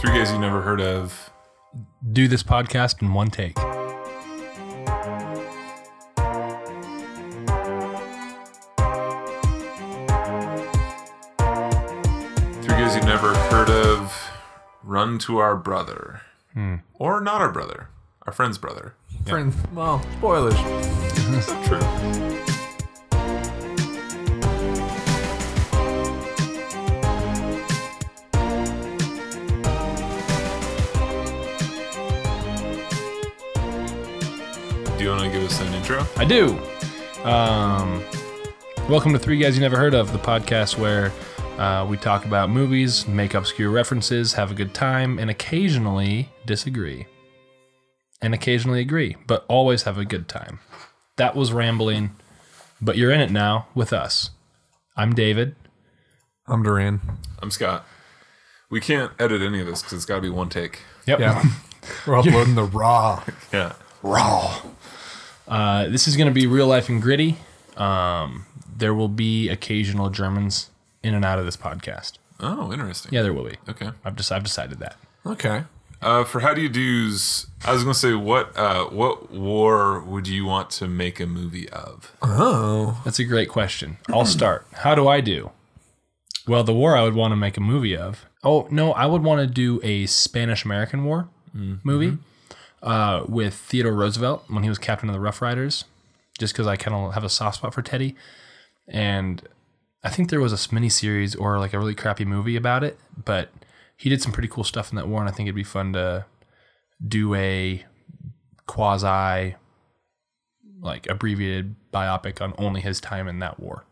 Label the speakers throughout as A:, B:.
A: Three guys you never heard of.
B: Do this podcast in one take.
A: Three guys you never heard of. Run to our brother, or not our brother, our friend's brother.
C: Friends. Well, spoilers.
A: True. Do you want to give us an intro?
B: I do. Um, welcome to Three Guys You Never Heard of, the podcast where uh, we talk about movies, make obscure references, have a good time, and occasionally disagree. And occasionally agree, but always have a good time. That was rambling, but you're in it now with us. I'm David.
C: I'm Duran.
A: I'm Scott. We can't edit any of this because it's got to be one take.
B: Yep.
C: Yeah. We're uploading the raw.
A: Yeah.
C: Raw.
B: Uh, this is going to be real life and gritty. Um, there will be occasional Germans in and out of this podcast.
A: Oh, interesting.
B: Yeah, there will be.
A: Okay.
B: I've just I've decided that.
C: Okay.
A: Uh, for how do you do's, I was gonna say what uh, what war would you want to make a movie of?
C: Oh.
B: That's a great question. I'll start. How do I do? Well, the war I would want to make a movie of. Oh no, I would want to do a Spanish American War movie uh, with Theodore Roosevelt when he was captain of the Rough Riders. Just because I kind of have a soft spot for Teddy, and I think there was a mini series or like a really crappy movie about it, but he did some pretty cool stuff in that war, and I think it'd be fun to do a quasi like abbreviated biopic on only his time in that war.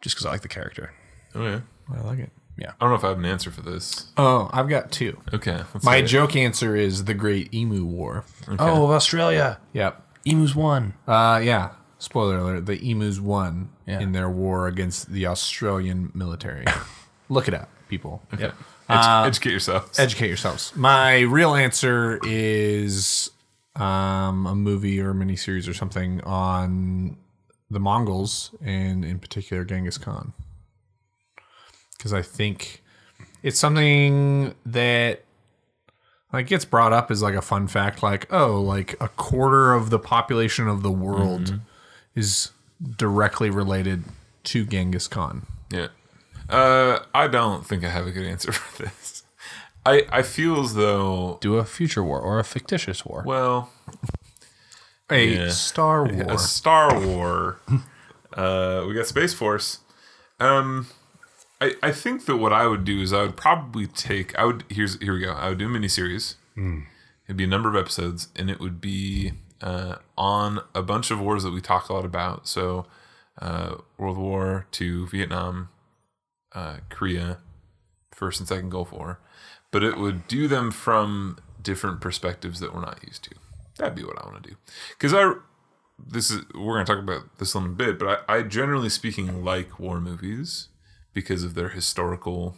B: Just because I like the character.
A: Oh yeah.
C: I like it.
A: I don't know if I have an answer for this.
C: Oh, I've got two.
A: Okay. let's
C: My
A: see.
C: joke answer is the Great Emu War.
B: Oh, of Australia,
C: Yep.
B: emus won.
C: Uh, yeah. Spoiler alert: the emus won
B: Yeah.
C: in their war against the Australian military. Look it up, people.
B: Yep. Uh,
A: Edu- educate yourselves.
C: Educate yourselves. My real answer is um, a movie or miniseries or something on the Mongols and in particular Genghis Khan. Because I think it's something that like gets brought up as like a fun fact, like, oh, like a quarter of the population of the world
A: Mm-hmm.
C: is directly related to Genghis Khan.
A: yeah. Uh, I don't think I have a good answer for this. I I feel as though
B: Do a future war or a fictitious war.
A: well
C: A
A: Yeah.
C: Star War.
A: a Star War. uh, we got Space Force. Um, I I think that what I would do is I would probably take I would here's here we go. I would do a miniseries. It'd be a number of episodes, and it would be uh, on a bunch of wars that we talk a lot about. So, uh, World War Two, Vietnam, uh, Korea, First and Second Gulf War, but it would do them from different perspectives that we're not used to. That'd be what I want to do. Because I, this is we're going to talk about this in a bit, but I, I generally speaking like war movies because of their historical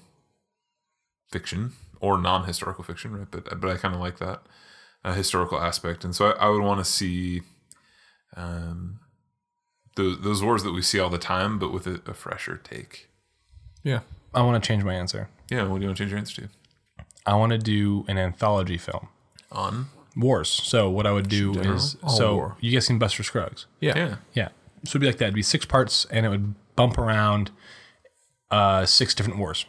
A: fiction or non-historical fiction, right? But but I kind of like that uh, historical aspect, and so I, I would want to see. Um, those, those wars that we see all the time, but with a, a fresher take.
C: yeah.
B: I want to change my answer.
A: Yeah, what do you want to change your answer to?
B: I want to do an anthology film.
A: On
B: Wars. So what I would do
A: General?
B: is
C: All
B: so
C: war.
B: you guys seen Buster Scruggs?
C: Yeah.
A: Yeah.
B: Yeah. So it'd be like that. It'd be six parts and it would bump around uh, six different wars.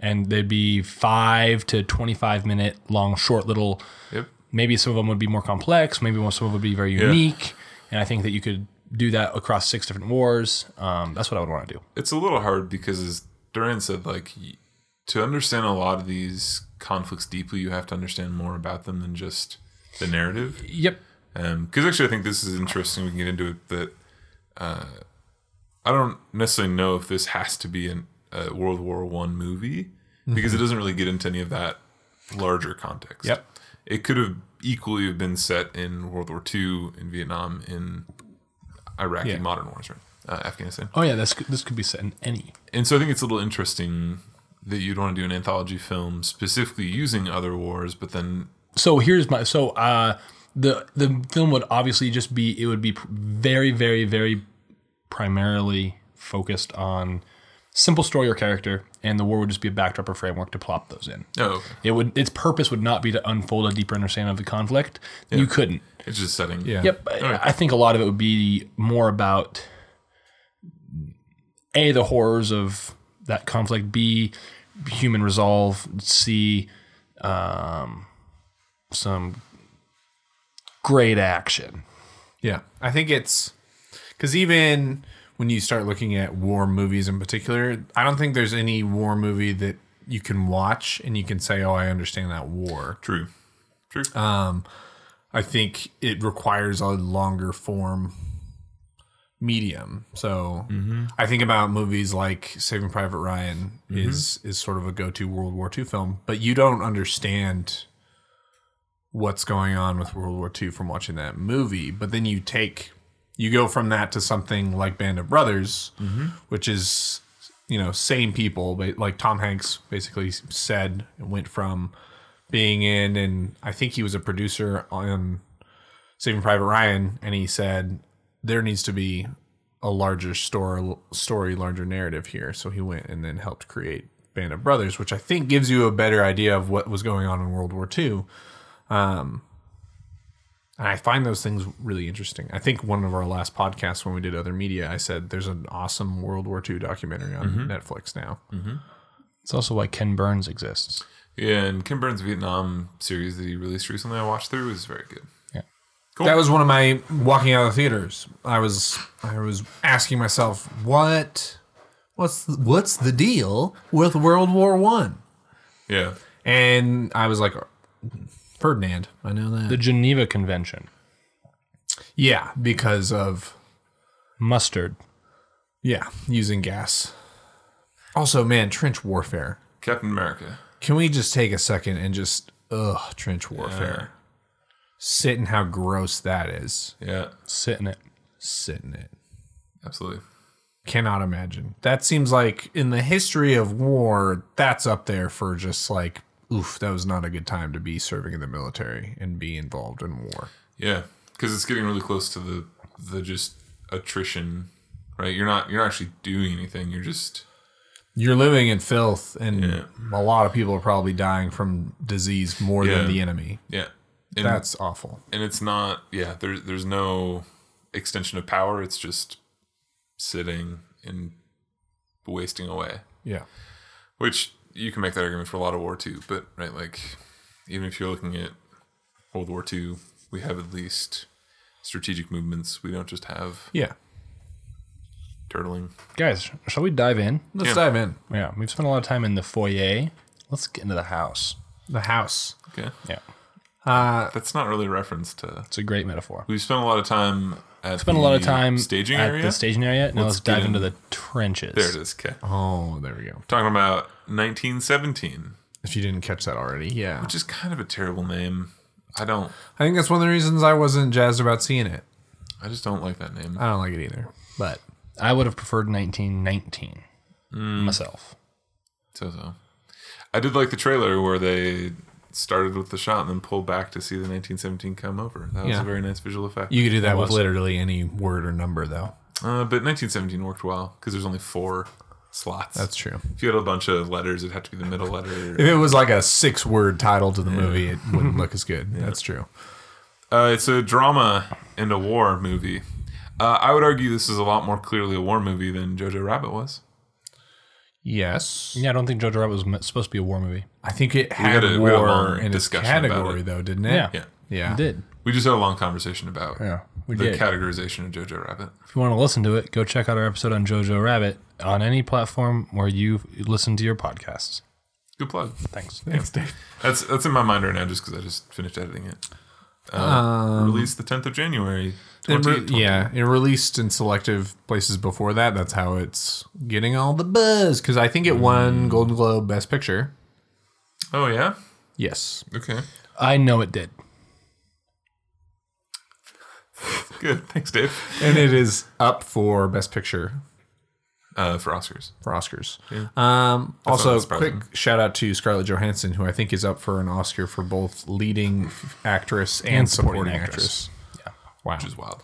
B: And they'd be five to 25 minute long, short little.
A: Yep.
B: Maybe some of them would be more complex. Maybe some of them would be very unique. And I think that you could do that across six different wars. Um, that's what I would want to do.
A: It's a little hard because, as Duran said, like y- to understand a lot of these conflicts deeply, you have to understand more about them than just the narrative.
B: Yep.
A: Because actually, I think this is interesting. We can get into it. That uh, I don't necessarily know if this has to be an, a World War One movie because it doesn't really get into any of that larger context.
B: Mm-hmm. Yep.
A: It could have equally have been set in World War Two, in Vietnam, in Iraqi
B: Yeah.
A: modern wars, right? Uh, Afghanistan.
B: Oh yeah, this could- this could be set in any.
A: And so I think it's a little interesting that you'd want to do an anthology film specifically using other wars, but then
B: so here's my so uh the the film would obviously just be it would be pr- very very very primarily focused on simple story or character, and the war would just be a backdrop or framework to plop those in.
A: Oh, okay.
B: It would its purpose would not be to unfold a deeper understanding of the conflict. You couldn't.
A: it's just setting.
C: Yeah.
B: Yep. I- I think a lot of it would be more about A, the horrors of that conflict, B, human resolve, C, um, some great action.
C: Yeah, I think it's because even when you start looking at war movies in particular, I don't think there's any war movie that you can watch and you can say, "Oh, I understand that war."
A: True. True.
C: I think it requires a longer form medium. So I think about movies like Saving Private Ryan is is sort of a go to World War II film, but you don't understand what's going on with World War II from watching that movie. But then you take you go from that to something like Band of Brothers, which is you know same people, but like Tom Hanks basically said went from being in, and I think he was a producer on Saving Private Ryan, and he said there needs to be a larger story, story, larger narrative here. So he went and then helped create Band of Brothers, which I think gives you a better idea of what was going on in World War II. Um, and I find those things really interesting. I think one of our last podcasts when we did other media, I said there's an awesome World War II documentary on Netflix now.
B: It's also why Ken Burns exists.
A: Yeah, and Kim Burns' Vietnam series that he released recently, I watched through, is very good.
C: That was one of my walking out of the theaters. I was I was asking myself what what's the, what's the deal with World War One?
A: Yeah.
C: And I was like Ferdinand, I know that.
B: The Geneva Convention,
C: yeah, because of
B: mustard.
C: yeah using gas. Also, man, trench warfare.
A: Captain America.
C: Can we just take a second and just ugh trench warfare? Sit in how gross that is.
A: Yeah,
B: Sit in it.
C: Sit in it.
A: absolutely.
C: Cannot imagine. That seems like in the history of war, that's up there for just like, oof, that was not a good time to be serving in the military and be involved in war.
A: Yeah, because it's getting really close to the the just attrition, right? You're not you're not actually doing anything. You're just
C: You're living in filth, and
A: Yeah.
C: a lot of people are probably dying from disease more
A: Yeah.
C: than the enemy.
A: yeah. And,
C: That's awful.
A: and it's not yeah. There's there's no extension of power. It's just sitting and wasting away.
C: Yeah.
A: Which you can make that argument for a lot of war too, but right, like even if you're looking at World War II, we have at least strategic movements. We don't just have
C: Yeah.
A: turtling.
B: Guys, shall we dive in?
C: Let's
A: Yeah.
C: dive in.
B: Yeah, we've spent a lot of time in the foyer. Let's get into the house.
C: The house.
A: Okay,
B: Yeah,
C: Uh,
A: that's not really a reference to
B: it's a great metaphor.
A: We've spent a lot of time at
B: spent a lot of time
A: staging
B: at
A: area.
B: the staging area. Now let's,
A: Let's get
B: dive
A: in.
B: into the trenches.
A: there it is. Okay.
C: Oh, there we go.
A: Talking about 1917,
C: If you didn't catch that already. Yeah.
A: which is kind of a terrible name. I don't.
C: I think that's one of the reasons I wasn't jazzed about seeing it.
A: I just don't like that name.
C: I don't like it either. But
B: I would have preferred 1919
A: Hmm.
B: myself.
A: So so. I did like the trailer where they started with the shot and then pulled back to see the 1917 come over. That was
C: Yeah.
A: a very nice visual effect.
C: you could do that with literally any word or number, though.
A: Uh, but 1917 worked well because there's only four slots.
C: That's true.
A: if you had a bunch of letters, it'd have to be the middle letter.
C: If it was like a six word title to the movie, it wouldn't look as good. That's true.
A: Uh, it's a drama and a war movie. Uh, I would argue this is a lot more clearly a war movie than Jojo Rabbit was.
C: Yes.
B: Yeah, I don't think Jojo Rabbit was meant- supposed to be a war movie.
C: I think it had
A: had a- we had a
C: war
A: long
C: in its
A: discussion about
C: category,
A: it.
C: though, didn't it?
B: Yeah.
A: Yeah.
C: Yeah.
B: It did.
A: We just had a long conversation about
B: Yeah, we
A: the
B: did.
A: categorization of Jojo Rabbit.
B: if you want to listen to it, go check out our episode on Jojo Rabbit on any platform where you listen to your podcasts.
A: Good plug.
B: Thanks.
C: Thanks, Dave.
A: That's that's in my mind right now just because I just finished editing it. Uh, released the 10th of January.
C: It
A: 20,
C: re- yeah, it released in selective places before that. That's how it's getting all the buzz because I think it
A: Mm.
C: won Golden Globe Best Picture.
A: Oh, yeah?
C: Yes.
A: Okay.
B: I know it did.
A: Good. Thanks, Dave.
C: And it is up for Best Picture
A: Uh, for Oscars.
C: for Oscars. Um, also,
A: not
C: quick
A: surprising.
C: shout out to Scarlett Johansson, who I think is up for an Oscar for both leading actress and,
B: And supporting
C: supporting,
B: actress.
C: actress.
B: Yeah.
C: Wow.
A: Which is wild.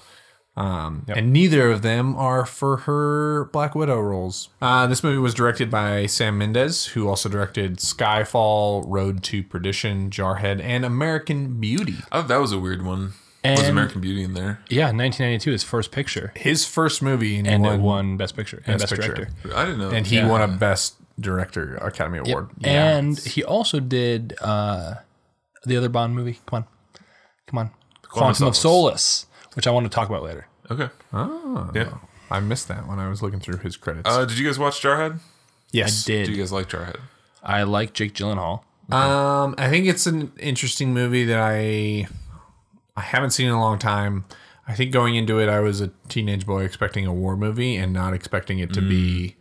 C: Um, And neither of them are for her Black Widow roles. Uh, this movie was directed by Sam Mendes, who also directed Skyfall, Road to Perdition, Jarhead, and American Beauty.
A: I thought that was a weird one. was
B: And-
A: American Beauty in there?
B: Yeah, 1992, his first picture,
C: His first movie, and, he
B: and
C: won,
B: it won Best Picture and Best,
C: Best Picture.
B: Director.
A: I didn't know.
C: and he won a Best Director Academy Award.
B: And he also did uh, the other Bond movie. Come on, come on, Quantum, of
A: Solace.
B: Solace, which I want to talk about later.
A: okay. Oh. Yeah.
C: I missed that when I was looking through his credits.
A: Uh, did you guys watch Jarhead?
C: yes,
A: Do you
B: Did
A: guys like Jarhead?
B: I like Jake Gyllenhaal?
C: Um, I think it's an interesting movie that I I haven't seen in a long time. I think going into it, I was a teenage boy expecting a war movie and not expecting it to be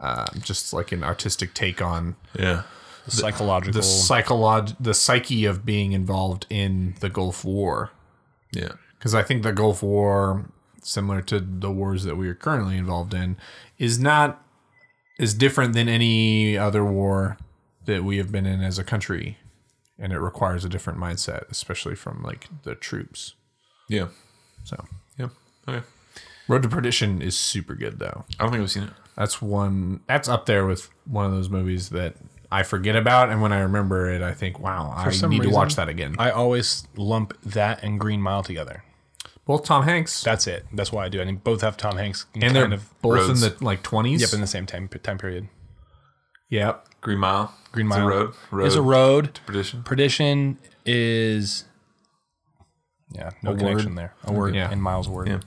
C: uh, just like an artistic take on
A: Yeah.
B: The psychological.
C: the psycholog- the psyche of being involved in the Gulf War.
A: Yeah.
C: Because I think the Gulf War, similar to the wars that we are currently involved in, is not is different than any other war that we have been in as a country, and it requires a different mindset, especially from like the troops.
A: Yeah.
C: So,
A: Yeah. Okay.
C: Road to Perdition is super good though.
A: I don't think I've seen it.
C: That's one. That's up there with one of those movies that I forget about, and when I remember it, I think, "Wow, I need
B: some
C: to watch
B: reason-
C: that again."
B: I always lump that and Green Mile together.
C: Both Tom Hanks,
B: That's it. That's why I do. I think both have Tom Hanks in
C: and they're
B: kind of
C: both
A: roads.
C: in the like twenties.
B: yep in the same time time period.
C: yep.
A: Green Mile.
B: Green
A: It's
B: Mile.
A: a road. Road.
B: Is a road.
A: Perdition.
B: Perdition is. Yeah, no connection there. A word
C: Yeah. Um,
B: and Miles' word.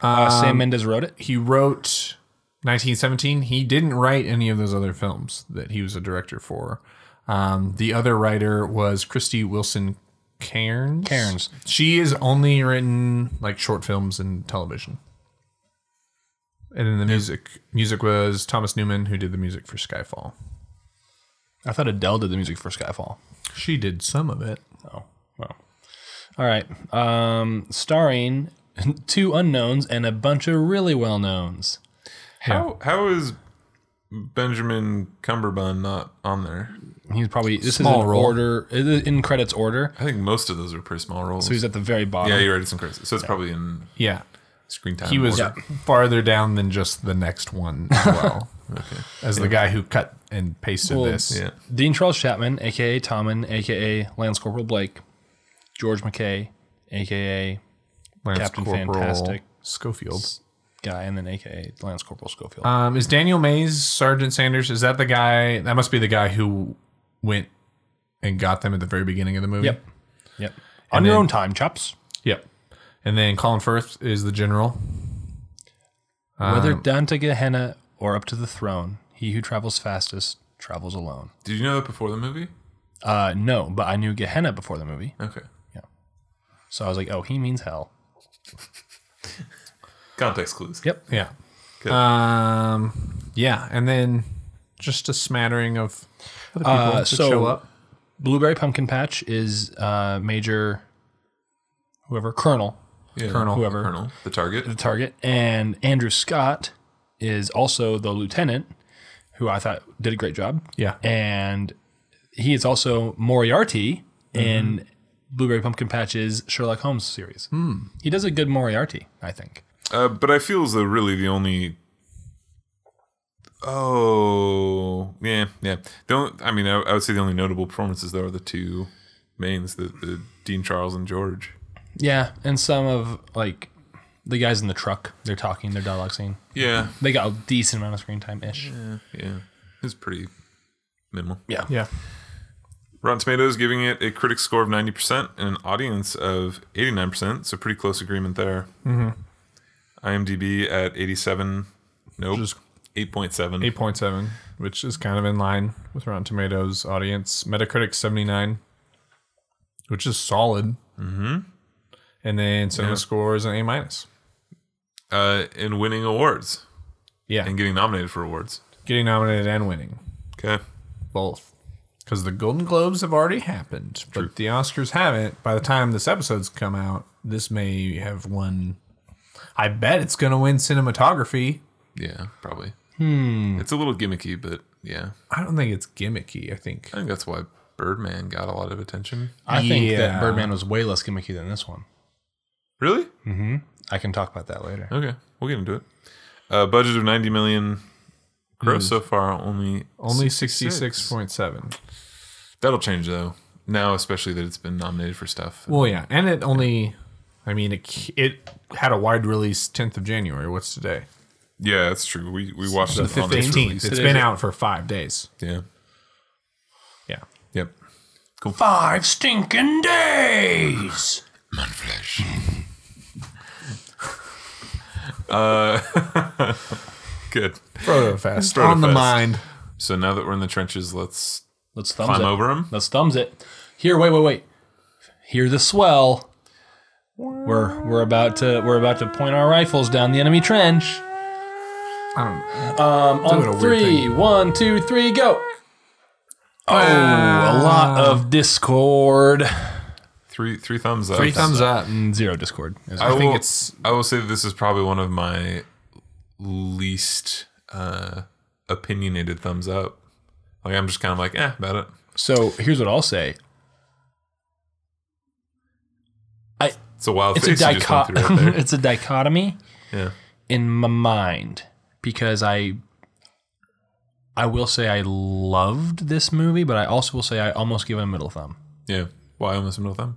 B: Uh, Sam Mendes wrote it.
C: he wrote 1917. He didn't write any of those other films that he was a director for. Um, the other writer was Christy Wilson Cairns.
B: Cairns.
C: She has only written like short films and television. And then the music music was Thomas Newman who did the music for Skyfall.
B: I thought Adele did the music for Skyfall.
C: She did some of it.
B: Oh, well. All right. Um, starring two unknowns and a bunch of really well knowns.
A: How how is Benjamin Cumberbund not on there?
B: He's probably this is
C: Small
B: in
C: role.
B: order it is in credits order,
A: I think most of those are pretty small roles.
B: so he's at the very bottom.
A: yeah, you're right. It's in credits. So it's probably in
C: Yeah.
A: screen time.
C: He was
A: order.
C: farther down than just the next one as well. As the guy who cut and pasted
B: Well,
C: this.
A: Yeah.
B: Dean Charles Chapman, aka Tommen, aka Lance Corporal Blake, George McKay, aka
C: Lance
B: Captain Fantastic.
C: Schofield.
B: guy, and then aka Lance Corporal Schofield.
C: Um, is Daniel Mays Sergeant Sanders? Is that the guy? That must be the guy who went and got them at the very beginning of the movie.
B: yep, yep. On your
C: then-
B: own time, chaps.
C: Yep. And then Colin Firth is the general.
B: Whether
C: Um,
B: down to Gehenna or up to the throne, he who travels fastest travels alone.
A: Did you know that before the movie?
B: Uh, no, but I knew Gehenna before the movie,
A: Okay.
B: so I was like, oh, he means hell.
A: Context clues.
B: Yep.
C: Yeah.
A: Good.
C: Um. Yeah, and then just a smattering of other people that
B: Uh, so-
C: show up.
B: Blueberry Pumpkin Patch is uh, Major, whoever, Colonel,
A: Yeah.
C: Colonel.
B: whoever.
A: Colonel. The target.
B: the target, and Andrew Scott is also the lieutenant, who I thought did a great job.
C: Yeah.
B: and he is also Moriarty in Blueberry Pumpkin Patch's Sherlock Holmes series. He does a good Moriarty, I think.
A: Uh, but I feel as though really the only. Oh yeah, yeah. Don't I mean I, I would say the only notable performances though are the two mains, the, the Dean Charles and George.
B: Yeah, and some of like the guys in the truck, they're talking, their dialogue scene.
A: Yeah,
B: They got a decent amount of screen time ish.
A: yeah. It's pretty minimal.
C: Yeah.
A: Rotten Tomatoes giving it a critic score of ninety percent and an audience of eighty nine percent, so pretty close agreement there. Mm-hmm. IMDb at eighty seven. Nope.
C: Just-
A: eight point seven.
C: 8.7, which is kind of in line with Rotten Tomatoes audience. Metacritic 79, which is solid. Mm-hmm. And then Cinema Score is an A minus.
A: Uh, and winning awards
C: Yeah.
A: and getting nominated for awards.
C: Getting nominated and winning.
A: Okay.
C: Both. Because the Golden Globes have already happened, but the Oscars haven't. By the time this episode's come out, this may have won. I bet it's going to win cinematography.
A: Yeah, probably. Hmm. It's a little gimmicky, but yeah,
C: I don't think it's gimmicky. I think.
A: I think that's why Birdman got a lot of attention.
B: I think
C: Yeah.
B: that Birdman was way less gimmicky than this one.
A: Really?
B: I can talk about that later.
A: Okay, we'll get into it. Uh, budget of ninety million. Gross so far, only
C: Only sixty six point seven.
A: That'll change though. Now, especially that it's been nominated for stuff.
C: Well, yeah, and it only. I mean, it c- it had a wide release tenth of January. What's today?
A: yeah, that's true. We we watched it on this
C: Fifteenth.
A: release.
C: It's
B: Today's
C: been
B: it.
C: out for five days.
A: Yeah.
C: Yeah.
A: Yep.
B: Five stinking days.
A: Uh, Good.
C: Frodo Fest
A: Frodo
C: on the
A: Fest.
C: mind.
A: So now that we're in the trenches, let's
B: Let's thumbs
A: climb
B: it.
A: over them.
B: Let's thumbs it. Here, wait, wait, wait. Hear the swell. We're we're about to we're about to point our rifles down the enemy trench.
C: I don't,
B: Um,
C: a
B: on
C: weird
B: three, one, two, three, go. Oh, a lot of discord.
A: Three three thumbs up.
C: three thumbs up.
B: Mm, Zero discord. Is
A: I,
B: it?
A: will,
C: think it's-
A: I will say that this is probably one of my least uh, opinionated thumbs up. Like I'm just kind of like, eh, about it.
B: So here's what I'll say. I
A: It's a wild
B: it's a
A: face you just went
B: dichot-
A: through right there.
B: it's a dichotomy
A: Yeah.
B: in my mind because I I will say I loved this movie, but I also will say I almost give it a middle thumb.
A: Yeah. Why almost a middle thumb?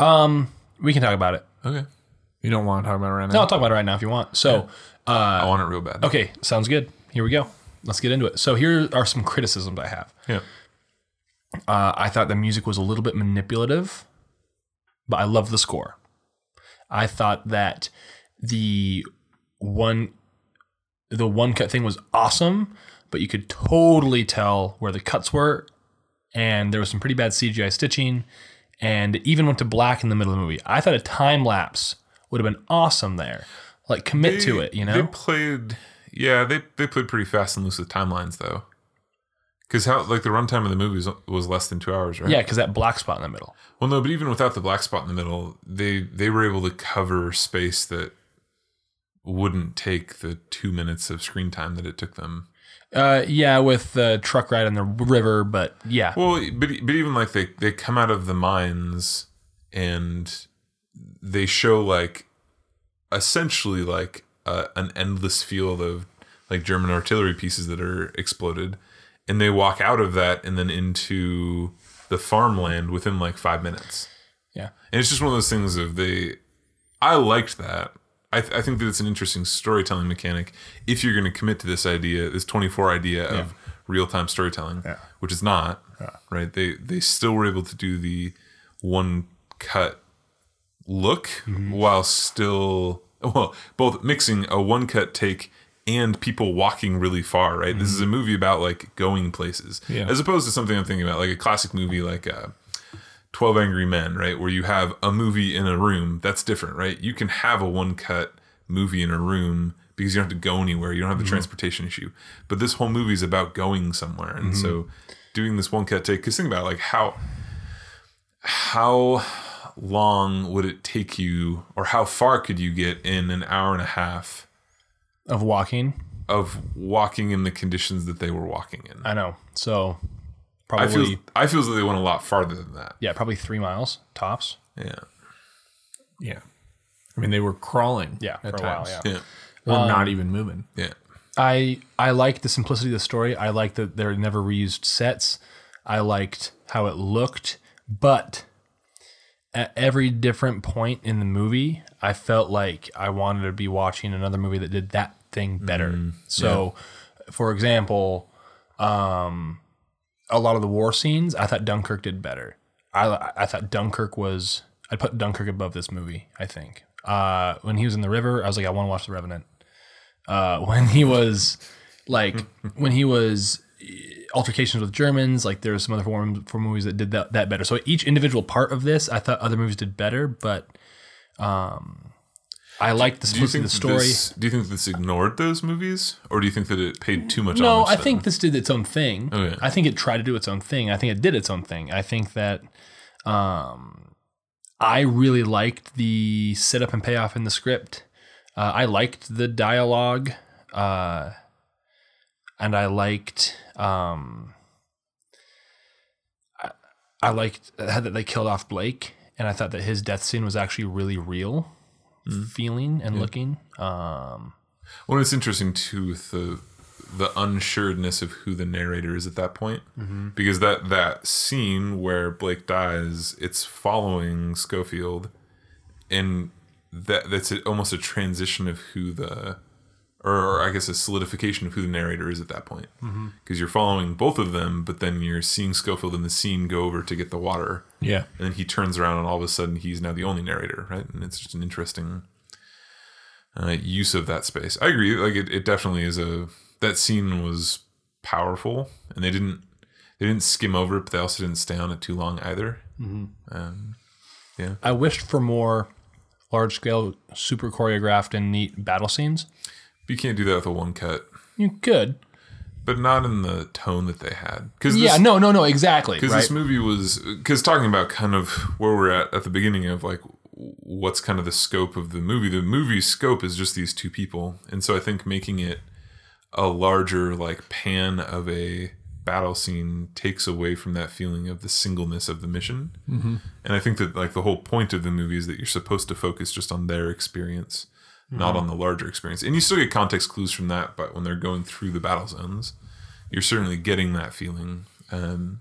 B: Um, we can talk about it.
A: Okay.
C: You don't want to talk about it right
B: No,
C: now. Uh,
B: I'll talk about it right now if you want. So,
A: I want it real bad.
B: okay, sounds good. Here we go. Let's get into it. So here are some criticisms I have.
A: Yeah.
B: Uh, I thought the music was a little bit manipulative, but I love the score. I thought that the one the one cut thing was awesome, but you could totally tell where the cuts were, and there was some pretty bad CGI stitching, and it even went to black in the middle of the movie. I thought a time lapse would have been awesome there. Like commit to it, you
A: They
B: know?
A: played. Yeah, they they played pretty fast and loose with timelines though. Because how like the runtime of the movie was, was less than two hours, right?
B: Yeah, because that black spot in the middle.
A: Well, no, but even without the black spot in the middle, they they were able to cover space that wouldn't take the two minutes of screen time that it took them.
B: Uh, yeah, with the truck ride on the river, but yeah.
A: Well, but but even like they they come out of the mines and they show like essentially like uh, an endless field of like German artillery pieces that are exploded, and they walk out of that and then into the farmland within like five minutes.
B: Yeah.
A: And it's just one of those things of they. I liked that. I, th- I think that it's an interesting storytelling mechanic if you're going to commit to this idea, this 24 idea of real time storytelling,
C: Yeah.
A: which is not right. They they still were able to do the one cut look
C: Mm-hmm.
A: while still well both mixing a one cut take and people walking really far right this is a movie about like going places
C: Mm-hmm. Yeah.
A: as opposed to something i'm thinking about like a classic movie like uh, 12 Angry Men, right? Where you have a movie in a room, that's different, right? You can have a one cut movie in a room because you don't have to go anywhere. You don't have the transportation issue. But this whole movie is about going somewhere. And so doing this one cut take, because think about it, like how, how long would it take you or how far could you get in an hour and a half
B: Of walking.
A: of walking in the conditions that they were walking in?
B: I know. So
A: I
B: probably
A: feel, I feel that they went a lot farther than that.
B: yeah, probably three miles tops.
A: Yeah.
C: Yeah. I mean, they were crawling.
B: Yeah,
C: at
B: for a while.
C: times.
B: Yeah. Um,
A: Yeah.
C: Or not even moving.
A: Yeah.
B: I I like the simplicity of the story. I like that they're never reused sets. I liked how it looked, but at every different point in the movie, I felt like I wanted to be watching another movie that did that thing better. so, for example, um, a lot of the war scenes, I thought Dunkirk did better. I I thought Dunkirk was I'd put Dunkirk above this movie. I think uh, when he was in the river, I was like, I want to watch The Revenant. Uh, when he was like when he was eh, altercations with Germans, like there was some other form for movies that did that, that better. So each individual part of this, I thought other movies did better, but um, I like the
A: Do you
B: simplicity
A: think
B: of the
A: that
B: story.
A: This, do you think this ignored those movies, or do you think that it Oh, paid too much?
B: No,
A: homage
B: I
A: to
B: think
A: them?
B: this did its own thing.
A: Okay.
B: I think it tried to do its own thing. I think it did its own thing. I think that um, I really liked the setup and payoff in the script. Uh, I liked the dialogue, uh, and I liked um, I, I liked how that they killed off Blake, and I thought that his death scene was actually really real.
A: Hmm.
B: feeling and looking. Um,
A: Well, it's interesting too with the the unsuredness of who the narrator is at that point,
B: Mm-hmm.
A: because that that scene where Blake dies, it's following Schofield, and that that's a, almost a transition of who the or, or I guess a solidification of who the narrator is at that point, because
B: Mm-hmm.
A: you're following both of them, but then you're seeing Schofield in the scene go over to get the water,
C: Yeah.
A: and then he turns around and all of a sudden he's now the only narrator right and it's just an interesting uh, use of that space i agree like it, it definitely is a that scene was powerful and they didn't they didn't skim over it but they also didn't stay on it too long either
B: I wished for more large scale, super choreographed and neat battle scenes.
A: but you can't do that with a one cut
B: You could.
A: but not in the tone that they had because
B: yeah, no, no, no, exactly.
A: because
B: Right?
A: this movie was because talking about kind of where we're at at the beginning of like what's kind of the scope of the movie the movie's scope is just these two people and so i think making it a larger like pan of a battle scene takes away from that feeling of the singleness of the mission and i think that like the whole point of the movie is that you're supposed to focus just on their experience not on the larger experience and you still get context clues from that but when they're going through the battle zones you're certainly getting that feeling um,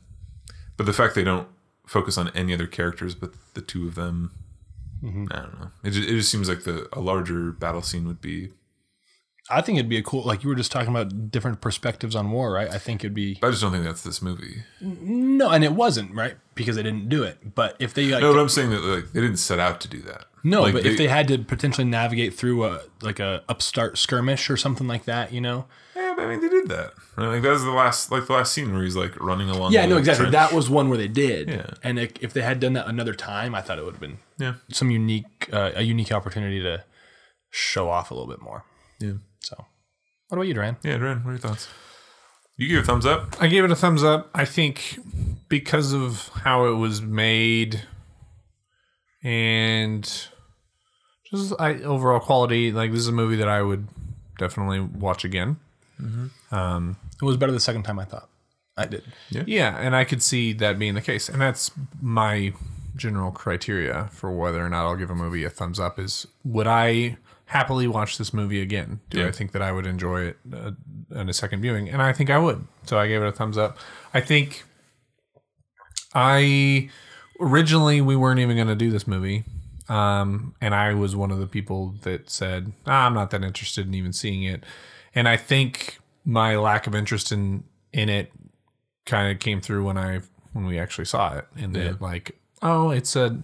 A: but the fact they don't focus on any other characters but the two of them,
B: Mm-hmm.
A: I don't know. It just, it just seems like the a larger battle scene would be.
B: I think it'd be a cool, like you were just talking about different perspectives on war, right? I think it'd be
A: I just don't think that's this movie.
B: no, and it wasn't right because they didn't do it. But if they like,
A: No,
B: no,
A: but I'm saying that like they didn't set out to do that. Like,
B: but if they had to potentially navigate through a like a upstart skirmish or something like that, you know,
A: yeah, but I mean, they did that. Right? Like that was the last, like the last scene where he's like running along.
B: Yeah,
A: the
B: no, exactly.
A: trench.
B: That was one where they did.
A: Yeah.
B: And it, if they had done that another time, I thought it would have been
A: Yeah,
B: some unique, uh, a unique opportunity to show off a little bit more.
A: yeah,
B: So, what about you, Duran?
A: yeah. Duran, what are your thoughts? You give a thumbs up.
C: I gave it a thumbs up. I think because of how it was made and just I, overall quality, like this is a movie that I would definitely watch again.
B: It was better the second time I thought. I did.
C: Yeah, and I could see that being the case. And that's my general criteria for whether or not I'll give a movie a thumbs up is would I happily watch this movie again? Do
A: Yeah.
C: I think that I would enjoy it uh, in a second viewing? And I think I would. So I gave it a thumbs up. I think I originally we weren't even going to do this movie. Um, and I was one of the people that said, "Ah, I'm not that interested in even seeing it. And I think my lack of interest in in it kind of came through when I when we actually saw it, and that like, oh, it's a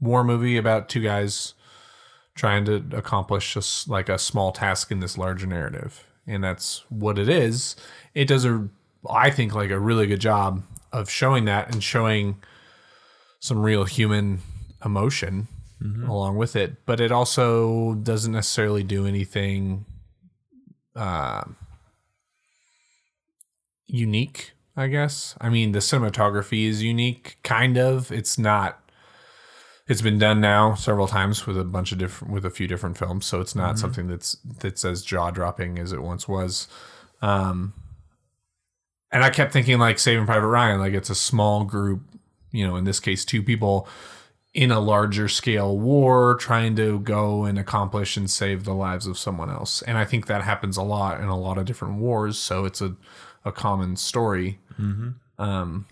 C: war movie about two guys trying to accomplish just like a small task in this larger narrative, and that's what it is. It does a, I think, like a really good job of showing that and showing some real human emotion
B: Mm-hmm.
A: Mm-hmm.
C: along with it, but it also doesn't necessarily do anything um, unique, I guess. I mean, the cinematography is unique, kind of. It's not. It's been done now several times with a bunch of different, with a few different films, so it's not something that's that's as jaw dropping as it once was. Um, and I kept thinking like Saving Private Ryan, like it's a small group, you know, in this case, two people in a larger scale war trying to go and accomplish and save the lives of someone else. And I think that happens a lot in a lot of different wars, so it's a, a common story.
B: Mm-hmm.
C: Um,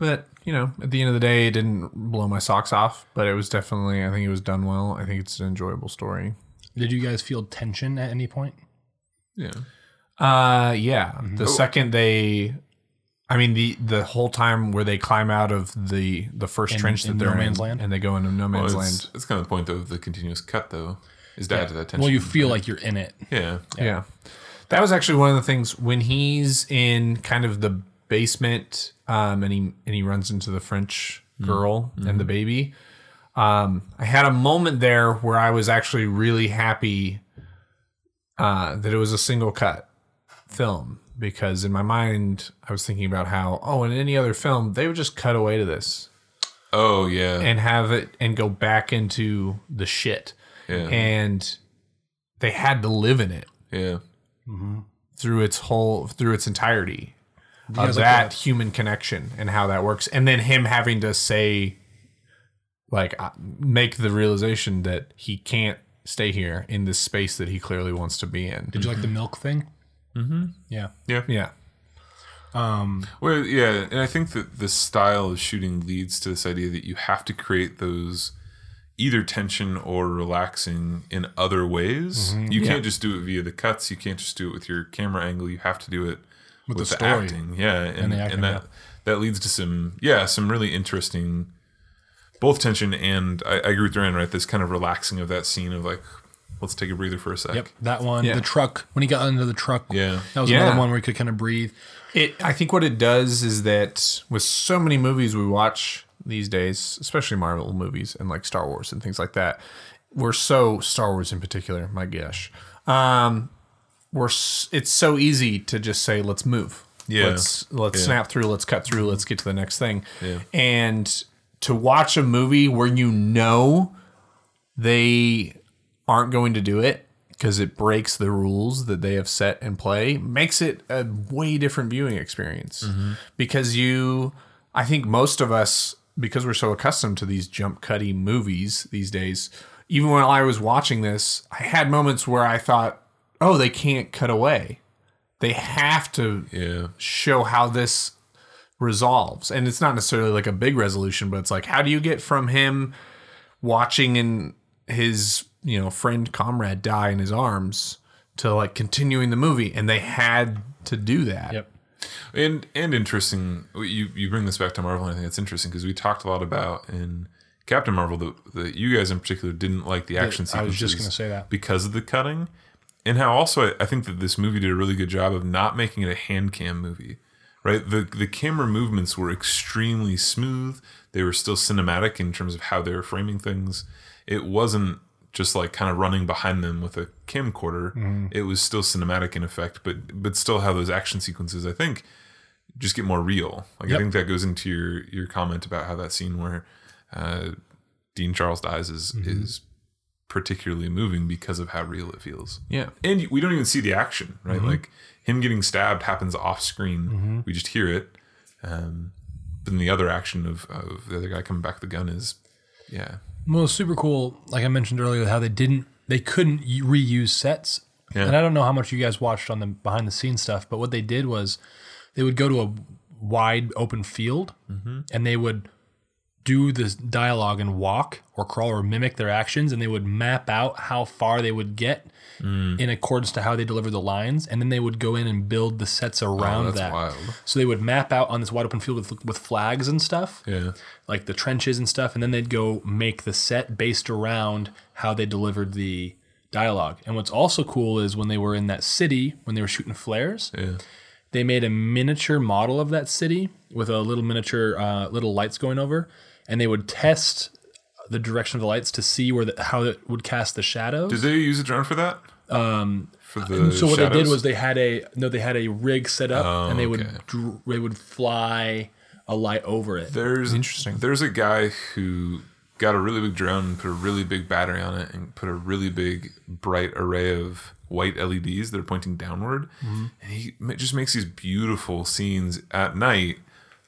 C: but you know, at the end of the day, it didn't blow my socks off, but it was definitely, I think it was done well. I think it's an enjoyable story.
B: Did you guys feel tension at any point?
A: Yeah,
C: Uh, yeah.
B: Mm-hmm.
C: The second they, I mean the the whole time where they climb out of the the first
B: In-
C: trench that
B: in
C: they're
B: no
C: in,
B: man's land?
C: and they go into no
A: well,
C: man's
A: Oh, it's,
C: land.
A: it's kind of the point though of the continuous cut though is to add to that tension.
B: Well, you feel like you're in it.
A: yeah,
C: Yeah. That was actually one of the things when he's in kind of the basement, um, and he and he runs into the French girl and the baby. Um, I had a moment there where I was actually really happy uh, that it was a single cut film because in my mind I was thinking about how oh in any other film they would just cut away to this
A: Oh yeah,
C: and have it and go back into the shit
A: yeah,
C: and they had to live in it
A: yeah.
C: through its whole through its entirety of
B: like
C: that human connection and how that works and then him having to say like uh, make the realization that he can't stay here in this space that he clearly wants to be in.
B: Did you like the milk thing? Mm-hmm. Yeah.
C: Yeah.
A: Well, yeah, and I think that the style of shooting leads to this idea that you have to create those either tension or relaxing in other ways. You can't just do it via the cuts. You can't just do it with your camera angle. You have to do it with, the,
B: story.
A: acting. Yeah, and, and,
B: the acting,
A: that that leads to some yeah some really interesting both tension and I, I agree with Duran right. This kind of relaxing of that scene of like let's take a breather for a sec.
B: Yep. That one.
C: Yeah.
B: The truck. When he got under the truck.
A: Yeah.
B: That was
C: Yeah.
B: another one where he could kind of breathe.
C: It I think what it does is that with so many movies we watch these days, especially Marvel movies and like Star Wars and things like that, we're so Star Wars in particular, my gosh. Um we're s- it's so easy to just say let's move.
A: Yeah.
C: Let's let's
A: Yeah.
C: snap through, let's cut through, let's get to the next thing. And to watch a movie where you know they aren't going to do it because it breaks the rules that they have set and play makes it a way different viewing experience because you i think most of us because we're so accustomed to these jump cutty movies these days even when i was watching this i had moments where i thought oh they can't cut away they have to
A: Yeah.
C: show how this resolves. And it's not necessarily like a big resolution, but it's like how do you get from him watching and his, you know, friend comrade die in his arms to like continuing the movie and they had to do that.
B: Yep.
A: and and interesting you you bring this back to marvel and i think it's interesting because we talked a lot about in captain marvel that, that you guys in particular didn't like the action
B: I
A: sequences
B: was just gonna say that.
A: because of the cutting and how also I, I think that this movie did a really good job of not making it a hand cam movie right the the camera movements were extremely smooth they were still cinematic in terms of how they were framing things it wasn't just like kind of running behind them with a camcorder
B: Mm-hmm.
A: it was still cinematic in effect but but still how those action sequences i think just get more real. Like I think that goes into your your comment about how that scene where uh, Dean Charles dies is
B: Mm-hmm.
A: is particularly moving because of how real it feels.
C: Yeah.
A: And you- we don't even see the action, right?
B: Mm-hmm.
A: Like him getting stabbed happens off screen. We just hear it. Um, but then the other action of, of the other guy coming back with the gun is, yeah,
B: Well, it's super cool. Like I mentioned earlier, how they didn't, they couldn't y- reuse sets.
A: Yeah.
B: And I don't know how much you guys watched on the behind the scenes stuff, but what they did was they would go to a wide open field
A: Mm-hmm.
B: and they would do this dialogue and walk or crawl or mimic their actions and they would map out how far they would get
A: Mm.
B: in accordance to how they deliver the lines and then they would go in and build the sets around
A: Oh, that's
B: that
A: wild.
B: so they would map out on this wide open field with, with flags and stuff
A: yeah,
B: like the trenches and stuff, and then they'd go make the set based around how they delivered the dialogue. And what's also cool is when they were in that city, when they were shooting flares,
A: yeah,
B: they made a miniature model of that city with a little miniature uh, little lights going over, and they would test the direction of the lights to see where the, how it would cast the shadows.
A: Did they use a drone for that? Um, for the
B: so what they did
A: shadows? Oh,
B: was they had a no, they had a rig set up, and they
A: okay.
B: would dr- they would fly a light over it.
A: There's
C: Interesting.
A: There's a guy who got a really big drone and put a really big battery on it and put a really big bright array of white LEDs that are pointing downward,
B: Mm-hmm.
A: and he ma- just makes these beautiful scenes at night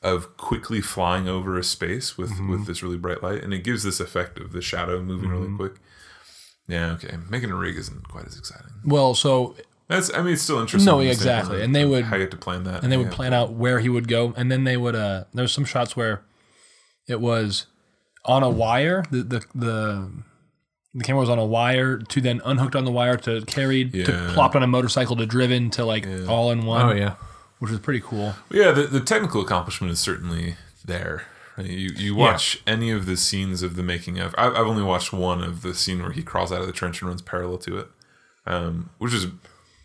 A: of quickly flying over a space with
B: Mm-hmm.
A: with this really bright light, and it gives this effect of the shadow moving
B: Mm-hmm.
A: really quick. Yeah, okay. Making a rig isn't quite as exciting.
B: Well, so
A: That's I mean, it's still interesting.
B: No,
A: from the
B: exactly,
A: standpoint
B: and they
A: of
B: would-
A: how you have to plan that,
B: and they would plan out where he would go and then they would uh there was some shots where it was on a wire the the the, the camera was on a wire to then unhooked on the wire to carried to
A: Yeah.
B: plopped on a motorcycle to driven to like all in one
C: Oh yeah.
B: which was pretty cool
A: Yeah, the, the technical accomplishment is certainly there. You you watch any of the scenes of the making of. I've, I've only watched one of the scene where he crawls out of the trench and runs parallel to it, um, which is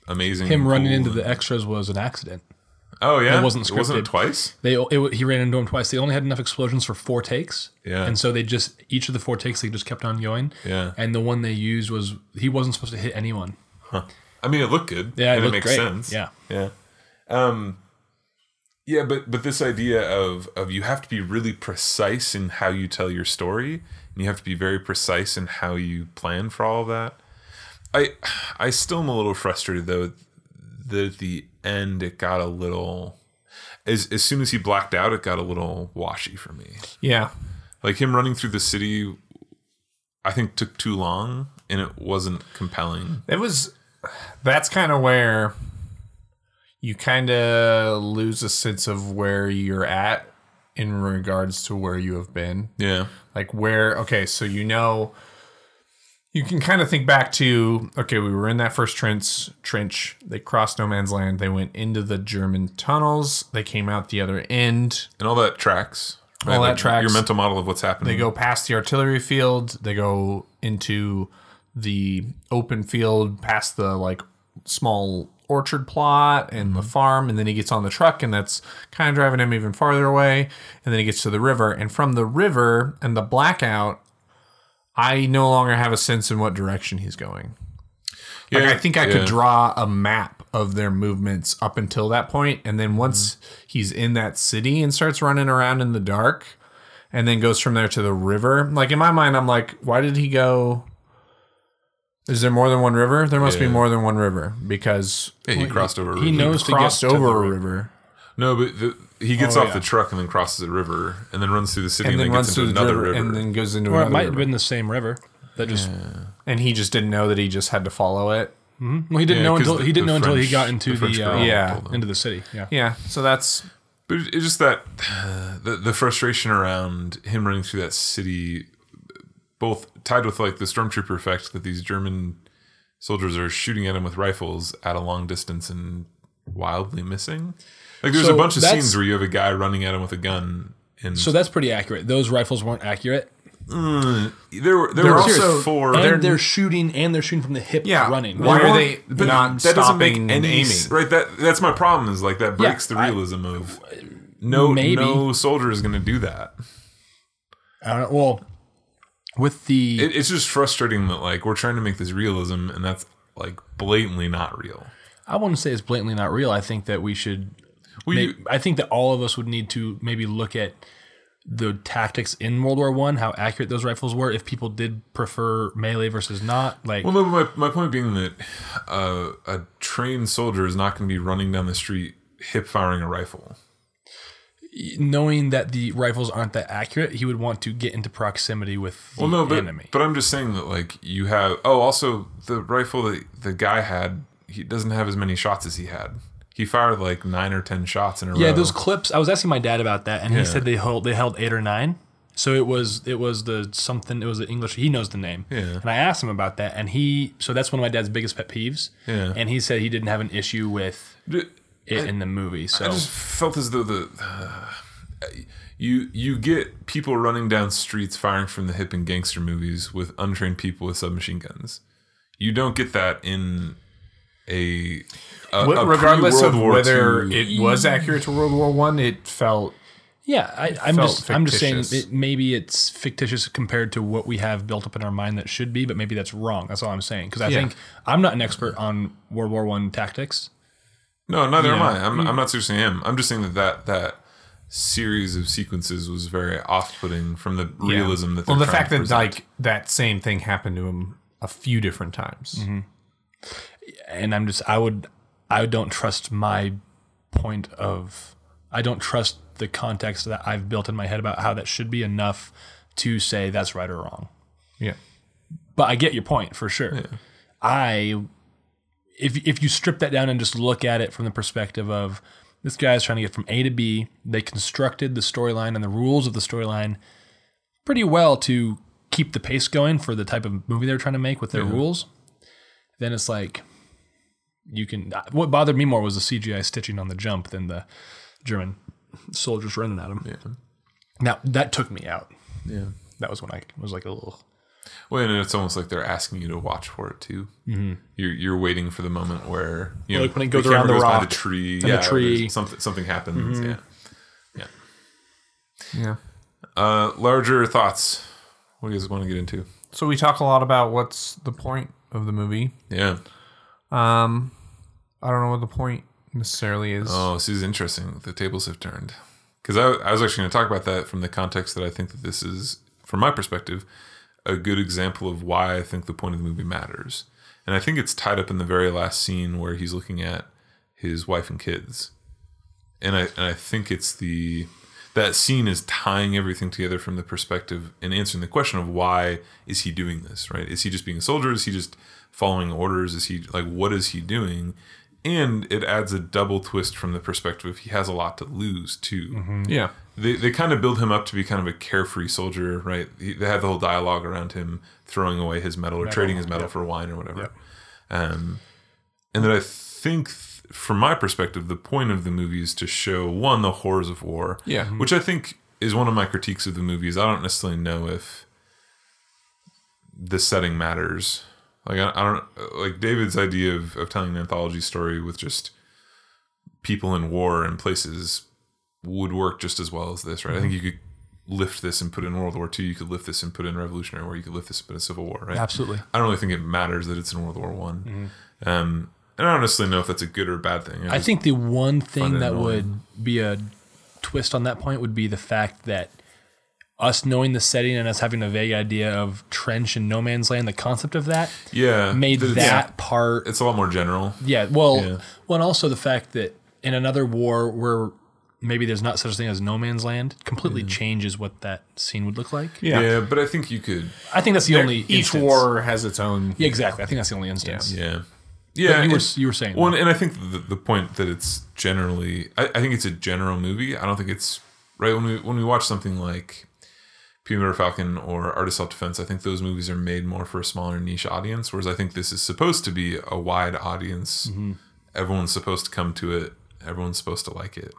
A: amazing.
B: him
A: and
B: running
A: cool.
B: into the extras was an accident
A: oh yeah,
B: it wasn't
A: It wasn't
B: scripted.
A: it twice.
B: they it, wa- he ran into him twice they only had enough explosions for four takes
A: Yeah.
B: and so they just each of the four takes they just kept on going
A: Yeah.
B: and the one they used was he wasn't supposed to hit anyone
A: I mean, it looked good.
B: Yeah, it
A: and it
B: looked
A: makes
B: great.
A: sense.
B: Yeah.
A: yeah, um, yeah. But but this idea of of you have to be really precise in how you tell your story, and you have to be very precise in how you plan for all of that. I I still am a little frustrated though that at the end it got a little. As, as soon as he blacked out, it got a little washy for me.
C: Yeah.
A: Like him running through the city, I think took too long and it wasn't compelling.
C: It was. That's kind of where you kind of lose a sense of where you're at in regards to where you have been.
A: Yeah.
C: Like where? Okay, so you know. You can kind of think back to okay, we were in that first trench. Trench. They crossed no man's land. They went into the German tunnels. They came out the other end.
A: And all that tracks.
C: All that tracks.
A: Your mental model of what's happening.
C: They go past the artillery field. They go into the open field, past the like small orchard plot and the farm, and then he gets on the truck, and that's kind of driving him even farther away. And then he gets to the river, and from the river and the blackout, I no longer have a sense in what direction he's going.
A: yeah.
C: Like, I think I
A: yeah.
C: could draw a map of their movements up until that point, and then once he's in that city and starts running around in the dark, and then goes from there to the river. Like in my mind, I'm like, why did he go? Is there more than one river? There must
A: Yeah.
C: be more than one river because
A: Yeah, he crossed over. a
B: he
A: river.
B: knows- Supposed to get
C: crossed
B: to
C: over
B: the
C: a river,
A: No, but the, he gets
B: Oh,
A: off
B: yeah.
A: the truck and then crosses a river and then runs through the city
C: and
A: and,
C: then
A: then gets
C: runs
A: into
C: through the
A: another
C: river,
A: river.
C: and then goes into
B: Or it
C: another
B: might
C: river.
B: have been the same river that just.
C: and he just didn't know that he just had to follow it.
B: Well, he didn't
A: Yeah,
B: know
A: 'cause
B: until
A: the-
B: he didn't
A: the
B: know until he
A: French-
B: got into
A: the
B: the,
A: French
B: uh,
A: girl
C: Yeah.
A: told him.
B: into the city. Yeah.
C: Yeah, so that's
A: But it- it's just that the, the frustration around him running through that city, both tied with like the stormtrooper effect that these German soldiers are shooting at him with rifles at a long distance and wildly missing. Like there's
B: So
A: a bunch of
B: that's-
A: scenes where you have a guy running at him with a gun, and
B: So that's pretty accurate. Those rifles weren't accurate.
A: there were there,
C: They're
A: were
C: also-
A: also four.
B: And they're,
A: there-
B: shooting, and they're shooting from the hip
C: yeah.
B: running.
C: Why
A: Well,
C: are they
A: but
C: not
A: that doesn't make
C: stopping and
A: any
C: aiming?
A: s- right? That that's my problem. Is like that
B: Yeah,
A: breaks the
B: I-
A: realism of no
B: Maybe.
A: no soldier is going to do that.
B: I don't know. Well, with the
A: It, it's just frustrating that like we're trying to make this realism, and that's like blatantly not real.
B: I wouldn't say it's blatantly not real. I think that we should.
A: We
B: make- I think that all of us would need to maybe look at the tactics in World War One, how accurate those rifles were. If people did prefer melee versus not, like
A: well, no, but my my point being that uh, a trained soldier is not going to be running down the street hip firing a rifle.
B: knowing that the rifles aren't that accurate, he would want to get into proximity with the
A: Well, no, but
B: enemy.
A: but I'm just saying that like you have. Oh, also the rifle that the guy had, he doesn't have as many shots as he had. He fired like nine or ten shots in a row.
B: Yeah, those clips. I was asking my dad about that, and he said they held they held eight or nine. So it was it was the something. It was the English. He knows the name.
A: Yeah.
B: And I asked him about that, and he. So that's one of my dad's biggest pet peeves.
A: Yeah.
B: And he said he didn't have an issue with it in the movie. So
A: I just felt as though the uh, you you get people running down streets firing from the hip in gangster movies with untrained people with submachine guns. You don't get that in a, a,
C: Wh-
A: a
C: regardless of
A: pre-World War
C: whether
A: II
C: it was accurate to World War One, it felt
B: yeah, I, I'm
C: felt
B: just I'm just saying
C: fictitious.
B: it, maybe it's fictitious compared to what we have built up in our mind that should be, but maybe that's wrong. That's all I'm saying because I
C: Yeah.
B: think I'm not an expert on World War One tactics.
A: No, neither am
B: Yeah.
A: I. I'm, I'm not seriously him. I'm just saying that that, that series of sequences was very off-putting from the realism that.
C: well,
A: they're
C: the
A: trying
C: fact
A: to
C: that
A: present.
C: like that same thing happened to him a few different times.
A: Mm-hmm.
B: and I'm just I would I don't trust my point of I don't trust the context that I've built in my head about how that should be enough to say that's right or wrong.
C: Yeah,
B: But I get your point for sure. I if if you strip that down and just look at it from the perspective of this guy's trying to get from A to B, they constructed the storyline and the rules of the storyline pretty well to keep the pace going for the type of movie they're trying to make with their rules. Then it's like you can what bothered me more was the CGI stitching on the jump than the German soldiers running at him. Yeah. Now that took me out.
A: yeah.
B: That was when I was like a little
A: Well, and it's almost like they're asking you to watch for it too. Mm-hmm. You're you're waiting for the moment where you know
B: Like when it goes
A: camera
B: around the
A: goes by
B: rock
A: the tree,
B: the
A: yeah,
B: tree. Mm-hmm.
A: there's something something happens. Yeah.
C: yeah.
A: Uh, larger thoughts. What do you guys want to get into?
C: So we talk a lot about what's the point of the movie.
A: Yeah.
C: Um, I don't know what the point necessarily is.
A: Oh, this is interesting. The tables have turned. Because I, I was actually going to talk about that from the context that I think that this is, from my perspective, a good example of why I think the point of the movie matters. And I think it's tied up in the very last scene where he's looking at his wife and kids. And I and I think it's the that scene is tying everything together from the perspective and answering the question of why is he doing this, right? Is he just being a soldier? Is he just following orders? Is he like what is he doing? And it adds a double twist from the perspective of he has a lot to lose too
C: Yeah.
A: they, they kind of build him up to be kind of a carefree soldier, right? He, they have the whole dialogue around him throwing away his medal or trading his medal for wine or whatever. Um, and then I think, th- from my perspective, the point of the movie is to show one the horrors of war,
C: Yeah.
A: which I think is one of my critiques of the movies. I don't necessarily know if the setting matters. Like I, I don't like David's idea of, of telling an anthology story with just people in war and places would work just as well as this, right? I think you could lift this and put it in World War II. You could lift this and put it in Revolutionary War. You could lift this and put it in Civil War, right?
B: Absolutely.
A: I don't really think it matters that it's in World War One. Um, and I don't honestly know if that's a good or a bad thing.
B: I think the one
A: Fun
B: thing
A: and
B: that
A: annoying.
B: would be a twist on that point would be the fact that us knowing the setting and us having a vague idea of trench and no man's land, the concept of that
A: yeah,
B: made
A: it's-
B: that part.
A: It's a lot more general.
B: Yeah. Well,
A: Yeah.
B: well, and also the fact that in another war where maybe there's not such a thing as no man's land completely changes what that scene would look like.
A: Yeah.
C: Yeah.
A: but I think you could.
B: I think that's the only
C: Each
B: instance.
C: war has its own.
B: Yeah, exactly. I think that's the only instance.
A: Yeah,
B: But
A: yeah.
B: you were
A: and-
B: you were saying
A: Well, and I think the, the point that it's generally, I, I think it's a general movie. I don't think it's right when we when we watch something like Peter Falcon or Art of Self Defense. I think those movies are made more for a smaller niche audience, whereas I think this is supposed to be a wide audience.
B: Mm-hmm.
A: Everyone's supposed to come to it. Everyone's supposed to like it.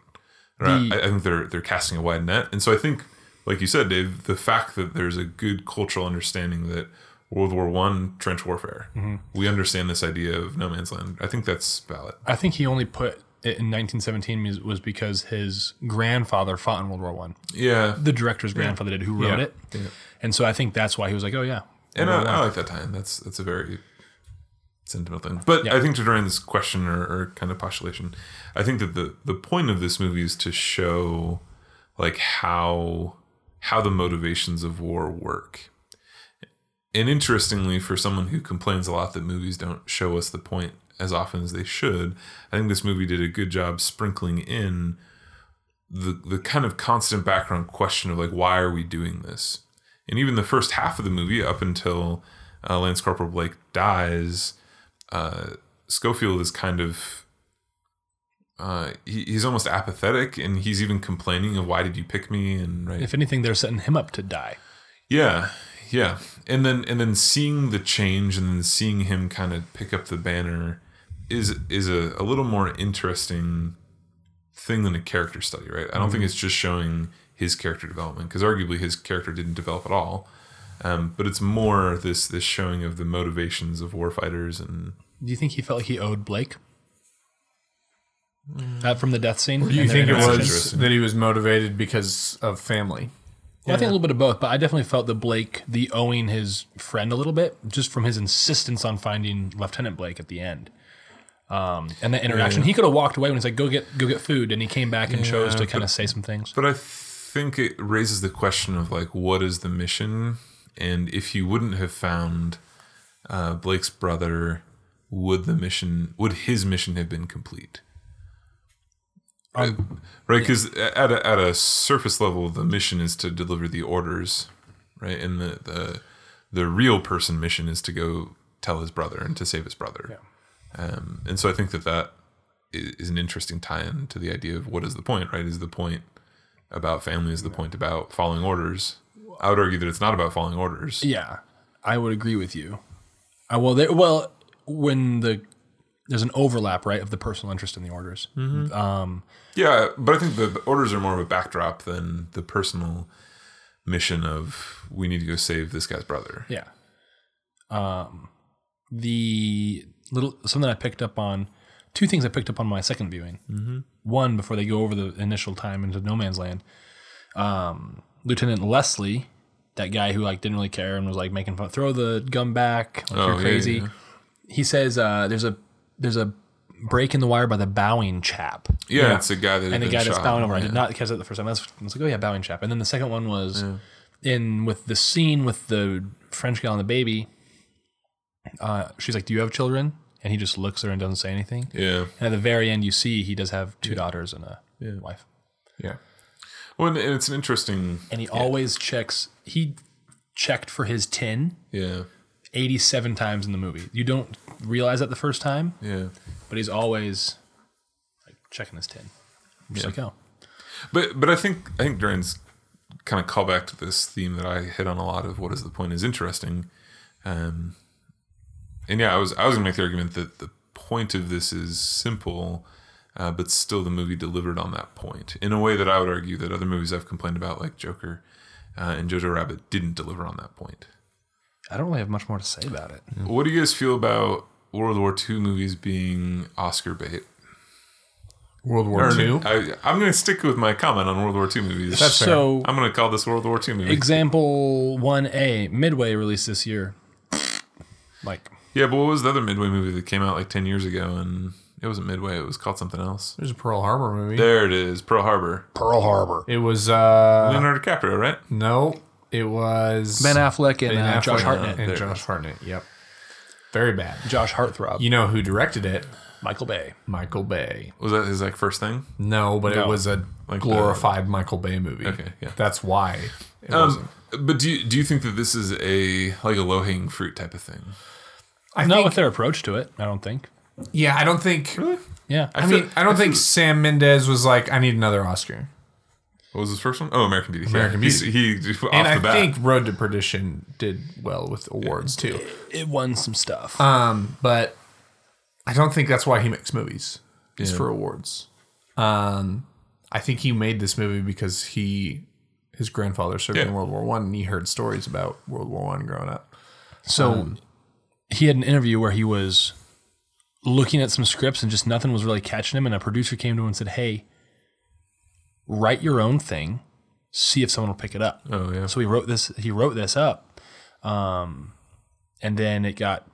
A: Right?
B: The-
A: I, I think they're they're casting a wide net, and so I think, like you said, Dave, the fact that there's a good cultural understanding that World War One trench warfare,
B: Mm-hmm.
A: we understand this idea of no man's land. I think that's valid.
B: I think he only put it in 1917 was- was because his grandfather fought in World War One.
A: Yeah,
B: The director's grandfather did, who wrote
C: Yeah.
B: it, and so I think that's why he was like, "Oh yeah,
A: and I, I like that time. That's that's a very sentimental thing. But I think to Duran's question or, or kind of postulation, I think that the the point of this movie is to show like how how the motivations of war work. And interestingly, for someone who complains a lot that movies don't show us the point as often as they should, I think this movie did a good job sprinkling in the the kind of constant background question of like why are we doing this and even the first half of the movie up until uh, lance corporal blake dies uh, schofield is kind of uh, he, he's almost apathetic and he's even complaining of why did you pick me and right
B: if anything, they're setting him up to die."
A: yeah, yeah, and then and then seeing the change and then seeing him kind of pick up the banner is is a, a little more interesting thing than a character study, right? I don't think it's just showing his character development because arguably his character didn't develop at all, um, but it's more this this showing of the motivations of warfighters and
B: Do you think he felt like he owed Blake uh, from the death scene?
C: Mm. Do you
B: and their
C: think it
B: interaction?
C: was
A: interesting.
C: that he was motivated because of family?
B: Well, I think a little bit of both, but I definitely felt that Blake, the owing his friend a little bit, just from his insistence on finding Lieutenant Blake at the end. Um, and that interaction, he could have walked away when he's like, "Go get, go get food," and he came back and chose to kind of say some things.
A: But I think it raises the question of like, what is the mission? And if he wouldn't have found uh, Blake's brother, would the mission, would his mission have been complete? Uh, right, because at a, at a surface level, the mission is to deliver the orders, right? And the the the real person mission is to go tell his brother and to save his brother. Um, and so I think that that i- is an interesting tie-in to the idea of what is the point, right? Is the point about family? Is the point about following orders? I would argue that it's not about following orders.
B: Yeah, I would agree with you. I well, there, well, when the there's an overlap, right, of the personal interest in the orders.
A: Hmm. Yeah, but I think the, the orders are more of a backdrop than the personal mission of we need to go save this guy's brother.
B: Yeah. Um, the little something I picked up on, two things I picked up on my second viewing. Mm-hmm. One before they go over the initial time into no man's land. Um, Lieutenant Leslie, that guy who like didn't really care and was like making fun, throw the gun back, like,
A: Oh,
B: you're
A: yeah,
B: crazy.
A: yeah.
B: He says uh, there's a there's a break in the wire by the bowing chap
A: Yeah, it's a guy that had
B: and the
A: been
B: guy that's
A: shot.
B: bowing over. I
A: Oh, Yeah.
B: did not catch that the first time. That's, I was like, oh yeah, bowing chap. And then the second one was in with the scene with the French girl and the baby. Uh, she's like, "Do you have children?" And he just looks at her and doesn't say anything.
A: Yeah.
B: And at the very end, you see he does have two daughters and a wife.
C: Yeah.
A: Well, and it's an interesting.
B: and he always checks. He checked for his tin
A: Yeah.
B: 87 times in the movie. You don't realize that the first time,
A: Yeah.
B: but he's always like checking his tin. I'm Just like, oh,
A: But but I think I think Duran's kind of callback to this theme that I hit on a lot of what is the point is interesting. Um, and yeah, I was I was gonna make the argument that the point of this is simple, uh, but still the movie delivered on that point in a way that I would argue that other movies I've complained about like Joker uh, and Jojo Rabbit didn't deliver on that point.
B: I don't really have much more to say about it.
C: Mm.
A: What do you guys feel about World War II movies being Oscar bait?
C: World War II.
A: I, I'm going to stick with my comment on World War II movies.
C: That's fair.
B: so,
A: I'm going to call this World War II movie.
B: example 1A, Midway released this year. Like,
A: Yeah, but what was the other Midway movie that came out like 10 years ago and it wasn't Midway, it was called something else.
C: There's a Pearl Harbor movie.
A: There it is, Pearl Harbor.
B: Pearl Harbor.
C: It was uh
A: Leonardo DiCaprio, right?
C: no, it was
B: Ben Affleck and,
C: Ben
B: uh,
C: Affleck
B: Josh Hartnett.
C: and Josh Hartnett. Yep, very bad.
B: Josh Hartthrob.
C: You know who directed it?
B: Michael Bay.
C: Michael Bay.
A: Was that his like first thing?
C: No, but
B: No.
C: it was a
A: Like, uh,
C: glorified Michael Bay movie.
A: Okay, yeah.
C: That's why. It wasn't.
A: Um, but do you, do you think that this is a like a low hanging fruit type of thing?
C: I
B: Not
C: think,
B: with their approach to it, I don't think.
C: yeah, I don't think.
B: Yeah.
C: I
A: feel-
C: mean, I don't think Sam Mendes was like, I need another Oscar.
A: What was his first one? Oh, American Beauty.
C: American
A: He's- He, off
C: And
A: the
C: I
A: bat.
C: think Road to Perdition did well with awards too.
B: it won some stuff.
C: Um, but I don't think that's why he makes movies. It's
A: Yeah.
C: for awards. Um, I think he made this movie because he his grandfather served in
A: Yeah.
C: World War One and he heard stories about World War One growing up.
B: so he had an interview where he was looking at some scripts and just nothing was really catching him. And a producer came to him and said, Hey, write your own thing, see if someone will pick it up.
A: Oh yeah.
B: So he wrote this. He wrote this up, um, and then it got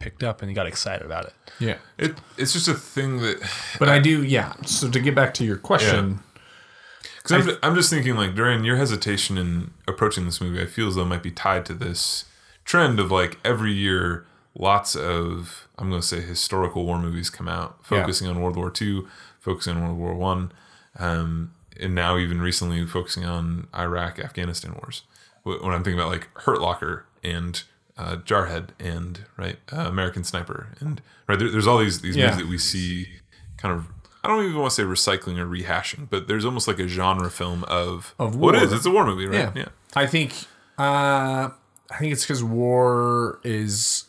B: picked up, and he got excited about it.
C: Yeah.
A: It, it's just a thing that
C: But I do, yeah. So to get back to your question,
A: Because I'm, I'm just thinking, like, Duran, your hesitation in approaching this movie, I feel as though might be tied to this trend of like every year, lots of I'm going to say historical war movies come out,
C: Yeah.
A: focusing on World War II, focusing on World War One, um, and now even recently focusing on Iraq, Afghanistan wars. Wh- When I'm thinking about like Hurt Locker and uh, Jarhead and right uh, American Sniper and right, there, there's all these these
C: Yeah.
A: movies that we see kind of I don't even want to say recycling or rehashing, but there's almost like a genre film of
C: Of
A: what
C: war.
A: is it's a war movie,
C: yeah.
A: right? Yeah,
C: I think uh I think it's because war is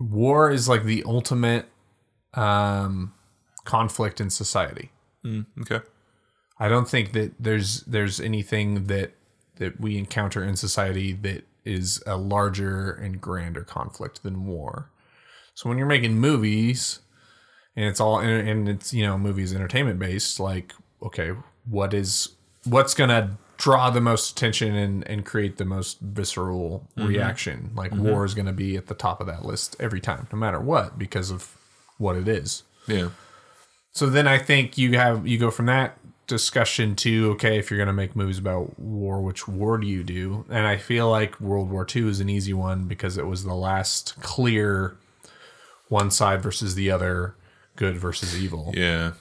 C: war is like the ultimate um conflict in society.
A: okay,
C: I don't think that there's there's anything that that we encounter in society that is a larger and grander conflict than war. So when you're making movies, and it's all and and it's you know movies entertainment based, like okay, what is what's gonna draw the most attention and and create the most visceral reaction? Like war is gonna be at the top of that list every time, no matter what, because of what it is.
A: yeah,
C: So then I think you have you go from that discussion to okay, if you're going to make movies about war, which war do you do? And I feel like World War II is an easy one because it was the last clear one side versus the other, good versus evil.
A: yeah,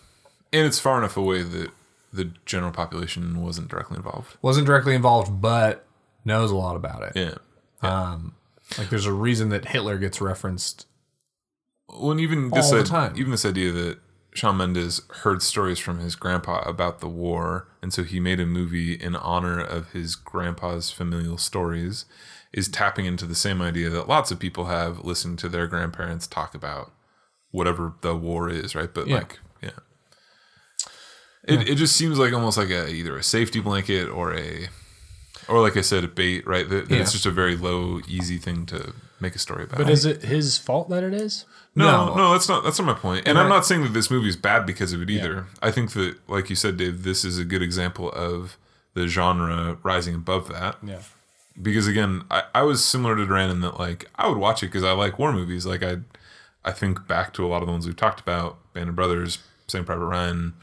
A: and it's far enough away that the general population wasn't directly involved.
C: Wasn't directly involved, but knows a lot about it.
A: Yeah,
C: Like there's a reason that Hitler gets referenced.
A: well, and even this
C: All the
A: id-
C: time.
A: even this idea that Sean Mendes heard stories from his grandpa about the war, and so he made a movie in honor of his grandpa's familial stories, is tapping into the same idea that lots of people have listened to their grandparents talk about whatever the war is, right? But
C: Yeah.
A: like, yeah. It, it just seems like almost like a either a safety blanket or a or like I said a bait right that, that it's
C: Yeah.
A: just a very low easy thing to make a story about
B: But is it his fault that it is?
A: no, no,
C: No.
A: that's not that's not my point. And I'm not saying that this movie is bad because of it either. I think that, like you said, Dave, this is a good example of the genre rising above that.
B: Yeah.
A: Because again, I, I was similar to Duran in that like I would watch it because I like war movies. Like I, I think back to a lot of the ones we've talked about: Band of Brothers, Same Private Ryan,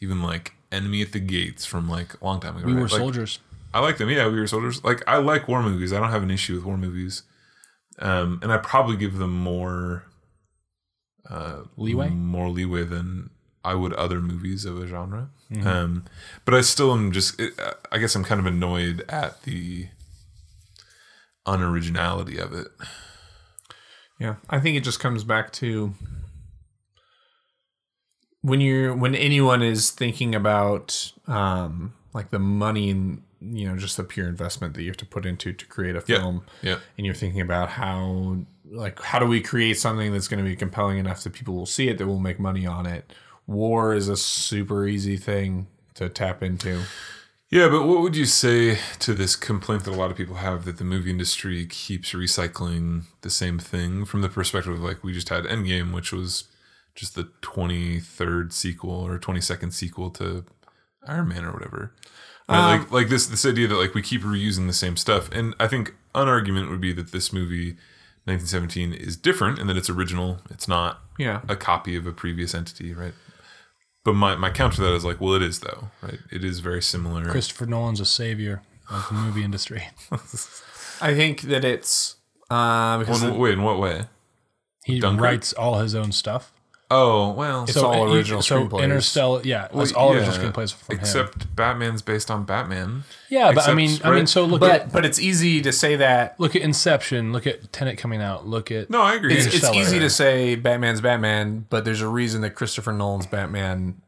A: even like Enemy at the Gates from like a long time ago.
B: We
A: right?
B: were
A: Like,
B: soldiers.
A: I like them. Yeah, we were soldiers. Like I like war movies. I don't have an issue with war movies. Um, and I probably give them more
B: Leeway.
A: more uh, leeway than I would other movies of a genre. Um, but I still am just, it, uh, I guess I'm kind of annoyed at the unoriginality of it.
C: Yeah, I think it just comes back to when you're when anyone is thinking about um like the money and you know just the pure investment that you have to put into to create a
A: Yeah.
C: film
A: Yeah.
C: and you're thinking about how like how do we create something that's going to be compelling enough that people will see it that will make money on it war is a super easy thing to tap into
A: Yeah, but what would you say to this complaint that a lot of people have that the movie industry keeps recycling the same thing from the perspective of like we just had Endgame, which was just the 23rd sequel or 22nd sequel to Iron Man or whatever. Right, like like this this idea that like we keep reusing the same stuff. And I think an argument would be that this movie 1917 is different and that it's original. It's not
C: yeah
A: a copy of a previous entity, right? But my, my counter to that is like, well, it is though, right? It is very similar.
B: Christopher Nolan's a savior of the movie industry.
C: i think that it's uh because
A: In, wait, in what way?
B: He
A: Dunkirk?
B: writes all his own stuff.
A: Oh well,
C: It's all
B: uh,
C: original screenplays.
B: Interstellar, yeah, it's all
A: yeah,
B: original screenplays from him.
A: except Batman's based on Batman.
B: Yeah, but I
A: except-
B: mean, I mean,
A: right,
B: so look at
C: but but it's easy to say that
B: look at Inception, look at Tenet coming out, look at
A: No, I agree.
C: it's, it's
B: Interstellar.
C: easy to say Batman's Batman, but there's a reason that Christopher Nolan's Batman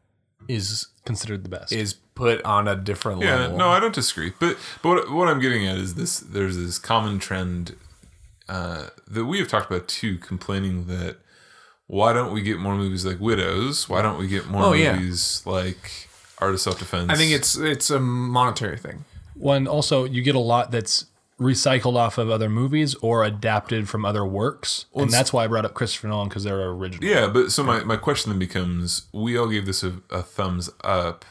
C: is
B: considered the best.
C: is put on a different
A: yeah,
C: level.
A: no, I don't disagree. But but what, what I'm getting at is this: there's this common trend uh, that we have talked about too, complaining that why don't we get more movies like Widows? Why don't we get more
C: Oh, yeah.
A: movies like Art of Self Defense?
C: I think it's it's a monetary thing.
B: One also, you get a lot that's recycled off of other movies or adapted from other works, and that's why I brought up Christopher Nolan because they're original.
A: Yeah, but so my, my question then becomes we all gave this a, a thumbs up.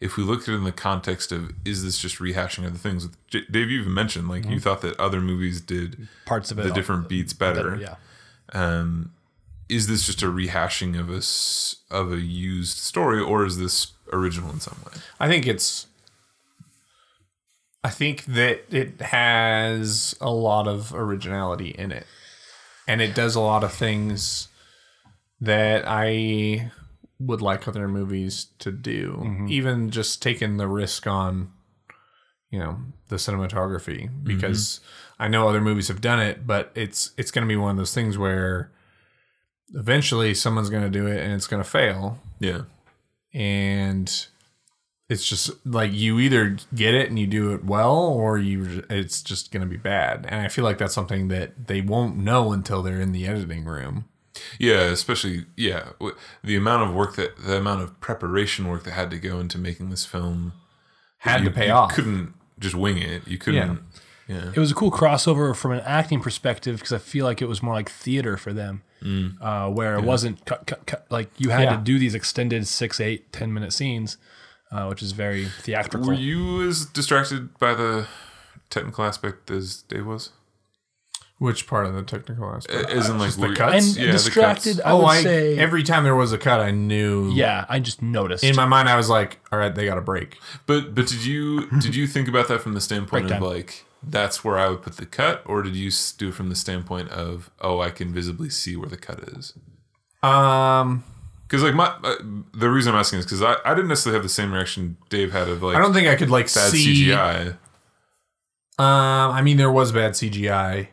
A: If we looked at it in the context of is this just rehashing other things? J- Dave, you even mentioned like you thought that other movies did
B: Parts of it,
A: the
B: all-
A: different beats better.
B: yeah.
A: Um, is this just a rehashing of a s- of a used story, or is this original in some way?
C: I think it's I think that it has a lot of originality in it. And it does a lot of things that I would like other movies to do. Even just taking the risk on you know, the cinematography because I know other movies have done it, but it's it's going to be one of those things where eventually someone's going to do it and it's going to fail
A: Yeah,
C: and it's just like you either get it and you do it well or you it's just going to be bad and i feel like that's something that they won't know until they're in the editing room
A: yeah. Especially yeah, w- the amount of work that the amount of preparation work that had to go into making this film
C: had
A: you,
C: to pay
A: you
C: off
A: Couldn't just wing it. You couldn't.
B: It was a cool crossover from an acting perspective because I feel like it was more like theater for them, uh, where it wasn't cut, cut, cut. Like you had
C: Yeah.
B: to do these extended six, eight, ten minute scenes, uh, which is very theatrical.
A: Were you as distracted by the technical aspect as Dave was?
C: which part of the technical aspect
A: As in, like,
C: Uh, the
A: were-
C: cuts?
B: and
A: yeah, the cuts.
B: distracted, Uh, I
C: oh
B: would
C: i
B: say.
C: every time there was a cut i knew
B: yeah, I just noticed.
C: in my mind i was like all right they got a break
A: But but did you did you think about that from the standpoint of
B: Breakdown.
A: like that's where I would put the cut, or did you s- do it from the standpoint of oh I can visibly see where the cut is?
C: um
A: Because like my uh, the reason I'm asking is because I, I didn't necessarily have the same reaction Dave had of like
C: i don't think i could like
A: bad
C: see
A: CGI.
C: Um, I mean, there was bad CGI,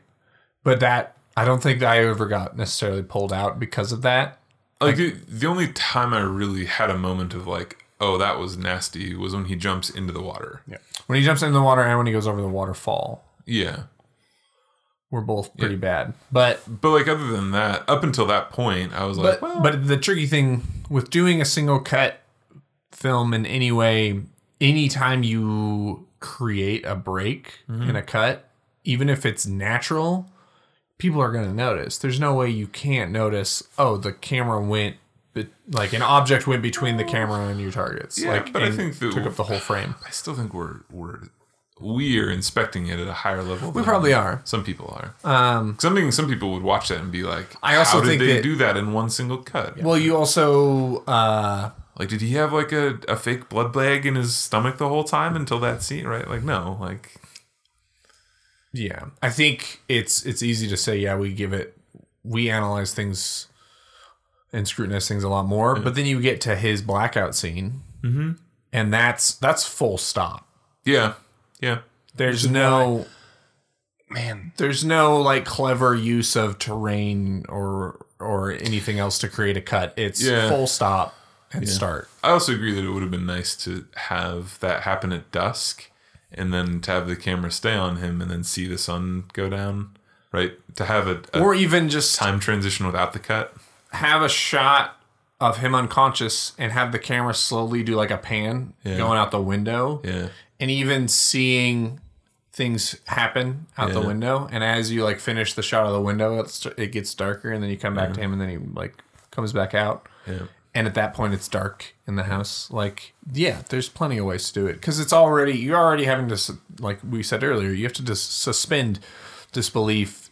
C: but that I don't think that I ever got necessarily pulled out because of that.
A: Like the, the only time I really had a moment of like oh that was nasty was when he jumps into the water.
C: Yeah. When he jumps into the water and when he goes over the waterfall,
A: Yeah.
C: we're both pretty bad. But
A: But like other than that, up until that point, I was like,
C: but
A: well,
C: but the tricky thing with doing a single cut film in any way, anytime you create a break
A: Mm-hmm.
C: in a cut, even if it's natural, people are going to notice. There's no way you can't notice. Oh, the camera went. be- Like an object went between the camera and your targets.
A: Yeah,
C: like,
A: but I
C: and
A: think that-
C: took up the whole frame.
A: I still think we're we're we are inspecting it at a higher level.
C: We probably are.
A: Some people are.
C: Um,
A: 'Cause I'm thinking some people would watch that and be like,
C: I also
A: "How did
C: think
A: they
C: that-
A: do that in one single cut?
C: well, you also uh,
A: Like, did he have like a, a fake blood bag in his stomach the whole time until that scene? Right? Like, no, like
C: Yeah, I think it's it's easy to say. Yeah, we give it, we analyze things and scrutinize things a lot more. But then you get to his blackout scene, mm-hmm. and that's that's full stop.
A: Yeah. Yeah.
C: There's no
B: Man,
C: there's no like clever use of terrain or or anything else to create a cut. It's
A: Yeah.
C: full stop and start.
A: I also agree that it would have been nice to have that happen at dusk and then to have the camera stay on him and then see the sun go down, right? To have a, a
C: Or even just
A: Uh, time transition without the cut.
C: have a shot of him unconscious and have the camera slowly do like a pan going out the window.
A: Yeah.
C: And even seeing things happen out the
A: Yeah.
C: window. And as you like finish the shot of the window, it's, it gets darker and then you come back to him and then he like comes back out.
A: Yeah.
C: and at that point it's dark in the house like yeah there's plenty of ways to do it because it's already you're already having to su- like we said earlier you have to dis- suspend disbelief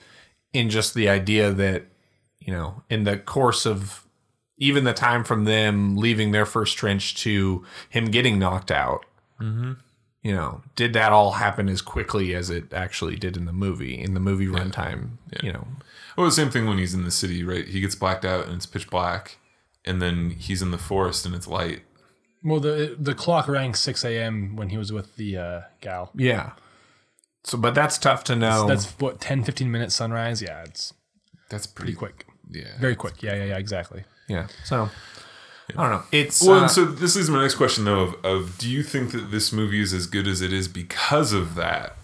C: in just the idea that you know in the course of even the time from them leaving their first trench to him getting knocked out you know did that all happen as quickly as it actually did in the movie in the movie runtime you know
A: Well, the same thing when he's in the city, right? He gets blacked out and it's pitch black, and then he's in the forest and it's light.
B: well the the clock rang 6 a.m. when he was with the uh, gal.
C: yeah so but that's tough to know
B: That's what 10, 15 minute sunrise. Yeah, it's
A: That's pretty,
B: quick,
A: Yeah.
B: very quick. Yeah, yeah, yeah, exactly.
C: Yeah. So I don't know. It's
A: well,
C: uh,
A: and so this leads to my next question, though: of, of do you think that this movie is as good as it is because of that,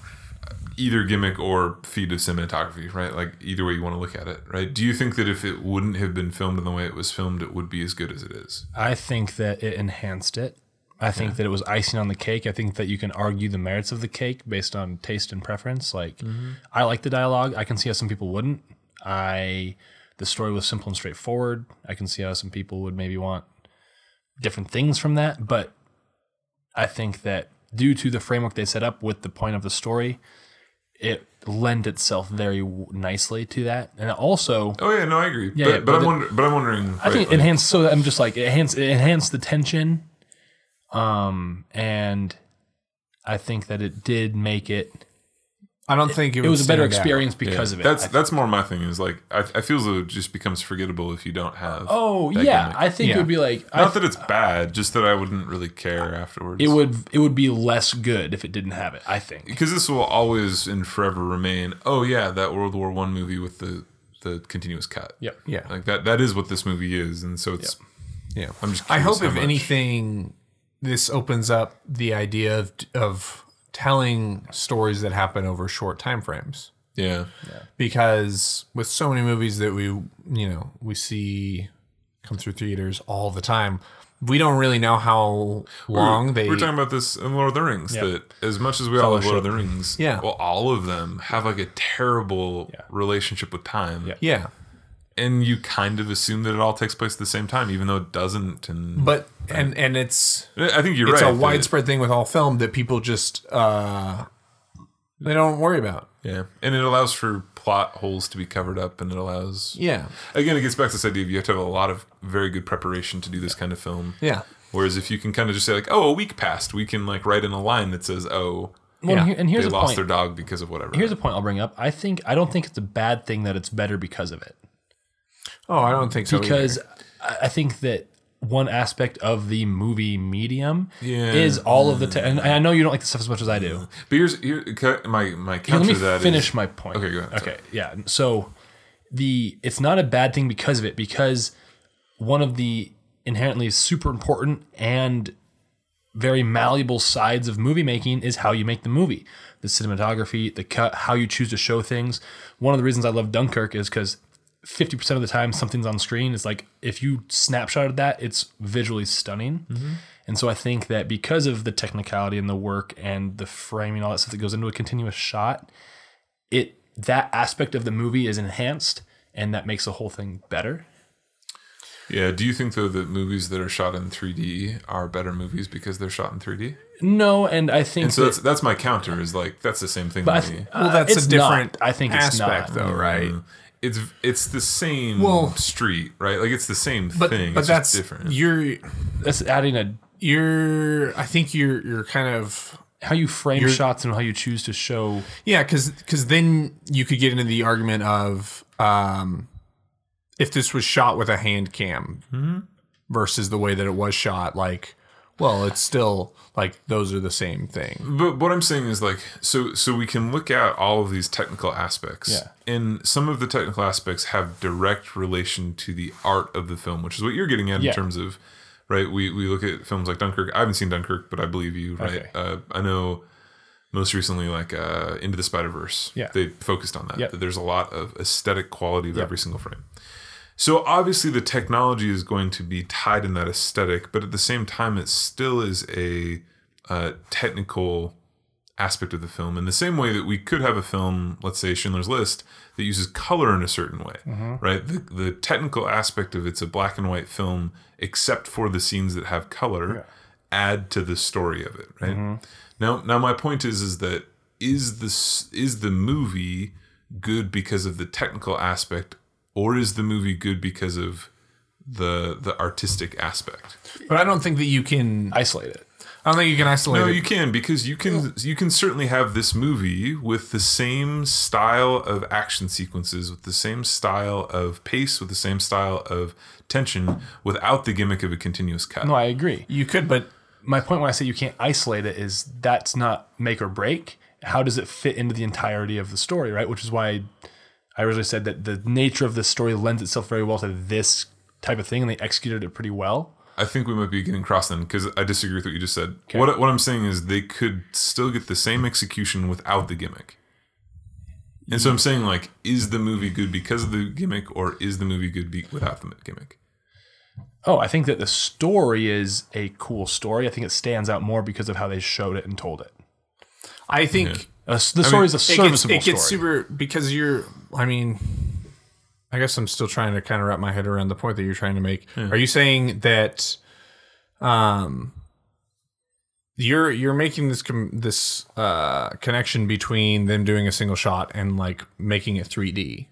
A: either gimmick or feat of cinematography, right? Like either way you want to look at it, right? Do you think that if it wouldn't have been filmed in the way it was filmed, it would be as good as it is?
B: I think that it enhanced it. I think that it was icing on the cake. I think that you can argue the merits of the cake based on taste and preference. Like, I like the dialogue. I can see how some people wouldn't. I, the story was simple and straightforward. I can see how some people would maybe want different things from that. But I think that due to the framework they set up with the point of the story, it lend itself very w- nicely to that. And also,
A: Oh yeah, no, I agree.
B: Yeah,
A: but,
B: yeah,
A: but,
B: but
A: I'm
B: the-
A: wonder, but I'm wondering.
B: I think
A: right,
B: it
A: like-
B: enhanced so that I'm just like it enhanced it enhanced the tension. Um and I think that it did make it
C: I don't think it,
B: it was a better
C: stand out.
B: experience because of it.
A: That's
B: I-
A: that's more my thing. Is like I, I feel as though it just becomes forgettable if you don't have.
B: oh
A: that
B: yeah,
A: gimmick.
B: I think
C: Yeah.
B: it would be like I,
A: Not that it's bad, just that I wouldn't really care afterwards.
B: it would it would be less good if it didn't have it, I think.
A: because this will always and forever remain. Oh yeah, that World War One movie with the the continuous cut.
B: Yep.
C: Yeah.
A: like that. That is what this movie is, and so it's.
C: yeah.
A: I'm just.
C: I
A: curious
C: hope
A: how
C: if
A: much-
C: anything this opens up the idea of, of telling stories that happen over short time frames.
A: Yeah.
C: because with so many movies that we you know we see come through theaters all the time we don't really know how long they
A: We were talking about this in Lord of the Rings. That as much as we all love Lord of the Rings,
C: Yeah.
A: well, all of them have like a terrible relationship with time. Yeah.
C: yeah
A: and you kind of assume that it all takes place at the same time, even though it doesn't. And
C: but and and it's
A: I think you're
C: it's
A: right.
C: a
A: that-
C: widespread thing with all film that people just uh they don't worry about
A: yeah, and it allows for plot holes to be covered up, and it allows.
C: yeah
A: Again, it gets back to this idea of you have to have a lot of very good preparation to do this kind of film.
C: yeah
A: Whereas if you can kind of just say like, "Oh, a week passed," we can like write in a line that says, "Oh,
B: Well,
C: Yeah.
B: and, here- and here's
A: they
B: a
A: lost
B: point.
A: their dog because of whatever."
B: here's a point I'll bring up. I think I don't think it's a bad thing that it's better because of it.
C: oh i don't think so
B: because I I think that one aspect of the movie medium
A: Yeah. Mm.
B: is all of the. Te- and I know you don't like this stuff as much as I do.
A: but here's here, ca- my my
B: Let
A: counter
B: me
A: to that is-
B: finish my point.
A: Okay, go ahead.
B: Okay, yeah. So the it's not a bad thing because of it because one of the inherently super important and very malleable sides of movie making is how you make the movie the cinematography the cut how you choose to show things one of the reasons i love dunkirk is because 50% of the time something's on screen it's like if you snapshot that it's visually stunning
A: Mm-hmm.
B: and so i think that because of the technicality and the work and the framing all that stuff that goes into a continuous shot it that aspect of the movie is enhanced and that makes the whole thing better
A: Yeah. Do you think though that movies that are shot in 3D are better movies because they're shot in 3D?
B: no and i think
A: And so
B: that-
A: that's that's my counter is like that's the same thing.
B: I
A: to me.
B: th- uh,
C: well that's
B: it's
C: a
B: not.
C: different
B: I think it's not.
C: aspect though
A: Mm-hmm.
C: right
A: Uh-huh. it's it's the same
C: Well-
A: street, right? Like it's the same
C: but
A: thing.
C: but
A: it's
C: that's
A: just different.
C: you're
B: that's adding a
C: you're i think you're you're kind of
B: how you frame shots and how you choose to show
C: Yeah, because then you could get into the argument of um, if this was shot with a hand cam
A: Mm-hmm.
C: versus the way that it was shot, like, well, it's still like those are the same thing.
A: But what I'm saying is like so so we can look at all of these technical aspects.
B: Yeah.
A: And some of the technical aspects have direct relation to the art of the film, which is what you're getting at
B: Yeah.
A: in terms of right, we we look at films like Dunkirk. I haven't seen Dunkirk, but I believe you, right?
B: Okay.
A: Uh, I know most recently like uh Into the Spider-Verse.
B: Yeah.
A: They focused on that.
B: Yep.
A: That there's a lot of aesthetic quality of every single frame. So obviously the technology is going to be tied in that aesthetic, but at the same time, it still is a uh, technical aspect of the film. In the same way that we could have a film, let's say Schindler's List, that uses color in a certain way, right? The, the technical aspect of it's a black and white film, except for the scenes that have color, add to the story of it, right? Now, now my point is, is that is this is the movie good because of the technical aspect, or is the movie good because of the the artistic aspect?
C: But I don't think that you can. I
B: Isolate it.
C: don't think you can isolate.
A: No,
C: it.
A: you can because you can you can certainly have this movie with the same style of action sequences, with the same style of pace, with the same style of tension, without the gimmick of a continuous cut.
B: No, I agree.
C: you could, but
B: my point when I say you can't isolate it is that's not make or break. How does it fit into the entirety of the story, right? Which is why I originally said that the nature of the story lends itself very well to this type of thing, and they executed it pretty well.
A: I think we might be getting cross then because I disagree with what you just said. What what I'm saying is they could still get the same execution without the gimmick. And so I'm saying like, is the movie good because of the gimmick, or is the movie good be- without the gimmick?
B: Oh, I think that the story is a cool story. I think it stands out more because of how they showed it and told it.
C: I think.
B: A s- the story is a
C: it gets,
B: serviceable
C: it gets
B: story.
C: super because you're i mean i guess i'm still trying to kind of wrap my head around the point that you're trying to make are you saying that um you're you're making this com- this uh connection between them doing a single shot and like making it 3d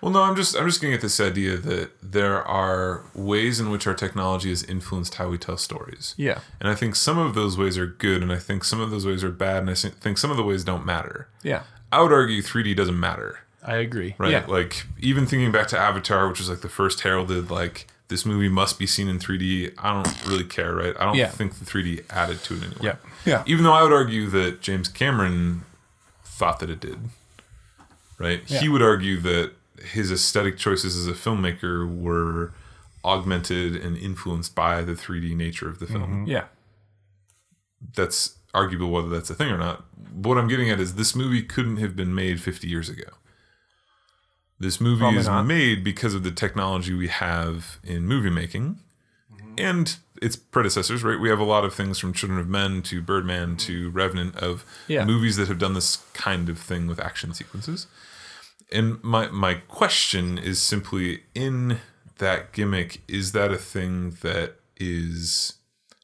A: Well, no, I'm just I'm just getting at this idea that there are ways in which our technology has influenced how we tell stories.
C: yeah
A: And I think some of those ways are good, and I think some of those ways are bad, and I think some of the ways don't matter.
C: yeah
A: I would argue 3D doesn't matter.
B: I agree.
A: right?
C: Yeah.
A: Like even thinking back to Avatar, which was like the first heralded like this movie must be seen in 3D. I don't really care, right? I don't
C: Yeah.
A: think the 3D added to it anyway.
B: Yep.
C: yeah
A: Even though I would argue that James Cameron thought that it did, right? He would argue that his aesthetic choices as a filmmaker were augmented and influenced by the 3D nature of the film
C: yeah
A: that's arguable whether that's a thing or not. But what I'm getting at is this movie couldn't have been made 50 years ago. This movie
C: Probably
A: is
C: not.
A: made because of the technology we have in movie making
C: Mm-hmm.
A: and its predecessors, right? We have a lot of things from Children of Men to Birdman to Revenant of
C: Mm-hmm. Yeah.
A: movies that have done this kind of thing with action sequences. And my my question is simply in that gimmick is that a thing that is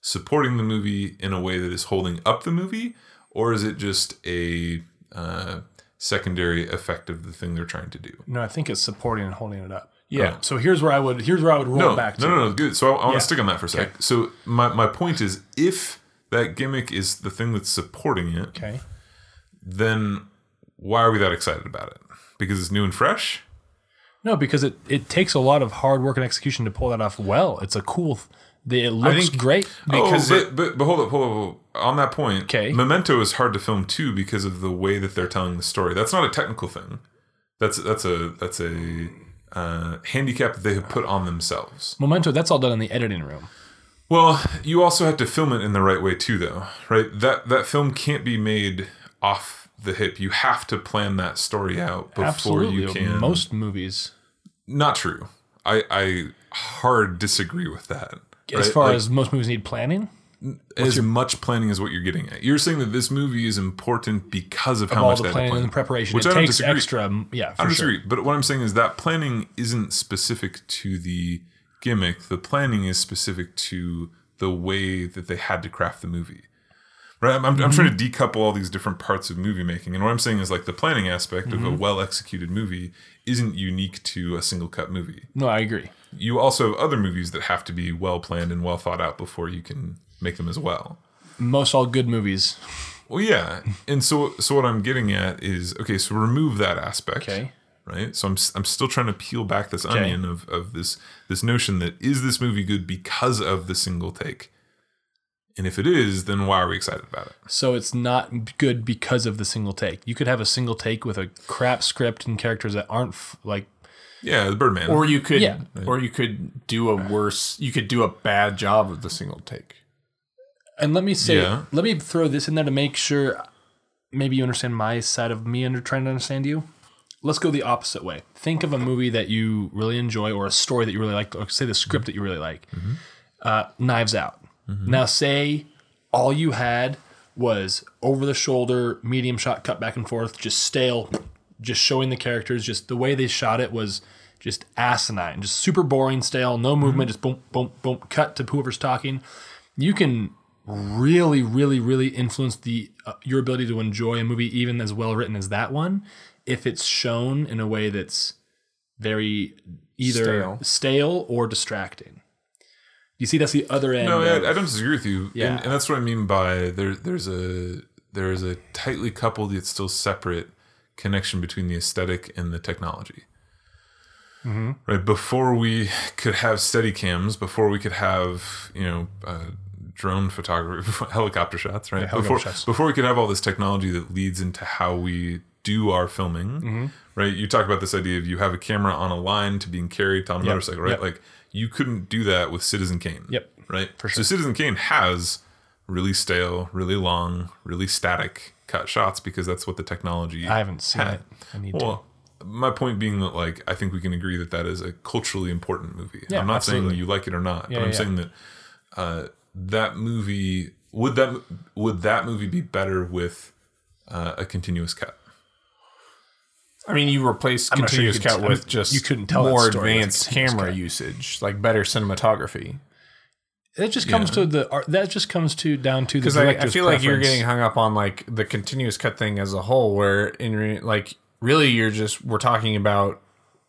A: supporting the movie in a way that is holding up the movie, or is it just a uh, secondary effect of the thing they're trying to do?
B: No, I think it's supporting and holding it up. Uh,
C: yeah
B: So here's where I would here's where I would roll
A: No,
B: back
A: no,
B: to.
A: no, no, good. So I, I want
B: Yeah.
A: to stick on that for a sec. So my, my point is, if that gimmick is the thing that's supporting it,
B: Okay.
A: then why are we that excited about it? Because it's new and fresh.
B: No, because it, it takes a lot of hard work and execution to pull that off well. It's a cool. Th- the- it looks
C: think-
B: great.
C: because
A: oh,
C: it-
A: but, but, but hold up, hold up, hold up. On that point,
B: 'Kay.
A: Memento is hard to film too because of the way that they're telling the story. That's not a technical thing. That's that's a that's a uh, handicap that they have put on themselves.
B: Memento. That's all done in the editing room.
A: Well, you also have to film it in the right way too, though, right? That that film can't be made off the hip. You have to plan that story out before
B: Absolutely.
A: you can.
B: Most movies,
A: not true. I I hard disagree with that.
B: as
A: right?
B: far
A: Like,
B: as most movies need planning,
A: as much planning as what you're getting at. You're saying that this movie is important because of, how
B: all
A: much
B: the
A: that
B: planning and
A: planning.
B: the preparation.
A: Which
B: it
A: I don't
B: takes
A: disagree.
B: extra. mm, Yeah,
A: I
B: for sure.
A: disagree, but what I'm saying is that planning isn't specific to the gimmick. The planning is specific to the way that they had to craft the movie. Right? I'm, I'm, I'm trying
B: Mm-hmm.
A: to decouple all these different parts of movie making, and what I'm saying is like the planning aspect of
B: Mm-hmm.
A: a well executed movie isn't unique to a single cut movie.
B: No, I agree.
A: You also have other movies that have to be well planned and well thought out before you can make them as well.
B: Most all good movies.
A: Well, yeah, and so so what I'm getting at is okay. So remove that aspect,
B: Okay.
A: right? So I'm s- I'm still trying to peel back this onion of of this this notion that is this movie good because of the single take, and if it is, then why are we excited about it?
B: So it's not good because of the single take. You could have a single take with a crap script and characters that aren't f- like
A: Yeah, the Birdman.
C: Or you could,
B: Yeah.
C: or you could do a worse. You could do a bad job of the single take.
B: And let me say,
A: Yeah.
B: let me throw this in there to make sure maybe you understand my side of me under trying to understand you. Let's go the opposite way. Think of a movie that you really enjoy or a story that you really like, or say the script that you really like. Uh, Knives Out. Now, say all you had was over the shoulder, medium shot, cut back and forth, just stale, just showing the characters, just the way they shot it was just asinine, just super boring, stale, no movement, just boom, boom, boom, cut to whoever's talking. You can really, really, really influence the uh, your ability to enjoy a movie even as well written as that one if it's shown in a way that's very either
C: Stale.
B: stale, or distracting. You see, that's the other end.
A: No,
B: of-
A: I, I don't disagree with you.
B: Yeah.
A: And, and that's what I mean by there. There's a there's a tightly coupled yet still separate connection between the aesthetic and the technology.
B: Mm-hmm.
A: Right before we could have steady cams, before we could have you know uh, drone photography, helicopter shots, right?
B: helicopter
A: before
B: shots.
A: before we could have all this technology that leads into how we do our filming,
B: Mm-hmm.
A: right? You talk about this idea of you have a camera on a line to being carried on a motorcycle, right?
B: Yep.
A: Like you couldn't do that with Citizen Kane
B: Yep.
A: right? For sure. So Citizen Kane has really stale, really long, really static cut shots because that's what the technology.
B: I haven't seen it. I need to.
A: Well, my point being that like I think we can agree that that is a culturally important movie.
B: Yeah,
A: I'm not
B: absolutely.
A: saying you like it or not, but I'm
B: yeah.
A: saying that uh, that movie would that would that movie be better with uh, a continuous cut?
C: I mean, you replace
B: not sure you
C: continuous
B: could-
C: cut
B: I mean,
C: with just
B: you couldn't tell that
C: more
B: story with
C: advanced
B: continuous
C: camera
B: cut.
C: usage, like better cinematography.
B: It just comes to the art. That just comes to down to the
C: Because I,
B: director's
C: I feel like you're
B: preference.
C: getting hung up on like the continuous cut thing as a whole, where in re- like really you're just we're talking about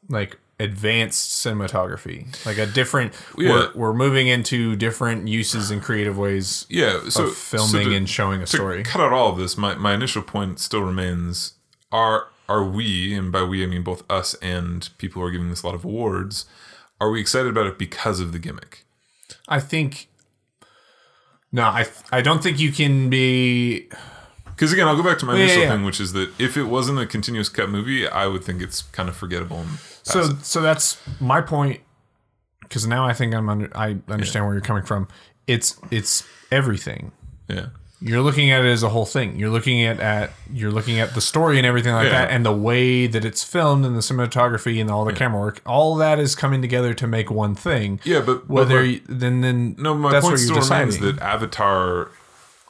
C: like advanced cinematography, like a different.
A: Yeah.
C: We're, we're moving into different uses and creative ways
A: Yeah, so
C: of filming
A: so to-
C: and showing a
A: to
C: story.
A: cut out all of this, my, my initial point still remains: are are we, and by we I mean both us and people who are giving this a lot of awards, are we excited about it because of the gimmick?
C: I think. No, I th- I don't think you can be
A: Because again, I'll go back to my
C: Yeah,
A: initial
C: yeah, yeah.
A: thing, which is that if it wasn't a continuous cut movie, I would think it's kind of forgettable. And
C: so so that's my point because now i think i'm under i understand where you're coming from it's it's everything
A: yeah,
C: you're looking at it as a whole thing you're looking at at you're looking at the story and everything like
A: Yeah.
C: that and the way that it's filmed and the cinematography and all the camera work all that is coming together to make one thing
A: yeah, but but
C: whether
A: my-
C: you, then then
A: no, my
C: that's
A: point
C: what
A: still
C: you're deciding
A: remains that Avatar.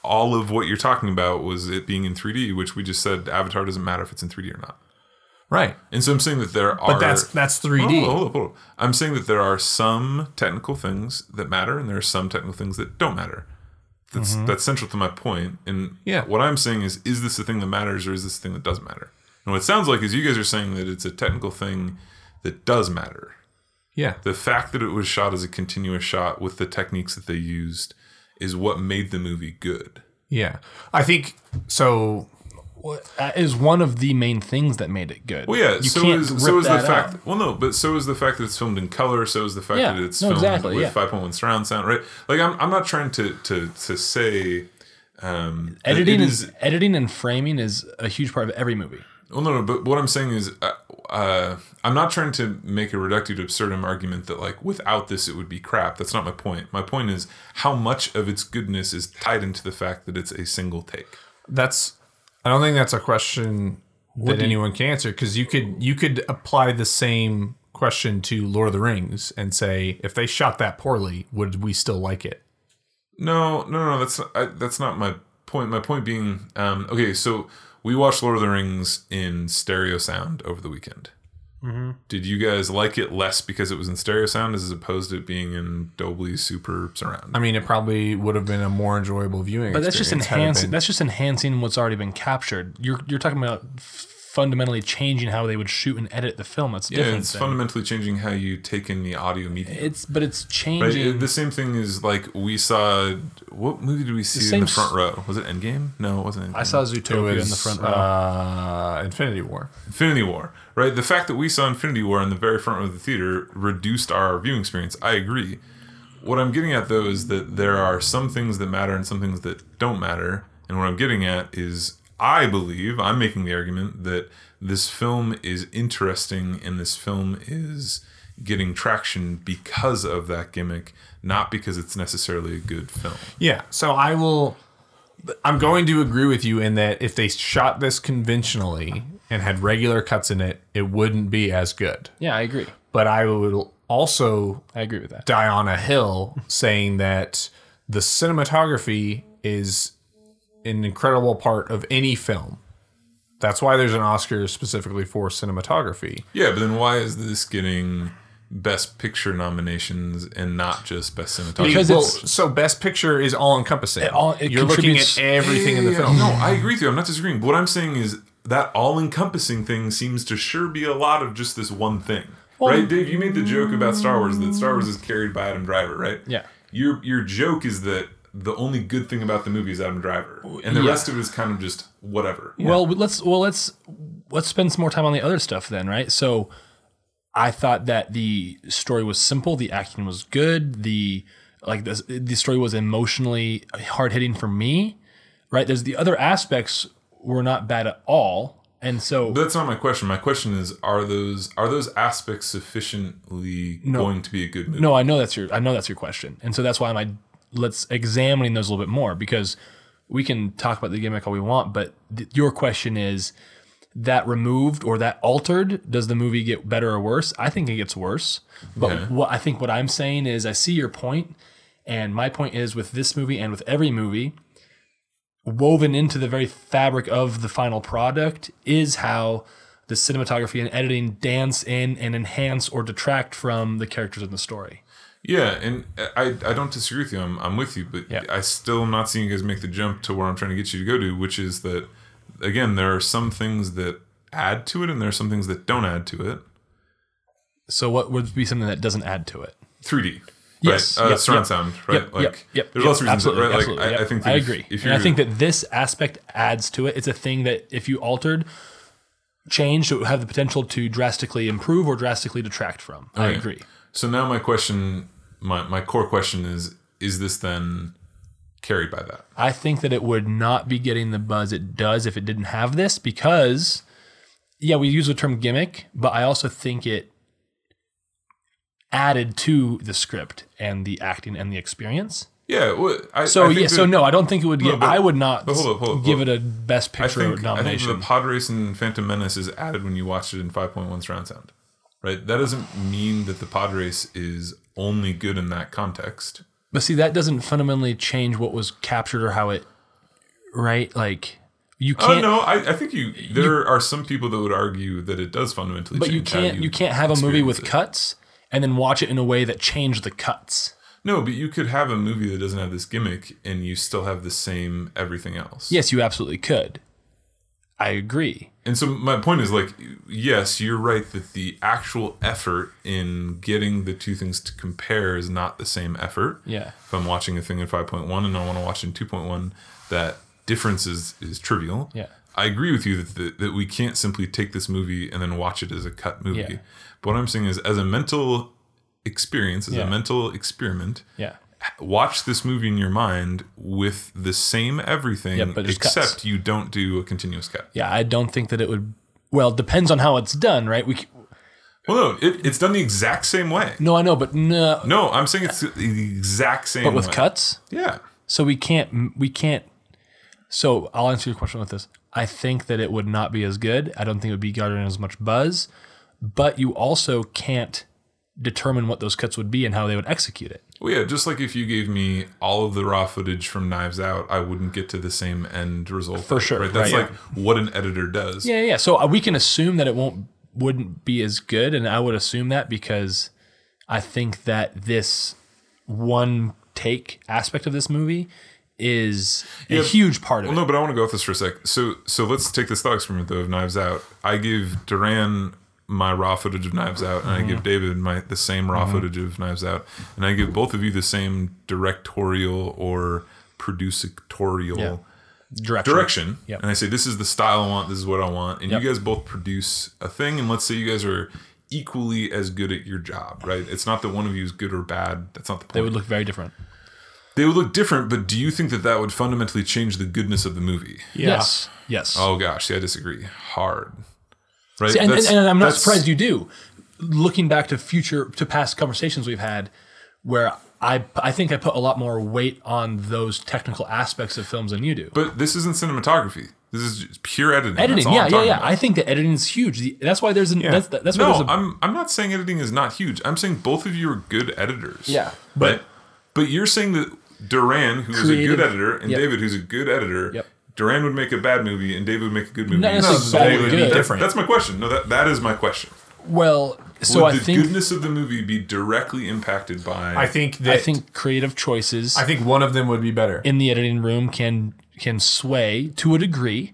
A: All of what you're talking about was it being in 3D, which we just said Avatar doesn't matter if it's in 3D or not.
C: right
A: And so I'm saying that there are Oh.
C: but that's that's 3d
A: Hold on, hold on, hold on. I'm saying that there are some technical things that matter, and there are some technical things that don't matter. That's that's central to my point. And
C: Yeah.
A: what I'm saying is, is this the thing that matters, or is this the thing that doesn't matter? And what it sounds like is you guys are saying that it's a technical thing that does matter.
C: yeah
A: The fact that it was shot as a continuous shot with the techniques that they used is what made the movie good.
C: yeah i think so
B: That is one of the main things that made it good.
A: Well, yeah.
B: you
A: so
B: can't
A: is
B: rip
A: so is the
B: that out.
A: fact. Well, no, but so is the fact that it's filmed in color. So is the fact
B: Yeah,
A: that it's
B: no,
A: filmed
B: exactly,
A: with
B: yeah.
A: 5.1 surround sound, right? Like, I'm, I'm not trying to to to say um, that
B: Editing
A: it
B: is editing and framing is a huge part of every movie.
A: Well, no, no, but what I'm saying is, uh, uh, I'm not trying to make a reductio ad absurdum argument that like without this it would be crap. That's not my point. My point is how much of its goodness is tied into the fact that it's a single take.
C: that's i don't think that's a question that anyone can answer because you could you could apply the same question to lord of the rings and say if they shot that poorly would we still like it
A: No, no, no. That's I, that's not my point. My point being, um, okay, so we watched Lord of the Rings in stereo sound over the weekend. Did you guys like it less because it was in stereo sound as opposed to it being in Dolby Super surround?
C: i mean it probably would have been a more enjoyable viewing
B: But that's just
C: experience had it
B: enhancing.
C: been-
B: That's just enhancing what's already been captured. You're you're talking about f- fundamentally changing how they would shoot and edit the film. That's a
A: Yeah,
B: different
A: it's
B: thing.
A: fundamentally changing how you take in the audio media.
B: it's but it's
A: But
B: changing.
A: it- the same thing is like we saw. What movie did we see in
B: same
A: the front row? Was it Endgame? No, it wasn't. Endgame.
B: I saw Zootopia in the
C: was,
B: front row.
C: Uh, Infinity War.
A: Infinity War, right? The fact that we saw Infinity War in the very front row of the theater reduced our viewing experience. I agree. What I'm getting at though is that there are some things that matter and some things that don't matter. And what I'm getting at is I believe, I'm making the argument that this film is interesting and this film is getting traction because of that gimmick, not because it's necessarily a good film.
C: Yeah. So I will. I'm going to agree with you in that if they shot this conventionally and had regular cuts in it, it wouldn't be as good.
B: yeah, I agree.
C: But I would also
B: I agree with that.
C: die on a hill saying that the cinematography is an incredible part of any film. That's why there's an Oscar specifically for cinematography.
A: Yeah, but then why is this getting best picture nominations and not just best cinematography?
B: Because
C: well,
B: it's-
C: so best picture is all encompassing.
B: all- it
C: You're looking
B: contributes-
C: at everything in the
A: Yeah,
C: film.
A: No, I agree with you. I'm not disagreeing. But what I'm saying is that all encompassing thing seems to sure be a lot of just this one thing. right, Dave, you made the joke about Star Wars that Star
C: Mm.
A: Wars is carried by Adam Driver, right?
B: Yeah.
A: Your your joke is that the only good thing about the movie is Adam Driver. And the
B: Yeah.
A: rest of it is kind of just whatever.
B: Well, let's well let's let's spend some more time on the other stuff then, right? So I thought that the story was simple, the acting was good, the like the, the story was emotionally hard hitting for me, right? There's the other aspects were not bad at all, and so
A: But that's not my question. My question is are those are those aspects sufficiently going to be a good movie?
B: no, I know that's your I know that's your question, and so that's why my let's examining those a little bit more because we can talk about the gimmick all we want, but th- your question is that removed or that altered does the movie get better or worse? I think it gets worse, but what I think what I'm saying is I see your point, and my point is with this movie and with every movie. Woven into the very fabric of the final product is how the cinematography and editing dance in and enhance or detract from the characters in the story.
A: Yeah, and I I don't disagree with you. I'm, I'm with you, but I still am not seeing you guys make the jump to where I'm trying to get you to go to, which is that again, there are some things that add to it, and there are some things that don't add to it.
B: So what would be something that doesn't add to it?
A: 3D,
B: Yes,
A: right? Uh,
B: yep,
A: surround
B: yep,
A: sound, right?
B: Yep,
A: like,
B: yep, yep,
A: there's
B: yep,
A: lots of reasons,
B: absolutely,
A: right? Like,
B: absolutely,
A: I,
B: yep.
A: I think that
B: I
A: if-
B: agree,
A: If
B: and
A: you're,
B: I think that this aspect adds to it. It's a thing that if you altered, changed, it would have the potential to drastically improve or drastically detract from. I
A: Okay.
B: agree.
A: so. Now my question, my my core question is: Is this then carried by that?
B: I think that it would not be getting the buzz it does if it didn't have this because, yeah, we use the term gimmick, but I also think it added to the script and the acting and the experience.
A: Yeah. Well, I,
B: So
A: I think
B: yeah, so
A: that-
B: no, I don't think it would get.
A: but-
B: I would not
A: but hold up, hold up,
B: give
A: hold
B: it a best
A: I
B: picture
A: think, I think
B: nomination.
A: the Padres and Phantom Menace is added when you watch it in 5.1 surround sound, right? That doesn't mean that the Padres is only good in that context.
B: but see, that doesn't fundamentally change what was captured or how it, right? Like you
A: Oh
B: can't,
A: no, I, I think you. There are some people that would argue that it does fundamentally.
B: but you
A: change how
B: can't, you can't have a movie with
A: experience
B: cuts and then watch it in a way that changed the cuts.
A: it. no, but you could have a movie that doesn't have this gimmick and you still have the same everything else.
B: Yes, you absolutely could. I agree.
A: And so my point is like, yes, you're right that the actual effort in getting the two things to compare is not the same effort.
B: Yeah.
A: If I'm watching a thing in 5.1 and I want to watch in 2.1, that difference is, is trivial.
B: Yeah.
A: I agree with you that, that, that we can't simply take this movie and then watch it as a cut movie.
B: Yeah.
A: But what I'm saying is, as a mental experience, as
B: Yeah.
A: a mental experiment,
B: Yeah.
A: watch this movie in your mind with the same everything,
B: Yeah, but there's
A: except
B: cuts.
A: you don't do a continuous cut.
B: Yeah, I don't think that it would. Well, depends on how it's done, right? We c-
A: Well, no, it, it's done the exact same way.
B: no, I know, but no,
A: No, I'm saying it's the exact same.
B: but with
A: way.
B: cuts.
A: yeah.
B: So we can't. We can't. So I'll answer your question with this. I think that it would not be as good. I don't think it would be garnering as much buzz. But you also can't determine what those cuts would be and how they would execute it.
A: Well, yeah, just like if you gave me all of the raw footage from Knives Out, I wouldn't get to the same end result.
B: For sure,
A: Right? That's
B: right,
A: like what an editor does.
B: Yeah, yeah, yeah. So uh, we can assume that it won't wouldn't be as good, and I would assume that because I think that this one take aspect of this movie is a
A: Yeah,
B: huge part of
A: Well, no, but I want to go with this for a sec. So, so let's take this thought experiment though of Knives Out. I give Duran my raw footage of Knives Out, and I give
B: Mm-hmm.
A: David my the same raw footage of Knives Out, and I give both of you the same directorial or producitorial
B: Yeah. it. Direction.
A: direction.
B: Yep.
A: And I say this is the style I want. This is what I want. And
B: Yep.
A: you guys both produce a thing. And let's say you guys are equally as good at your job, right? It's not that one of you is good or bad. That's not the point
B: They would look very different.
A: they would look different, but do you think that that would fundamentally change the goodness of the movie?
B: Yes. Yes.
A: Oh gosh, yeah, I disagree. Hard. Right?
B: See, and, and,
A: That's-
B: and I'm not
A: that's-
B: surprised you do. Looking back to future to past conversations we've had, where I I think I put a lot more weight on those technical aspects of films than you do.
A: But this isn't cinematography. This is just pure editing. That's
B: editing,
A: all
B: yeah,
A: I'm
B: yeah,
A: talking
B: yeah.
A: about.
B: I think that editing is huge. The- That's why there's an that's that's why
A: no,
B: there's a
A: I'm I'm not saying editing is not huge. I'm saying both of you are good editors.
B: Yeah.
A: But but you're saying that Duran, who's a
B: Creative-
A: good editor, and
B: Yep.
A: David, who's a good editor,
B: Yep.
A: Duran would make a bad movie and David would make a good movie.
B: Not necessarily
A: so
B: bad
A: they
B: or
A: would
B: good.
A: that-
C: Different.
A: That's my question. No, that, that is my question.
B: well. So
A: would
B: I
A: the
B: think
A: goodness of the movie be directly impacted by
C: I think that
B: I think creative choices
C: I think one of them would be better.
B: in the editing room can can sway to a degree.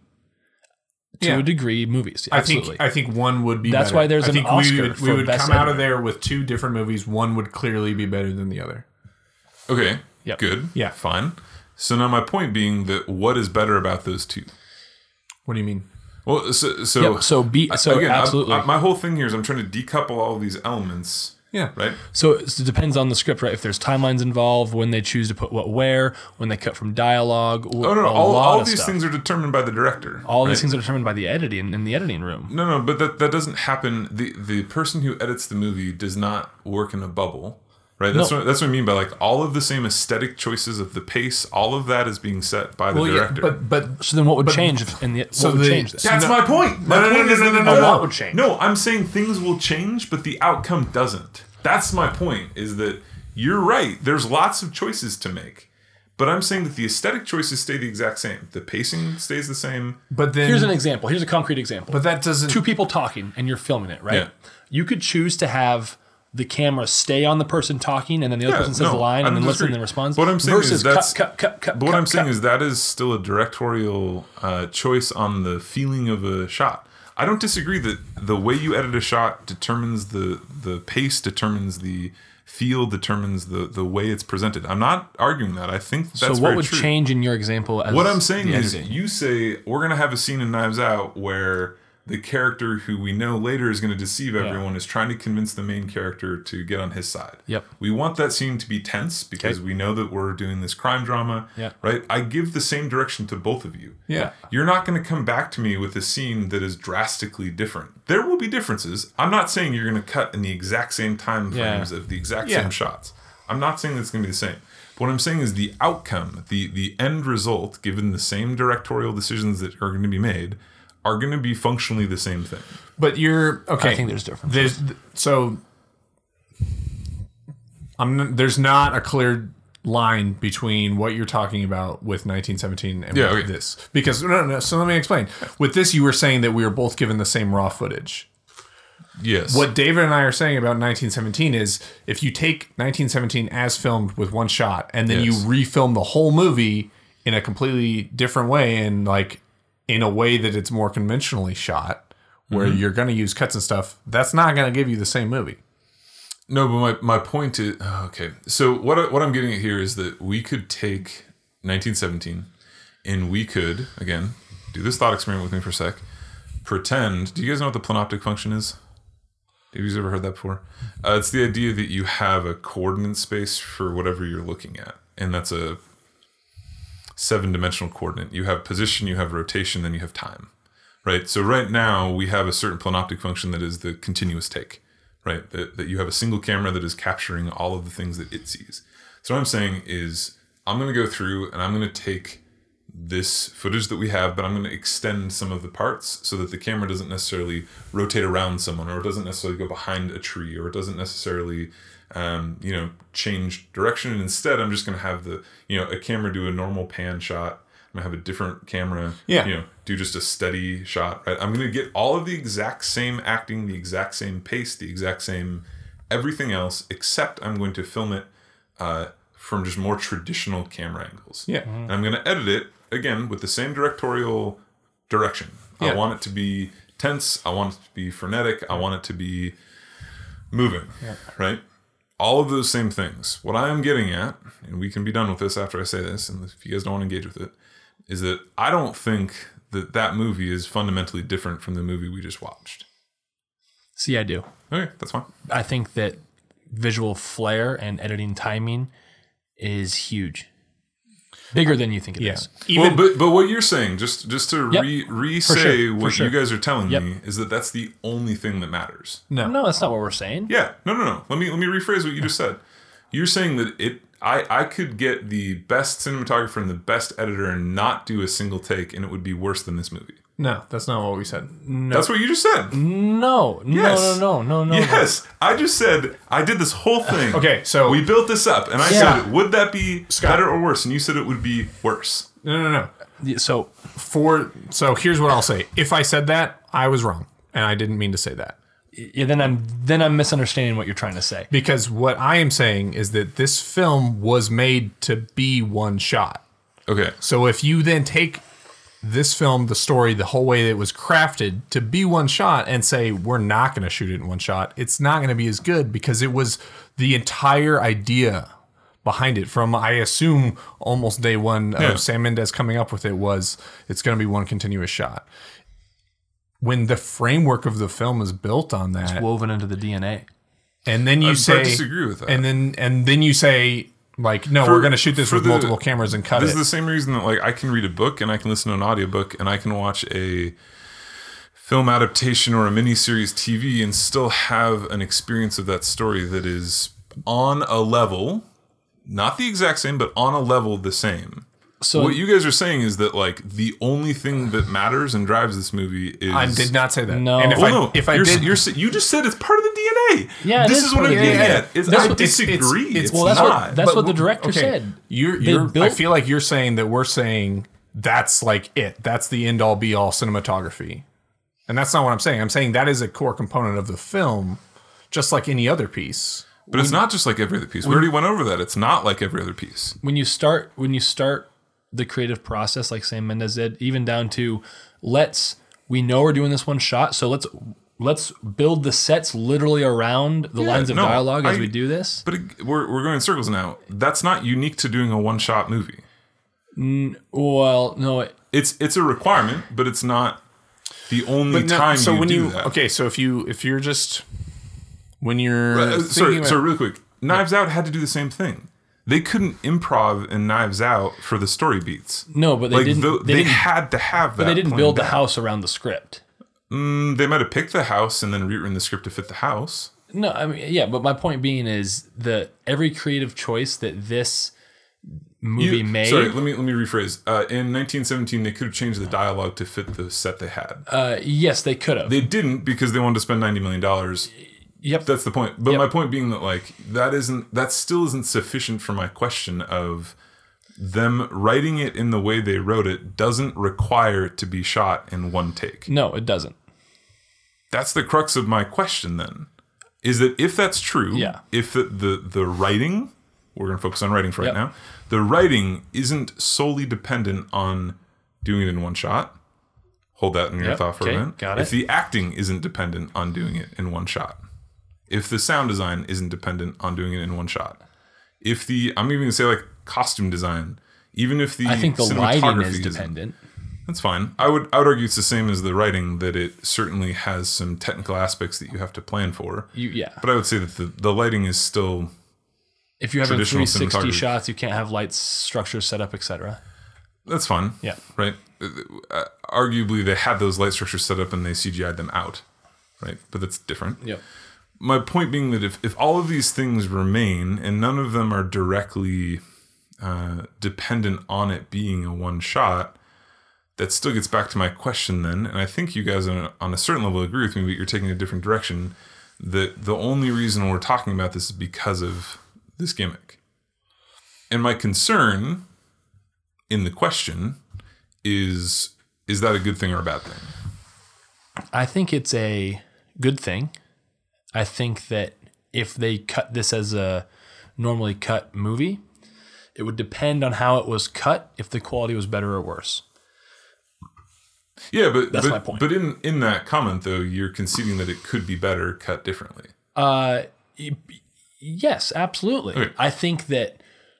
B: To
C: Yeah.
B: a degree, movies.
C: I
B: Absolutely.
C: think I think one would be.
B: That's
C: better.
B: why there's
C: I
B: an
C: think
B: Oscar
C: We would, we
B: for
C: would
B: best
C: come out
B: editor.
C: of there with two different movies. One would clearly be better than the other.
A: Okay.
B: Yep.
A: Good.
C: Yeah.
A: Fine. So now my point being that what is better about those two?
C: What do you mean?
A: Well, so so,
B: Yep, so be- so
A: I'm-
B: absolutely.
A: I- my whole thing here is I'm trying to decouple all these elements,
C: Yeah,
A: right?
B: So it depends on the script, right? If there's timelines involved, when they choose to put what where, when they cut from dialogue, wh-
A: Oh no,
B: a
A: no all,
B: lot
A: all
B: of
A: these
B: stuff.
A: things are determined by the director.
B: all
A: right?
B: these things are determined by the editing in the editing room.
A: No, no, but that that doesn't happen. the The person who edits the movie does not work in a bubble, right? That's
B: No.
A: what that's what I mean by like all of the same aesthetic choices of the pace. All of that is being set by the
C: Well, yeah,
A: director.
C: but but
B: So then, what would change if in the what would
C: the-
B: change this?
A: That's
C: No.
A: my point. My
C: no, no,
A: point
C: no,
A: is
C: no,
A: that
C: no,
A: the
C: no, no.
A: outcome-
C: What would change?
A: No, I'm saying things will change, but the outcome doesn't. That's my point. Is that you're right. There's lots of choices to make, but I'm saying that the aesthetic choices stay the exact same. The pacing stays the same.
C: but then
B: Here's an example. Here's a concrete example.
C: but that doesn't.
B: two people talking and you're filming it, right?
A: Yeah.
B: You could choose to have the camera stay on the person talking, and then the other
A: Yeah,
B: person says
A: no,
B: a line,
A: I
B: and
A: don't
B: then listen
A: disagree.
B: and then responds.
A: What I'm saying is
B: versus
A: that's-
B: cut, cut, cut, cut.
A: But what
B: cut,
A: I'm saying
B: cut.
A: is that is still a directorial uh, choice on the feeling of a shot. I don't disagree that the way you edit a shot determines the the pace, determines the feel, determines the the way it's presented. I'm not arguing that. I think that's
B: so what
A: very
B: would
A: true.
B: change in your example? As
A: What I'm saying
B: the
A: is,
B: editing?
A: you say we're gonna have a scene in Knives Out where the character who we know later is gonna deceive everyone is trying to convince the main character to get on his side.
B: Yep.
A: We want that scene to be tense because we know that we're doing this crime drama.
B: Yeah.
A: Right. I give the same direction to both of you.
C: yeah,
A: You're not going to come back to me with a scene that is drastically different. There will be differences. I'm not saying you're going to cut in the exact same time
B: Yeah.
A: frames of the exact
C: Yeah.
A: same shots. I'm not saying that's going to be the same. But what I'm saying is the outcome, the the end result, given the same directorial decisions that are going to be made, are going to be functionally the same thing.
C: but you're okay.
B: I think there's different.
C: There's th- so I'm there's not a clear line between what you're talking about with 1917 and
A: Yeah,
C: with
A: okay.
C: this because no, no no so let me explain with this you were saying that we were both given the same raw footage
A: Yes.
C: what David and I are saying about 1917 is if you take 1917 as filmed with one shot and then
A: Yes.
C: you refilm the whole movie in a completely different way and like in a way that it's more conventionally shot where
A: Mm-hmm.
C: you're going to use cuts and stuff, that's not going to give you the same movie.
A: No, but my, my point is oh, okay. So what I, what I'm getting at here is that we could take 1917, and we could again do this thought experiment with me for a sec. Pretend. Do you guys know what the planoptic function is? Have you ever heard that before? Uh, it's the idea that you have a coordinate space for whatever you're looking at, and that's a seven-dimensional coordinate. You have position, you have rotation, then you have time. Right. So right now we have a certain planoptic function that is the continuous take, right? That, that you have a single camera that is capturing all of the things that it sees. So what I'm saying is I'm going to go through and I'm going to take this footage that we have, but I'm going to extend some of the parts so that the camera doesn't necessarily rotate around someone or it doesn't necessarily go behind a tree or it doesn't necessarily, um, you know, change direction. And instead, I'm just going to have the, you know, a camera do a normal pan shot. I'm going to have a different camera,
C: Yeah.
A: you know, do just a steady shot, right? I'm going to get all of the exact same acting, the exact same pace, the exact same everything else, except I'm going to film it uh, from just more traditional camera angles.
C: Yeah.
A: And I'm going to edit it again with the same directorial direction. I
C: Yeah.
A: want it to be tense. I want it to be frenetic. I want it to be moving. Right? All of those same things. What I am getting at, and we can be done with this after I say this, and if you guys don't want to engage with it, is that I don't think that that movie is fundamentally different from the movie we just watched.
B: See, I do.
A: Okay, that's fine.
B: I think that visual flair and editing timing is huge. Bigger than you think it is.
C: Yeah.
A: well, but but what you're saying, just just to
B: Yep.
A: re re
B: For
A: say
B: sure, for
A: what
B: sure.
A: you guys are telling
B: Yep.
A: me is that that's the only thing that matters.
B: No, that's not what we're saying.
A: Yeah, no, no, no. Let me let me rephrase what you just said. You're saying that it, I I could get the best cinematographer and the best editor and not do a single take, and it would be worse than this movie.
C: No, that's not what we said.
A: That's what you just said.
B: No,
A: Yes.
B: no, no, no, no, no.
A: Yes, I just said I did this whole thing.
C: Okay, so-
A: we built this up, and I
B: Yeah.
A: said, would that be
C: Scott.
A: better or worse? And you said it would be worse.
C: No, no, no.
B: Yeah, So
C: For so here's what I'll say. If I said that, I was wrong, and I didn't mean to say that.
B: yeah, then I'm then I'm misunderstanding what you're trying to say.
C: Because what I am saying is that this film was made to be one shot.
A: Okay,
C: So if you then take this film, the story, the whole way that it was crafted to be one shot and say, we're not going to shoot it in one shot, it's not going to be as good because it was the entire idea behind it from, I assume, almost day one
A: Yeah.
C: of Sam Mendes coming up with it was it's going to be one continuous shot. When the framework of the film is built on that,
B: Woven into the DNA.
C: and then you
A: I
C: say
A: disagree with that.
C: and then and then you say like, no,
A: For-
C: we're going to shoot this
A: for
C: with
A: the-
C: multiple cameras and cut
A: This
C: it.
A: is the same reason that like I can read a book and I can listen to an audiobook and I can watch a film adaptation or a miniseries TV and still have an experience of that story that is on a level, not the exact same, but on a level the same.
B: So
A: what you guys are saying is that like the only thing that matters and drives this movie is
C: I did not say that.
B: No.
C: And if
A: Well,
C: I
A: no.
C: if I
A: you're,
C: did,
A: you're, you just said it's part of the DNA.
B: Yeah, it
A: this
B: is
A: is, what
B: part
A: I'm
B: of the
A: getting
B: DNA.
A: at. It's,
B: That's
A: I
B: what-
C: it's- it's-
A: disagree.
C: it's-
A: It's
B: well, that's
A: not.
B: what that's what the
C: w-
B: director
C: okay,
B: said.
C: You're,
B: They
C: you're, I
B: built-
C: feel like you're saying that we're saying that's like it. That's the end all be all cinematography, and that's not what I'm saying. I'm saying that is a core component of the film, just like any other piece.
A: but it's not just like every other piece. We already went over that. It's not like every other piece.
B: when you start when you start the creative process like Sam Mendes did, even down to let's we know we're doing this one shot, so let's let's build the sets literally around the lines of
A: no,
B: dialogue as
A: I-
B: we do this.
A: But ag- we're, we're going in circles now. That's not unique to doing a one shot movie.
B: Well, no, it,
A: It's it's a requirement, but it's not the only
C: No,
A: time
C: so
A: you
C: when
A: do
C: you
A: that.
C: okay, so if you if you're just when you're
A: Uh,
C: thinking
A: sorry,
C: about-
A: sorry, really quick. Knives Out had to do the same thing. They couldn't improv in Knives Out for the story beats.
B: no, but they
A: Like
B: didn't.
A: tho-
B: they,
A: they,
B: didn't
A: had to have that.
B: they didn't
A: planned
B: build the
A: out.
B: house around the script.
A: Mm, They might have picked the house and then rewritten the script to fit the house.
B: No, I mean, yeah, but my point being is the every creative choice that this movie
A: You-
B: made.
A: Sorry, let me let me rephrase. Uh, in 1917, they could have changed the dialogue to fit the set they had.
B: uh, yes, they could have.
A: they didn't because they wanted to spend 90 million dollars
B: Yep.
A: That's the point. But my point being that like that isn't that still isn't sufficient for my question of them writing it in the way they wrote it doesn't require it to be shot in one take.
B: no, it doesn't.
A: That's the crux of my question then. Is that if that's true,
B: Yeah.
A: if the the, the writing we're going to focus on writing for right
B: Yep.
A: now. The writing isn't solely dependent on doing it in one shot. Hold that in your
B: Yep,
A: thought for
B: okay,
A: a minute.
B: got
A: if
B: it.
A: the acting isn't dependent on doing it in one shot, if the sound design isn't dependent on doing it in one shot, if the I'm even gonna say like costume design, even if the
B: I think the lighting is
A: cinematography isn't-
B: dependent.
A: that's fine. I would I would argue it's the same as the writing that it certainly has some technical aspects that you have to plan for.
B: You, yeah.
A: But I would say that the, the lighting is still
B: if you're having
A: traditional
B: 360
A: cinematography.
B: shots, you can't have lights, structures set up, etc.
A: that's fine.
B: Yeah.
A: Right. Uh, Arguably, they had those light structures set up and they CGI'd them out. Right. But that's different. my point being that if, if all of these things remain and none of them are directly uh, dependent on it being a one shot, that still gets back to my question then. And I think you guys on a, on a certain level agree with me, but you're taking a different direction. That the only reason we're talking about this is because of this gimmick. And my concern in the question is is that a good thing or a bad thing?
B: I think it's a good thing. I think that if they cut this as a normally cut movie, It would depend on how it was cut, if the quality was better or worse.
A: Yeah, but
B: That's
A: but,
B: my point.
A: But in in that comment though, you're conceding that it could be better cut differently.
B: Uh, y- yes, absolutely.
A: Okay.
B: I think that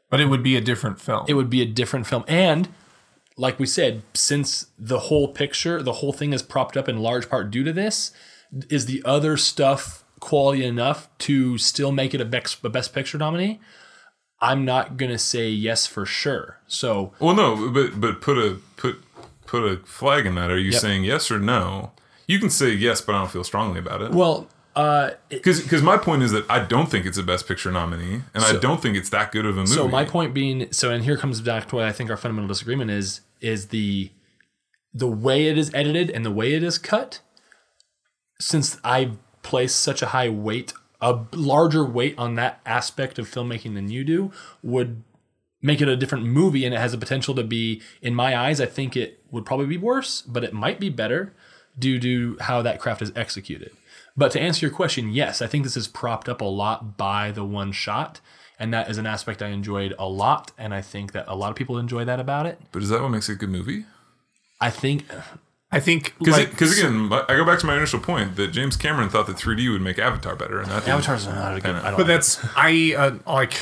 C: But it would be a different film.
B: it would be a different film. And like we said, since the whole picture, the whole thing is propped up in large part due to this, is the other stuff quality enough to still make it a best, a best picture nominee? I'm not gonna say yes for sure. So
A: Well, no, but but put a put put a flag in that. Are you saying yes or no? You can say yes, but I don't feel strongly about it.
B: well, uh, it-
A: Because my point is that I don't think it's a Best Picture nominee, and I don't think it's that good of a movie.
B: so my point being, so and here comes back to what I think our fundamental disagreement is: is the the way it is edited and the way it is cut. Since I place such a high weight, a larger weight on that aspect of filmmaking than you do, would make it a different movie, and it has the potential to be, in my eyes, I think it would probably be worse, but it might be better due to how that craft is executed. But to answer your question, yes, I think this is propped up a lot by the one shot. And that is an aspect I enjoyed a lot. And I think that a lot of people enjoy that about it.
A: but is that what makes it a good movie?
B: I think
C: I think
A: Because
C: like
A: again, my, I go back to my initial point that James Cameron thought that 3D would make Avatar better, and that didn't.
B: Avatar's not a good. I don't
C: But that's I uh, like.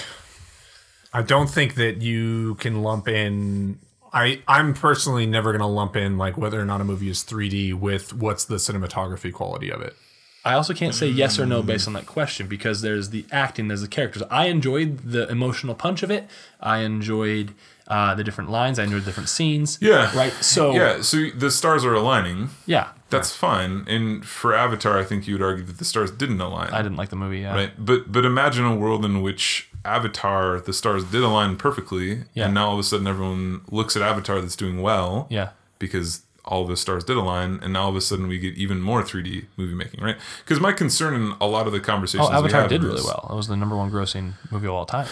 C: I don't think that you can lump in. I I'm personally never going to lump in like whether or not a movie is 3D with what's the cinematography quality of it.
B: I also can't say yes or no based on that question because there's the acting, there's the characters. I enjoyed the emotional punch of it. I enjoyed uh, the different lines. I enjoyed the different scenes.
A: Yeah.
B: Right. So yeah.
A: Yeah, so the stars are aligning. That's fine. And for Avatar, I think you would argue that the stars didn't align.
B: I didn't like the movie. Yeah.
A: Right. But but imagine a world in which Avatar, the stars did align perfectly,
B: Yeah.
A: and now all of a sudden everyone looks at Avatar that's doing well.
B: Yeah.
A: Because all the stars did align, and now all of a sudden we get even more 3D movie making, right? Because my concern in a lot of the conversations
B: Oh,
A: we
B: Avatar
A: have
B: did
A: in
B: really
A: this-
B: well. It was the number one grossing movie of all time.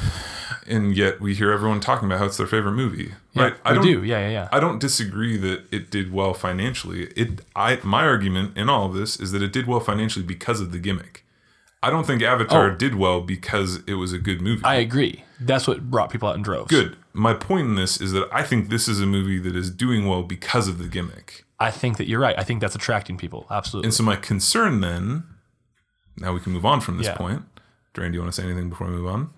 A: and yet we hear everyone talking about how it's their favorite movie, right?
B: we
A: don't,
B: do. Yeah, yeah, yeah.
A: I don't disagree that it did well financially. It I my argument in all of this is that it did well financially because of the gimmick. I don't think Avatar
B: Oh.
A: did well because it was a good movie.
B: I agree. That's what brought people out in droves.
A: good. My point in this is that I think this is a movie that is doing well because of the gimmick.
B: I think that you're right. I think that's attracting people. Absolutely.
A: And so my concern then, now we can move on from this
B: Yeah.
A: point. Duran, do you want to say anything before we move on?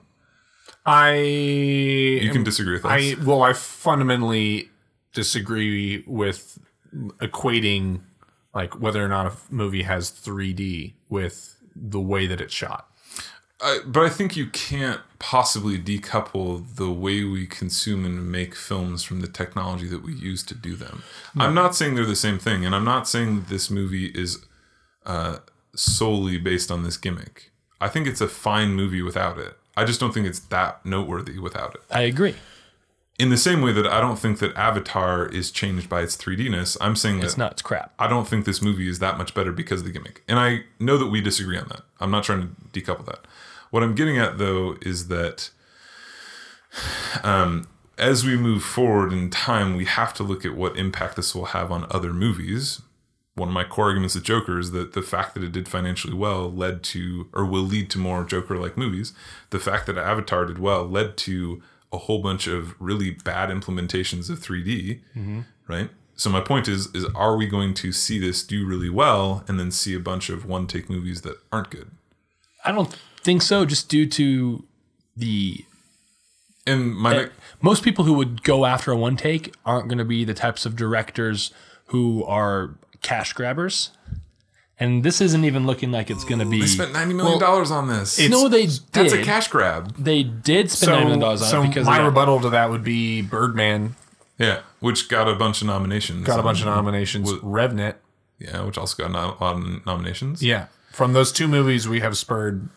C: I
A: You can disagree with us.
C: I well I fundamentally disagree with equating like whether or not a movie has 3D with the way that it's shot.
A: I, Uh, but I think you can't possibly decouple the way we consume and make films from the technology that we use to do them. I'm not saying they're the same thing, and I'm not saying that this movie is uh, solely based on this gimmick. I think it's a fine movie without it. I just don't think it's that noteworthy without it.
B: I agree.
A: In the same way that I don't think that Avatar is changed by its 3Dness, I'm saying
B: It's
A: that
B: not. It's crap.
A: I don't think this movie is that much better because of the gimmick. And I know that we disagree on that. I'm not trying to decouple that. What I'm getting at though is that um, as we move forward in time, we have to look at what impact this will have on other movies. One of my core arguments with Joker is that the fact that it did financially well led to, or will lead to more Joker like movies. The fact that Avatar did well led to a whole bunch of really bad implementations of 3D right? So my point is, is are we going to see this do really well and then see a bunch of one take movies that aren't good?
B: I don't think so. Just due to the
A: And my
C: Eh,
A: nec-
B: most people who would go after a one take aren't going to be the types of directors who are cash grabbers. And this isn't even looking like it's going to be.
A: they spent ninety million dollars on this.
B: no, they did.
A: that's a cash grab.
B: They did spend $9 million
C: So,
B: on
C: so
B: it because
C: my
B: of that.
C: rebuttal to that would be Birdman
A: Yeah, which got a bunch of nominations.
C: got a bunch of nominations. Revenant
A: Yeah, which also got no- a lot of nominations.
C: Yeah. From those two movies, we have spurred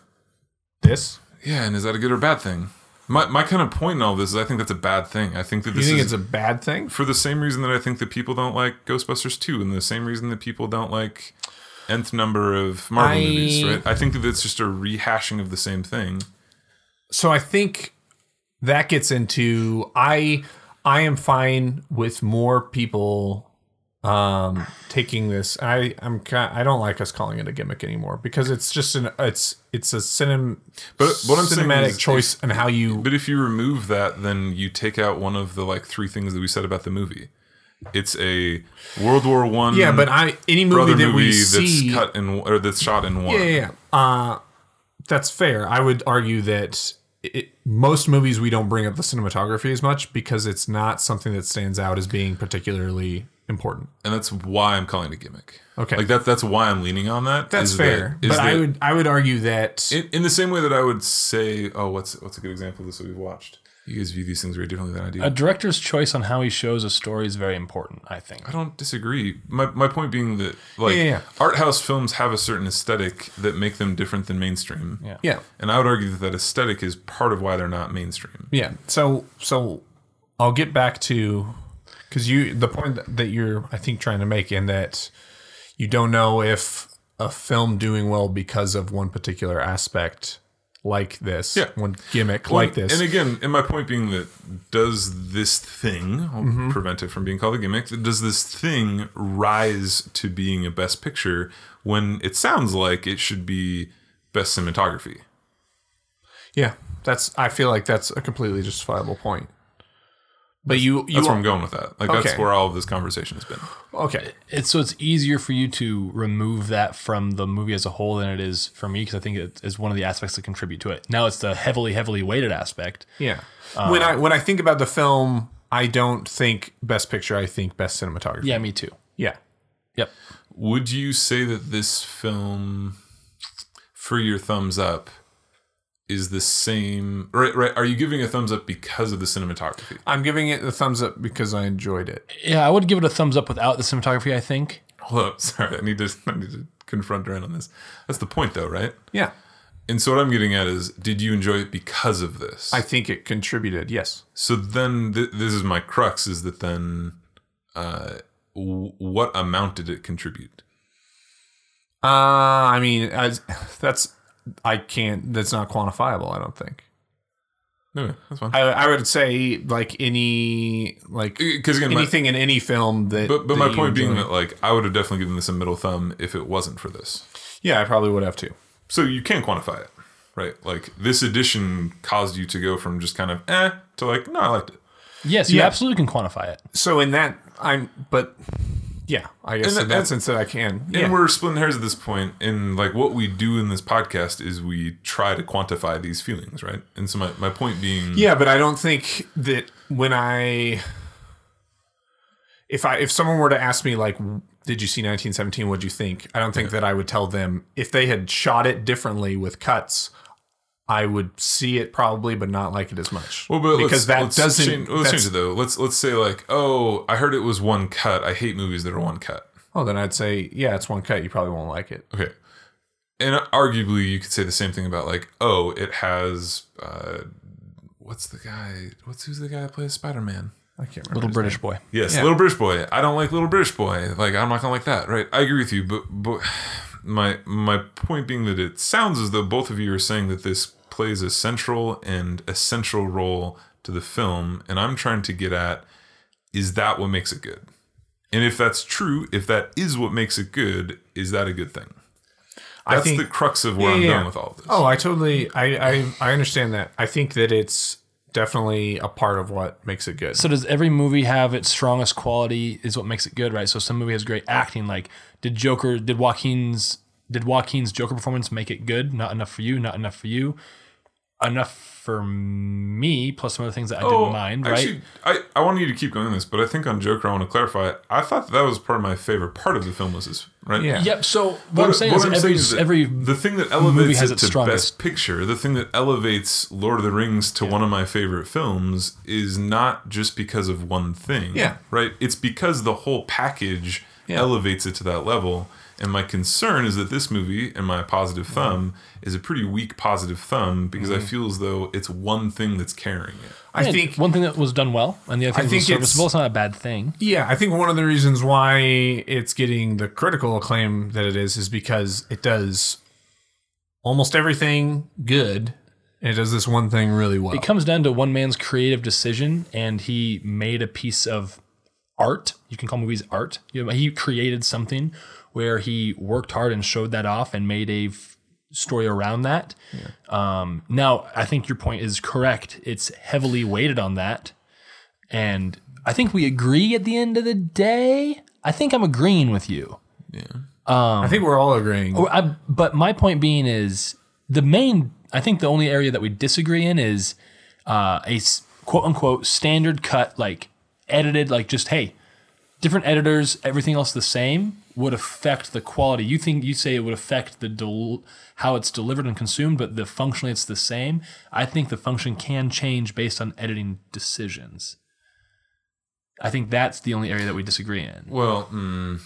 C: this.
A: Yeah, and is that a good or bad thing? My my kind of point in all this is I think that's a bad thing. I think that
C: You
A: this
C: think
A: is
C: it's a bad thing?
A: for the same reason that I think that people don't like Ghostbusters 2 and the same reason that people don't like nth number of Marvel
C: I-
A: movies, right? I think that it's just a rehashing of the same thing.
C: So I think that gets into I I am fine with more people um, taking this. I I'm kind I don't like us calling it a gimmick anymore because it's just an it's it's a cinem
A: But what I'm saying
C: cinematic
A: is-
C: choice and how you
A: But if you remove that, then you take out one of the like three things that we said about the movie. It's a World War One.
C: yeah. But I any movie
A: brother
C: that
A: movie
C: we
A: that's
C: see
A: cut in or that's shot in one.
C: Yeah, yeah, yeah. Uh, that's fair. I would argue that it, most movies we don't bring up the cinematography as much because it's not something that stands out as being particularly important.
A: and that's why I'm calling it a gimmick.
C: Okay.
A: like that. That's why I'm leaning on that.
C: That's
A: is that-
C: fair.
A: is
C: but I
A: that-
C: would I would argue that
A: in, in the same way that I would say, oh, what's what's a good example of this that we've watched? You guys view these things very differently than I do.
B: A director's choice on how he shows a story is very important, I think.
A: I don't disagree. My, my point being that like
C: Yeah, yeah, yeah.
A: art house films have a certain aesthetic that make them different than mainstream.
B: Yeah.
C: yeah.
A: And I would argue that that aesthetic is part of why they're not mainstream.
C: Yeah. So so I'll get back to because you the point that you're I think trying to make in that you don't know if a film doing well because of one particular aspect like this,
A: Yeah.
C: one gimmick like
A: Well,
C: this.
A: And again, and my point being that does this thing I'll
C: Mm-hmm.
A: prevent it from being called a gimmick? Does this thing rise to being a best picture when it sounds like it should be best cinematography?
C: yeah, that's I feel like that's a completely justifiable point. But you you
A: That's where I'm going with that. Like that's
C: Okay.
A: where all of this conversation has been.
C: okay
B: It's so it's easier for you to remove that from the movie as a whole than it is for me because I think it is one of the aspects that contribute to it. Now it's the heavily, heavily weighted aspect.
C: yeah
A: Uh,
C: when I when I think about the film. I don't think best picture. I think best cinematography.
B: Yeah, me too.
C: yeah.
B: Yep.
A: Would you say that this film, for your thumbs up, is the same? Right, right. Are you giving a thumbs up because of the cinematography?
C: I'm giving it the thumbs up because I enjoyed it.
B: Yeah, I would give it a thumbs up without the cinematography, I think.
A: Hold up, sorry. I need to. I need to confront Duran on this. That's the point, though, right?
C: Yeah.
A: And so what I'm getting at is, did you enjoy it because of this?
C: I think it contributed. Yes.
A: so then, th- this is my crux: is that then, uh, w- what amount did it contribute?
C: Uh, I mean, as, that's I can't. That's not quantifiable. I don't think.
A: No, that's fine.
C: I, I would say like any like
A: Uh, 'Cause again, my-
C: anything in any film that.
A: but but my
C: that you
A: point being
C: enjoy.
A: that like I would have definitely given this a middle thumb if it wasn't for this.
C: yeah, I probably would have too.
A: So you can quantify it, right? Like this edition caused you to go from just kind of eh to like no, I liked it.
B: Yes, you
C: Yeah.
B: absolutely can quantify it.
C: So in that I'm, but yeah, I guess
A: And
C: in
A: that-
C: that sense that I can.
A: And
C: Yeah.
A: we're splitting hairs at this point, and like what we do in this podcast is we try to quantify these feelings, right? And so my, my point being,
C: Yeah, but I don't think that when I if I if someone were to ask me like did you see 1917 what'd you think? I don't think that I would tell them if they had shot it differently with cuts I would see it probably but not like it as much.
A: Well, but let's,
C: because that
A: let's
C: doesn't
A: change, let's
C: that's-
A: change it though. Let's let's say like, oh, I heard it was one cut. I hate movies that are one cut.
C: Oh, then I'd say yeah, it's one cut, you probably won't like it.
A: Okay, and arguably you could say the same thing about like, oh, it has uh, what's the guy? What's who's the guy that plays Spider Man?
C: I can't remember.
B: Little British boy.
A: Yes, Little British Boy. I don't like Little British Boy. Like I'm not gonna like that, right? I agree with you, but but my my point being that it sounds as though both of you are saying that this plays a central and essential role to the film, and I'm trying to get at is that what makes it good? And if that's true, if that is what makes it good, is that a good thing?
C: I
A: That's
C: think
A: the crux of where
C: Yeah,
A: I'm
C: yeah.
A: going with all of this.
C: Oh, I totally I, I I understand that. I think that it's definitely a part of what makes it good.
B: So does every movie have its strongest quality? Is what makes it good, right? So some movie has great acting. Like did Joker? Did Joaquin's? Did Joaquin's Joker performance make it good? Not enough for you. Not enough for you. Enough for me. Plus some other things that I didn't mind, right?
A: Oh, Actually, I, I want you to keep going on this, but I think on Joker, I want to clarify. I thought that was part of my favorite part of the film was this, right?
C: Yeah.
B: yep. So what, I'm saying is
A: I'm
B: every
A: that
B: every
A: the thing that elevates
B: has
A: it
B: its
A: to
B: strongest.
A: best picture, the thing that elevates Lord of the Rings to one of my favorite films is not just because of one thing.
C: Yeah.
A: Right? It's because the whole package
C: Yeah.
A: elevates it to that level. And my concern is that this movie and my positive
B: Mm-hmm.
A: thumb is a pretty weak positive thumb because I feel as though it's one thing that's carrying it.
C: I
B: yeah,
C: think
B: one thing that was done well and the other thing that
C: think
B: was
C: it's-
B: serviceable. It's not a bad thing.
C: Yeah, I think one of the reasons why it's getting the critical acclaim that it is is because it does almost everything good, and it does this one thing really well.
B: It comes down to one man's creative decision, and he made a piece of art. You can call movies art. You know, he created something where he worked hard and showed that off and made a f- story around that. Um, now, I think your point is correct. It's heavily weighted on that. And I think we agree at the end of the day. I think I'm agreeing with you.
C: I think we're all agreeing.
B: But, I, but my point being is the main. I think the only area that we disagree in is uh, a s- quote unquote standard cut, like edited, like just hey, different editors, everything else the same would affect the quality. You think you say it would affect the del- how it's delivered and consumed, but the functionally it's the same. I think the function can change based on editing decisions. I think that's the only area that we disagree in.
A: Well, mm,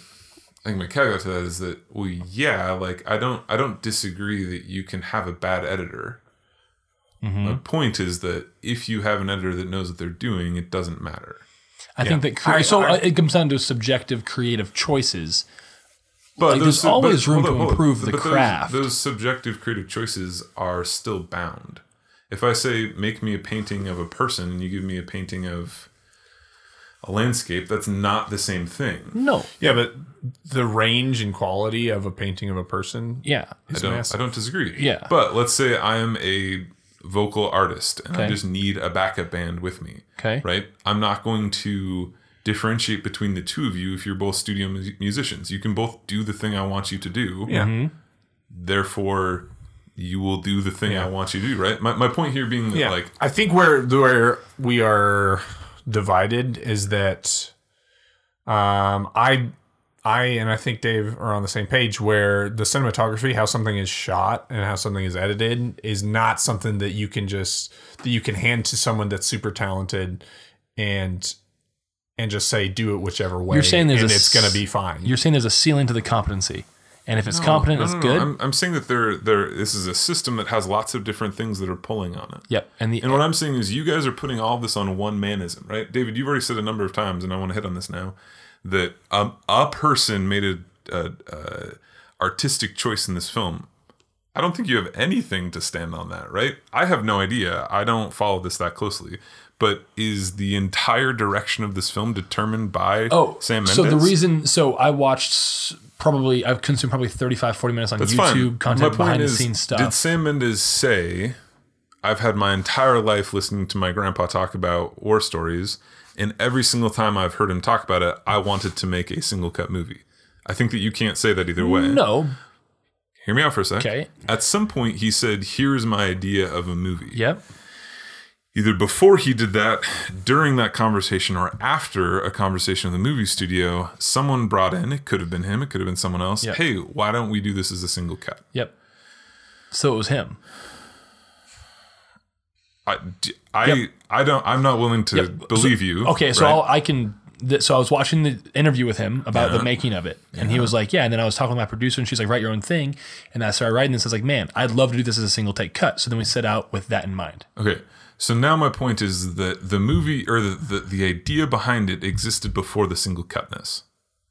A: I think my caveat to that is that well, yeah, like I don't I don't disagree that you can have a bad editor.
B: Mm-hmm.
A: My point is that if you have an editor that knows what they're doing, it doesn't matter.
B: I think that cre-
C: I-
B: so
C: I-
B: uh, it comes down to subjective creative choices.
A: But
B: Like, there's
A: sub-
B: always room
A: hold
B: to
A: hold
B: improve the
A: But those-
B: craft.
A: Those, subjective creative choices are still bound. If I say make me a painting of a person and you give me a painting of a landscape, that's not the same thing.
B: No.
C: yeah, but the range and quality of a painting of a person.
B: Yeah.
A: I don't, I
C: massive.
A: don't disagree.
B: Yeah.
A: But let's say I am a vocal artist and I
B: Okay.
A: just need a backup band with me.
B: Okay.
A: Right? I'm not going to differentiate between the two of you if you're both studio mu- musicians. You can both do the thing I want you to do.
C: Yeah.
B: Mm-hmm.
A: Therefore, you will do the thing I want you to do. Right? My, my point here being that,
C: Yeah.
A: Mm-hmm. like,
C: I think where where we are divided is that um I I and I think Dave are on the same page where the cinematography, how something is shot and how something is edited is not something that you can just that you can hand to someone that's super talented and and just say do it whichever way
B: You're saying there's
C: and
B: a
C: it's going
B: s-
C: to be fine.
B: You're saying there's a ceiling to the competency. And if it's competent,
A: no,
B: it's
A: no, no,
B: good.
A: I'm, I'm saying that there, there, this is a system that has lots of different things that are pulling on it.
B: yep. And the
A: And what I'm saying is, you guys are putting all this on one manism, right? David, you've already said a number of times, and I want to hit on this now, that um, a person made a, a, a artistic choice in this film. I don't think you have anything to stand on that, right? I have no idea. I don't follow this that closely. But is the entire direction of this film determined by
B: oh,
A: Sam Mendes?
B: so the reason, so I watched s- probably, I've consumed probably 35, 40 minutes on
A: That's fine.
B: YouTube
A: My
B: content,
A: point
B: behind the
A: is,
B: scenes
A: Did
B: stuff.
A: Sam Mendes say, I've had my entire life listening to my grandpa talk about war stories, and every single time I've heard him talk about it, I wanted to make a single cut movie? I think that you can't say that either way.
B: No.
A: Hear me out for a sec.
B: Okay.
A: At some point, he said, Here's my idea of a movie.
B: Yep.
A: Either before he did that, during that conversation, or after a conversation in the movie studio, someone brought in, it could have been him, it could have been someone else,
B: Yeah.
A: hey, why don't we do this as a single cut?
B: Yep. So it was him.
A: I, d- I, I don't. I'm not willing to
B: Yep.
A: believe you.
B: Okay. So
A: right?
B: I'll, I can, th- so I was watching the interview with him about the making of it. And he was like, yeah. And then I was talking to my producer and she's like, write your own thing. And I started writing this. I was like, man, I'd love to do this as a single take cut. So then we set out with that in mind.
A: okay. So now my point is that the movie or the, the the idea behind it existed before the single cutness.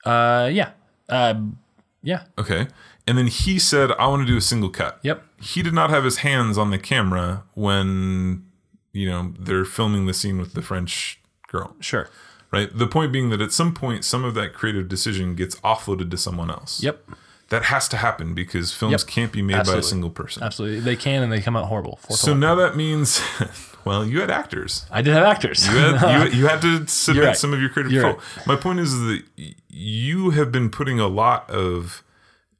B: Uh, yeah. Um, yeah.
A: Okay. And then he said, "I want to do a single cut."
B: Yep.
A: He did not have his hands on the camera when you know they're filming the scene with the French girl,
B: Sure.
A: right? The point being that at some point, some of that creative decision gets offloaded to someone else.
B: Yep.
A: That has to happen because films
B: Yep.
A: can't be made by
B: Absolutely.
A: a single person.
B: Absolutely. They can and they come out horrible. Four
A: So now that means, well, you had actors.
B: I did have actors.
A: You had, you, you had to submit
B: right.
A: some of your creative
B: You're
A: control. My point is that y- you have been putting a lot of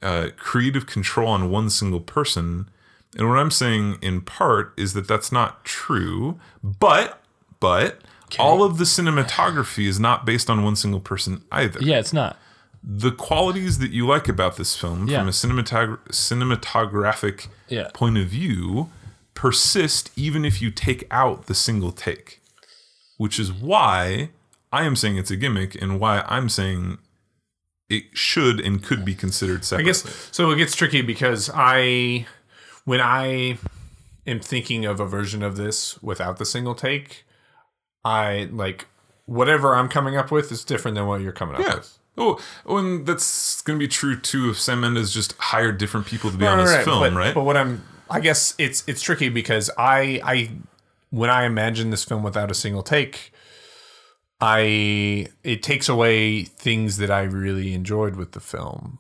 A: uh, creative control on one single person. And what I'm saying in part is that that's not true, but, but, all of the cinematography is not based on one single person either.
B: yeah, it's not.
A: The qualities that you like about this film
B: Yeah.
A: from a cinematog- cinematographic
B: Yeah.
A: point of view persist even if you take out the single take, which is why I am saying it's a gimmick and why I'm saying it should and could be considered
C: I
A: separately.
C: guess so. It gets tricky because I, when I am thinking of a version of this without the single take, I like whatever I'm coming up with is different than what you're coming up
A: yeah.
C: with.
A: Oh, oh, and that's going to be true too if Sam Mendes just hired different people to be on his film,
C: but,
A: right?
C: But what I'm, I guess it's it's tricky because I I when I imagine this film without a single take, I it takes away things that I really enjoyed with the film.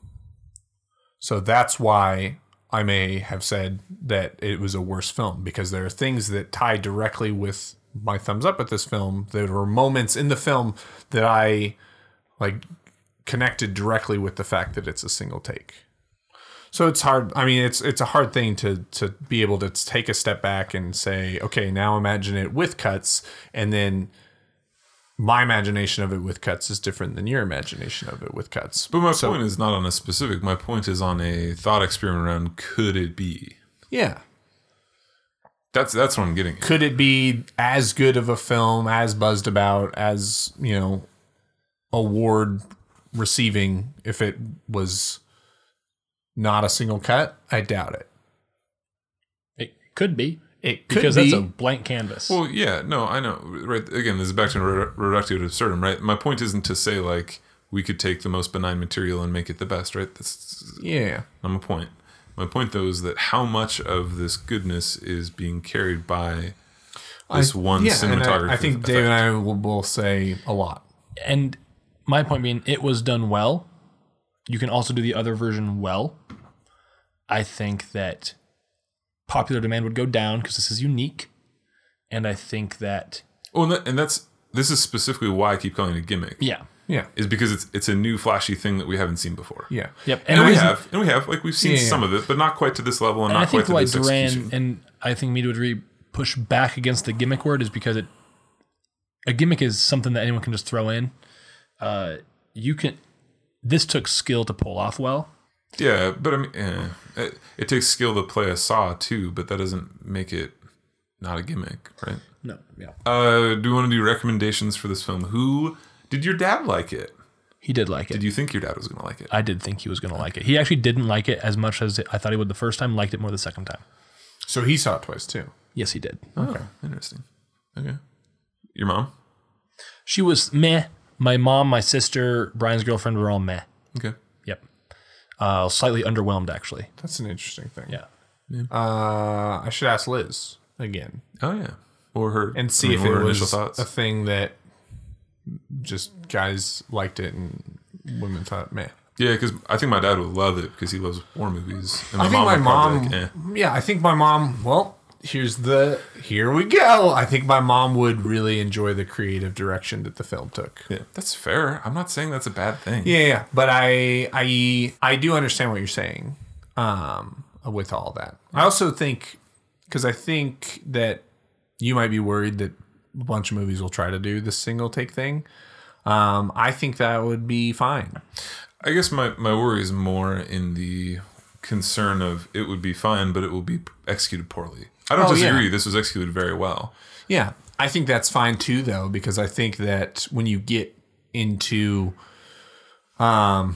C: So that's why I may have said that it was a worse film because there are things that tie directly with my thumbs up at this film. There were moments in the film that I like connected directly with the fact that it's a single take. So it's hard. I mean, it's it's a hard thing to to be able to take a step back and say, okay, now imagine it with cuts, and then my imagination of it with cuts is different than your imagination of it with cuts.
A: But my point is not on a specific. My point is on a thought experiment around could it be?
C: Yeah.
A: That's that's what I'm getting. At.
C: Could it be as good of a film, as buzzed about, as, you know, award receiving if it was not a single cut? I doubt it.
B: It could be
C: It could
B: because
C: be.
B: that's a blank canvas.
A: Well, yeah, no, I know. Right again, this is back to redu- reductio ad absurdum, right? My point isn't to say like we could take the most benign material and make it the best, right? That's
C: yeah.
A: not my point. My point though is that how much of this goodness is being carried by this one
C: and I-
A: cinematography.
C: I, think Dave and I will both say a lot.
B: and my point being, it was done well. You can also do the other version well. I think that popular demand would go down because this is unique, and I think that
A: Oh, and, that, and that's this is specifically why I keep calling it a gimmick.
B: yeah,
C: Yeah.
A: Is because it's it's a new flashy thing that we haven't seen before.
C: Yeah.
B: yep.
A: And,
B: the
A: we
B: reason-
A: have, and we have, like we've seen
C: Yeah, yeah.
A: some of it, but not quite to this level, and,
B: And I
A: not
B: think
A: quite
B: why
A: to this execution.
B: Duran and I think Mead would really push back against the gimmick word is because it a gimmick is something that anyone can just throw in. Uh, you can. This took skill to pull off well.
A: Yeah, but I mean, eh, it, it takes skill to play a saw too, but that doesn't make it not a gimmick, right?
B: No, yeah,
A: Uh, do we want to do recommendations for this film? Who did your dad like it?
B: he did like it.
A: Did you think your dad was going to like it?
B: I did think he was going to like it. He actually didn't like it as much as I thought he would the first time. Liked it more the second time.
C: So he saw it twice too.
B: Yes, he did.
C: Uh,
A: Okay, Oh, interesting. Okay, your mom.
B: She was meh. My mom, my sister, Brian's girlfriend were all meh.
A: Okay,
B: Yep. Uh, slightly underwhelmed actually.
C: That's an interesting thing.
B: Yeah.
C: Uh, I should ask Liz again
A: oh yeah, or her
C: and see
A: I
C: if
A: mean, what
C: it
A: were her initial
C: was
A: thoughts.
C: a thing that just guys liked it and women thought meh.
A: yeah, because I think my dad would love it because he loves war movies. And
C: I think my
A: would probably
C: mom.
A: like, eh.
C: Yeah, I think my mom. Well, here's the. Here we go. I think my mom would really enjoy the creative direction that the film took.
A: Yeah, that's fair. I'm not saying that's a bad thing.
C: Yeah, yeah. But I, I, I do understand what you're saying. Um, with all that, I also think because I think that you might be worried that a bunch of movies will try to do this single take thing. Um, I think that would be fine.
A: I guess my, my worry is more in the concern of it would be fine, but it will be executed poorly. I don't
C: Oh, yeah.
A: disagree. This was executed very well.
C: Yeah, I think that's fine too, though, because I think that when you get into um,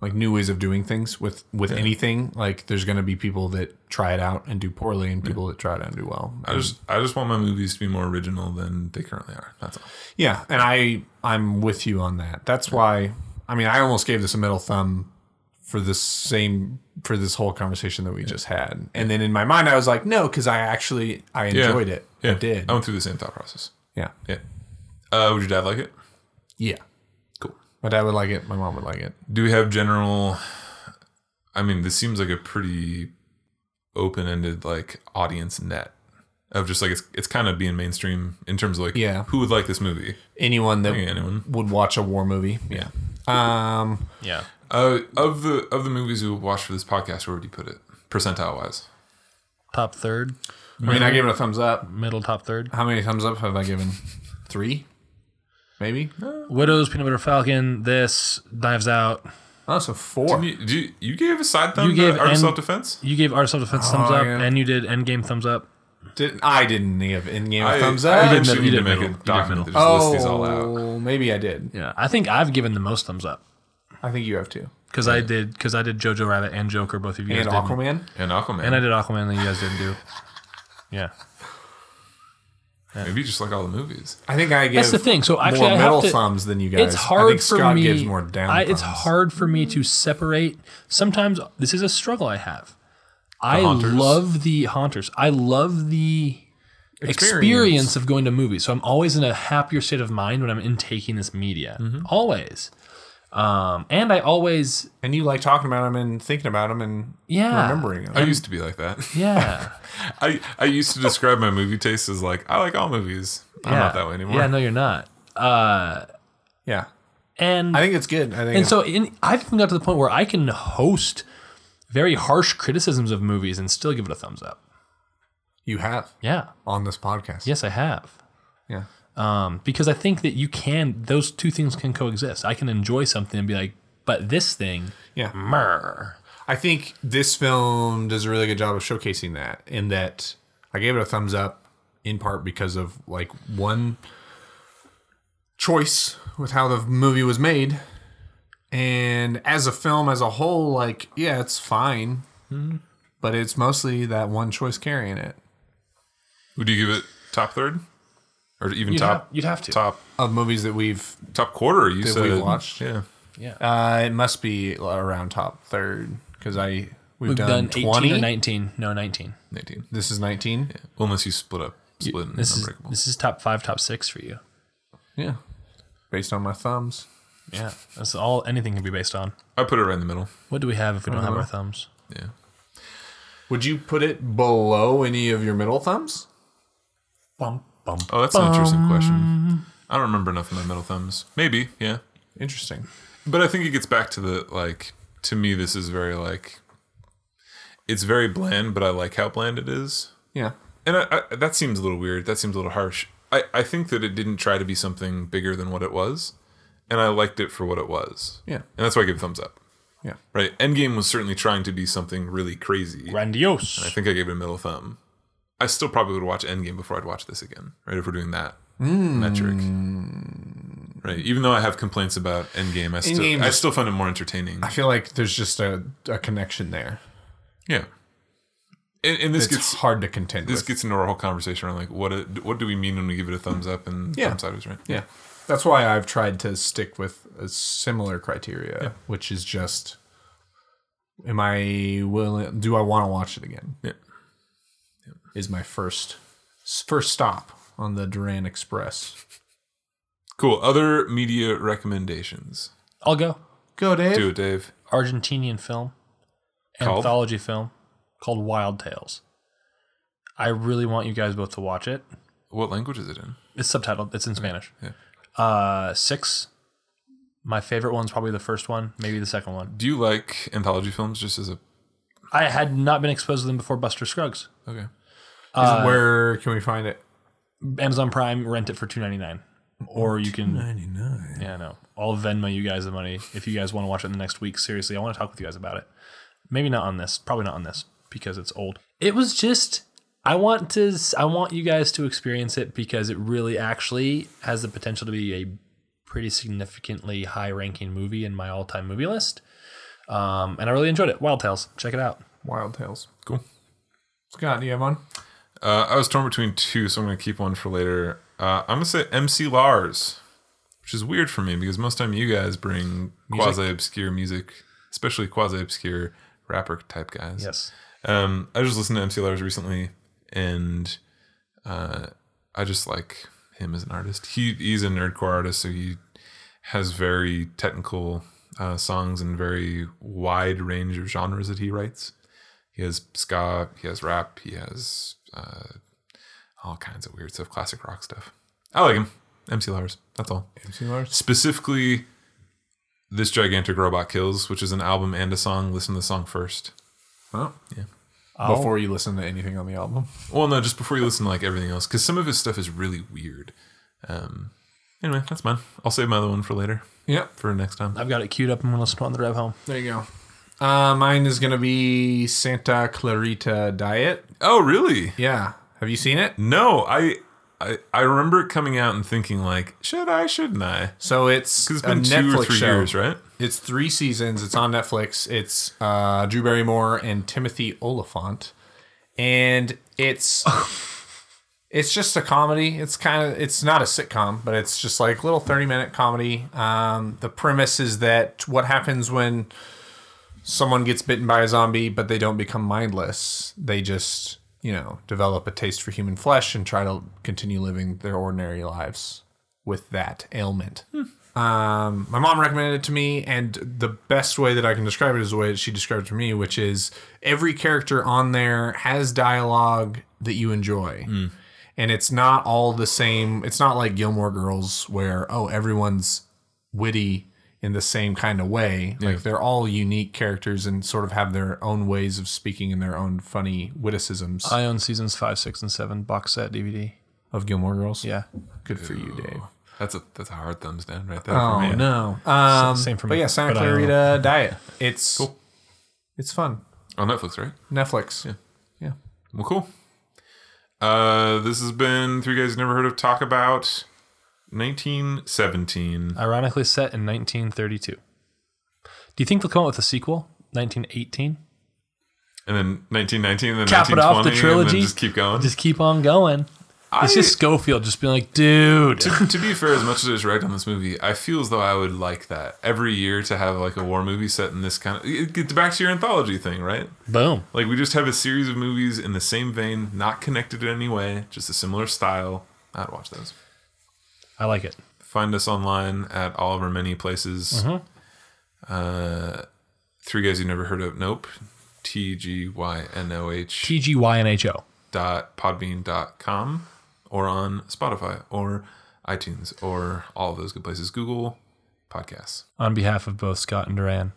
C: like new ways of doing things with with anything, like there's going to be people that try it out and do poorly, and people that try it out and do well.
A: I just I just want my movies to be more original than they currently are. That's all.
C: Yeah, and I I'm with you on that. That's why I mean I almost gave this a middle thumb for this same for this whole conversation that we just had. And then in my mind I was like, no, because I actually I
A: Yeah.
C: enjoyed it.
A: Yeah. Oh.
C: I did.
A: I went through the same thought process.
C: Yeah.
A: Yeah. Uh, would your dad like it?
C: Yeah.
A: Cool.
C: My dad would like it. My mom would like it.
A: Do we have general? I mean, this seems like a pretty open ended like audience net of just like it's it's kind of being mainstream in terms of like
C: Yeah.
A: who would like this movie?
C: Anyone that
A: Yeah, anyone.
C: would watch a war movie. Yeah. Um
B: Yeah.
A: Uh, of the of the movies we watched for this podcast, where would you put it percentile wise?
B: Top third,
C: I mean I gave it a thumbs up.
B: middle top third.
C: How many thumbs up have I given? Three? Maybe?
A: Uh,
B: Widows, Peanut Butter Falcon, this, Knives Out.
C: Oh, so four.
A: You, do you, you gave a side thumb
B: You gave
A: to Art of
B: and-
A: Self Defense?
B: You gave Art of Self Defense thumbs
C: Oh,
B: up,
C: yeah.
B: and you did Endgame thumbs up.
C: Didn't I didn't give in game a thumbs
A: I
C: up? Oh,
B: did
A: eventually need
B: middle- you
A: to
B: did
A: make
B: middle.
A: a
B: You
A: document
B: did
A: that just lists these all
B: Oh.
A: out.
C: maybe I did.
B: Yeah, I think I've given the most thumbs up
C: I think you have too.
B: because I did because I did Jojo Rabbit and Joker. Both of you guys
C: And
B: didn't.
C: Aquaman.
A: And Aquaman.
B: and I did Aquaman that you guys didn't do. Yeah,
A: Maybe you just like all the movies.
C: I think I give
B: that's the thing. So actually,
C: more
B: I have
C: middle
B: to-
C: thumbs than you guys.
B: it's hard
C: I think
B: for
C: Scott
B: me.
C: gives more down.
B: I, it's
C: thumbs.
B: hard for me to separate. Sometimes this is a struggle I have. I
A: Haunters?
B: love the haunters. I love the experience. of going to movies. So I'm always in a happier state of mind when I'm intaking this media. Always. Um, and I always,
C: And you like talking about them and thinking about them and
B: Yeah.
C: remembering them.
A: I used to be like that.
B: yeah.
A: I, I used to describe my movie taste as like I like all movies. I'm not that way anymore.
B: Yeah, no, you're not. Uh,
C: yeah.
B: and
C: I think it's good. I think
B: and
C: it's,
B: so in, I've even got to the point where I can host very harsh criticisms of movies and still give it a thumbs up.
C: you have
B: Yeah.
C: on this podcast.
B: Yes, I have.
C: Yeah.
B: Um, because I think that you can; those two things can coexist. I can enjoy something and be like, but this thing,
C: Yeah.
B: mer.
C: I think this film does a really good job of showcasing that. In that, I gave it a thumbs up in part because of like one choice with how the movie was made, and as a film as a whole, like yeah, it's fine, but it's mostly that one choice carrying it
A: Would you give it top third, or even
B: You'd,
A: top
B: have, you'd have to.
A: top
C: of movies that we've
A: top quarter? You said
C: we've watched.
A: Yeah.
B: Yeah,
C: Uh, it must be around top third because I we've,
B: we've
C: done,
B: done, 18 or
C: twenty.
B: 19. No, 19.
A: 19.
C: This is nineteen.
A: Well, unless you split up, split and
B: This is
A: unbreakable.
B: this is top five, top six for you.
C: Yeah, based on my thumbs.
B: Yeah, that's all. Anything can be based on.
A: I put it right in the middle.
B: What do we have if we don't have our thumbs?
A: Yeah.
C: Would you put it below any of your middle thumbs?
B: Bum bum.
A: Oh, that's an interesting question. I don't remember enough of my middle thumbs. Maybe, yeah.
C: Interesting.
A: But I think it gets back to the like. To me, this is very like. It's very bland, but I like how bland it is.
C: Yeah.
A: and I, I, that seems a little weird. That seems a little harsh. I, I think that it didn't try to be something bigger than what it was, and I liked it for what it was.
C: Yeah.
A: and that's why I give it a thumbs up.
C: Yeah.
A: Right, Endgame was certainly trying to be something really crazy. I
B: Grandiose.
A: think I gave it a middle thumb. I still probably would watch Endgame before I'd watch this again. Right, if we're doing that
C: Hmm.
A: metric. Right, even though I have complaints about Endgame, I still
C: Endgame
A: I
C: just-
A: still find it more entertaining.
C: I feel like there's just a, a connection there.
A: Yeah, and, and this
C: It's
A: gets
C: hard to contend
A: this
C: with.
A: gets into our whole conversation around like what it, what do we mean when we give it a thumbs up and
C: Yeah.
A: thumbs sideways, right?
C: yeah. That's why I've tried to stick with a similar criteria, which is just am I willing do I want to watch it again?
A: Yeah.
C: Is my first first stop on the Duran Express.
A: Cool. Other media recommendations.
B: I'll go.
C: Go Dave.
A: Do it, Dave.
B: Argentinian film,
A: Called?
B: anthology film called Wild Tales. I really want you guys both to watch it.
A: What language is it in?
B: It's subtitled. It's in Spanish.
A: Yeah.
B: Uh, six. My favorite one's probably the first one, maybe the second one.
A: Do you like anthology films just as a
B: I had not been exposed to them before. Buster Scruggs,
A: Okay.
C: Is- Where can we find it?
B: Amazon Prime, rent it for two ninety nine, or you can ninety nine. Yeah, I know. I'll Venmo you guys the money if you guys want to watch it in the next week. Seriously, I want to talk with you guys about it. Maybe not on this. Probably not on this because it's old. It was just I want to s- I want you guys to experience it because it really actually has the potential to be a pretty significantly high ranking movie in my all time movie list. Um, and I really enjoyed it. Wild Tales, check it out.
C: Wild Tales.
A: Cool.
C: Scott, do you have one?
A: Uh, I was torn between two, so I'm going to keep one for later. Uh, I'm going to say MC Lars, which is weird for me because most time you guys bring quasi obscure music, especially quasi obscure rapper type guys.
B: Yes,
A: Um, I just listened to MC Lars recently, and uh, I just like him as an artist. He he's a nerdcore artist, so he has very technical uh, songs and very wide range of genres that he writes. He has ska, he has rap, he has uh, all kinds of weird stuff, classic rock stuff. I like him, MC Lars. That's all
C: MC Lars.
A: specifically this gigantic robot kills which is an album and a song listen to the song first
C: Oh.
A: Yeah.
C: Before you listen to anything on the album.
A: well no just before you listen to like everything else because some of his stuff is really weird um anyway that's mine i'll save my other one for later
C: Yep.
A: for next time
B: I've got it queued up. I'm gonna listen to it on the drive home.
C: There you go. Uh, mine is going to be Santa Clarita Diet.
A: oh really
C: Yeah. Have you seen it?
A: no i i, I remember it coming out and thinking like should i shouldn't i
C: So it's,
A: because it's
C: a
A: been
C: Netflix
A: two or three
C: show.
A: years right
C: It's three seasons. It's on Netflix. It's uh, Drew Barrymore and Timothy Oliphant, and it's it's just a comedy. It's kind of it's not a sitcom, but it's just like little thirty minute comedy. Um, the premise is that what happens when someone gets bitten by a zombie, but they don't become mindless. They just you know, develop a taste for human flesh and try to continue living their ordinary lives with that ailment. Um, my mom recommended it to me, and the best way that I can describe it is the way that she described it to me, which is every character on there has dialogue that you enjoy. And it's not all the same. It's not like Gilmore Girls, where, oh, everyone's witty in the same kind of way. Like they're all unique characters and sort of have their own ways of speaking and their own funny witticisms
B: I own seasons five, six, and seven box set DVD.
C: of Gilmore Girls.
B: Yeah.
C: Good for you, Dave.
A: That's a that's a hard thumbs down right there.
C: Oh
A: for me.
C: no. Um,
B: same for
C: But
B: me,
C: yeah, Santa
B: but I don't-
C: Clarita Diet. It's it's fun.
B: Oh.
A: On Netflix, right?
C: Netflix. Yeah. Yeah.
A: Well, cool. Uh, this has been three guys never heard of talk about 1917.
B: Ironically set in 1932. Do you think they'll come out with a sequel? 1918?
A: And then 1919, and then
B: Cap it off
A: 1920,
B: the
A: and
B: trilogy.
A: then just keep going.
B: Just keep on going. It's
A: I-
B: just Schofield just being like, dude.
A: to, to be fair, as much as I was right on this movie, I feel as though I would like that every year to have like a war movie set in this kind of. It gets back to your anthology thing, right?
B: Boom.
A: Like we just have a series of movies in the same vein, not connected in any way, just a similar style. I'd watch those.
B: I like it.
A: Find us online at all of our many places. Uh, three guys you never heard of. Nope. T G Y N O H
B: TGYNHO.
A: dot podbean dot com or on Spotify or iTunes or all of those good places. Google podcasts.
B: On behalf of both Scott and Duran.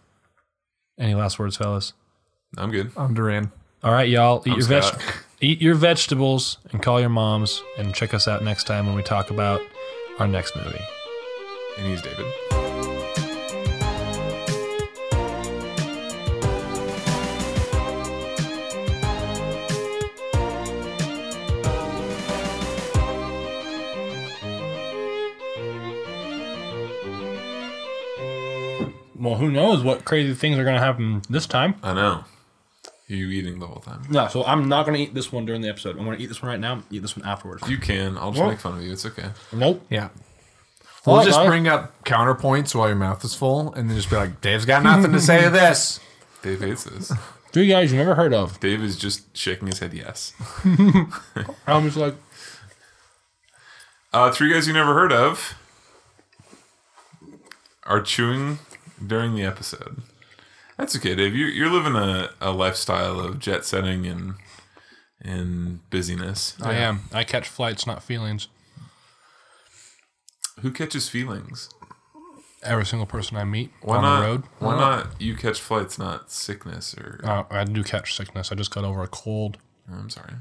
B: Any last words, fellas?
A: I'm good.
C: I'm Duran.
B: All right, y'all. Eat your veg-
A: Scott.
B: eat your vegetables and call your moms and check us out next time when we talk about our next movie.
A: And he's David.
B: Well, who knows what crazy things are going to happen this time?
A: I know. You eating the whole time.
B: No, so I'm not going to eat this one during the episode. I'm going to eat this one right now. Eat this one afterwards.
A: You can. I'll just make fun of you. It's okay.
B: Nope.
C: Yeah. We'll
B: Well,
C: just
B: guys.
C: bring up counterpoints while your mouth is full, and then just be like, "Dave's got nothing to say to this."
A: Dave hates this.
B: Three guys you never heard of.
A: Dave is just shaking his head yes.
B: I'm just like,
A: Uh, three guys you never heard of are chewing during the episode. That's okay, Dave. You're, you're living a, a lifestyle of jet setting and and busyness.
B: I am. I catch flights, not feelings.
A: Who catches feelings?
B: Every single person I meet
A: Why
B: on
A: not?
B: the road.
A: Why not? You catch flights, not sickness. Or
B: Uh, I do catch sickness. I just got over a cold.
A: I'm sorry.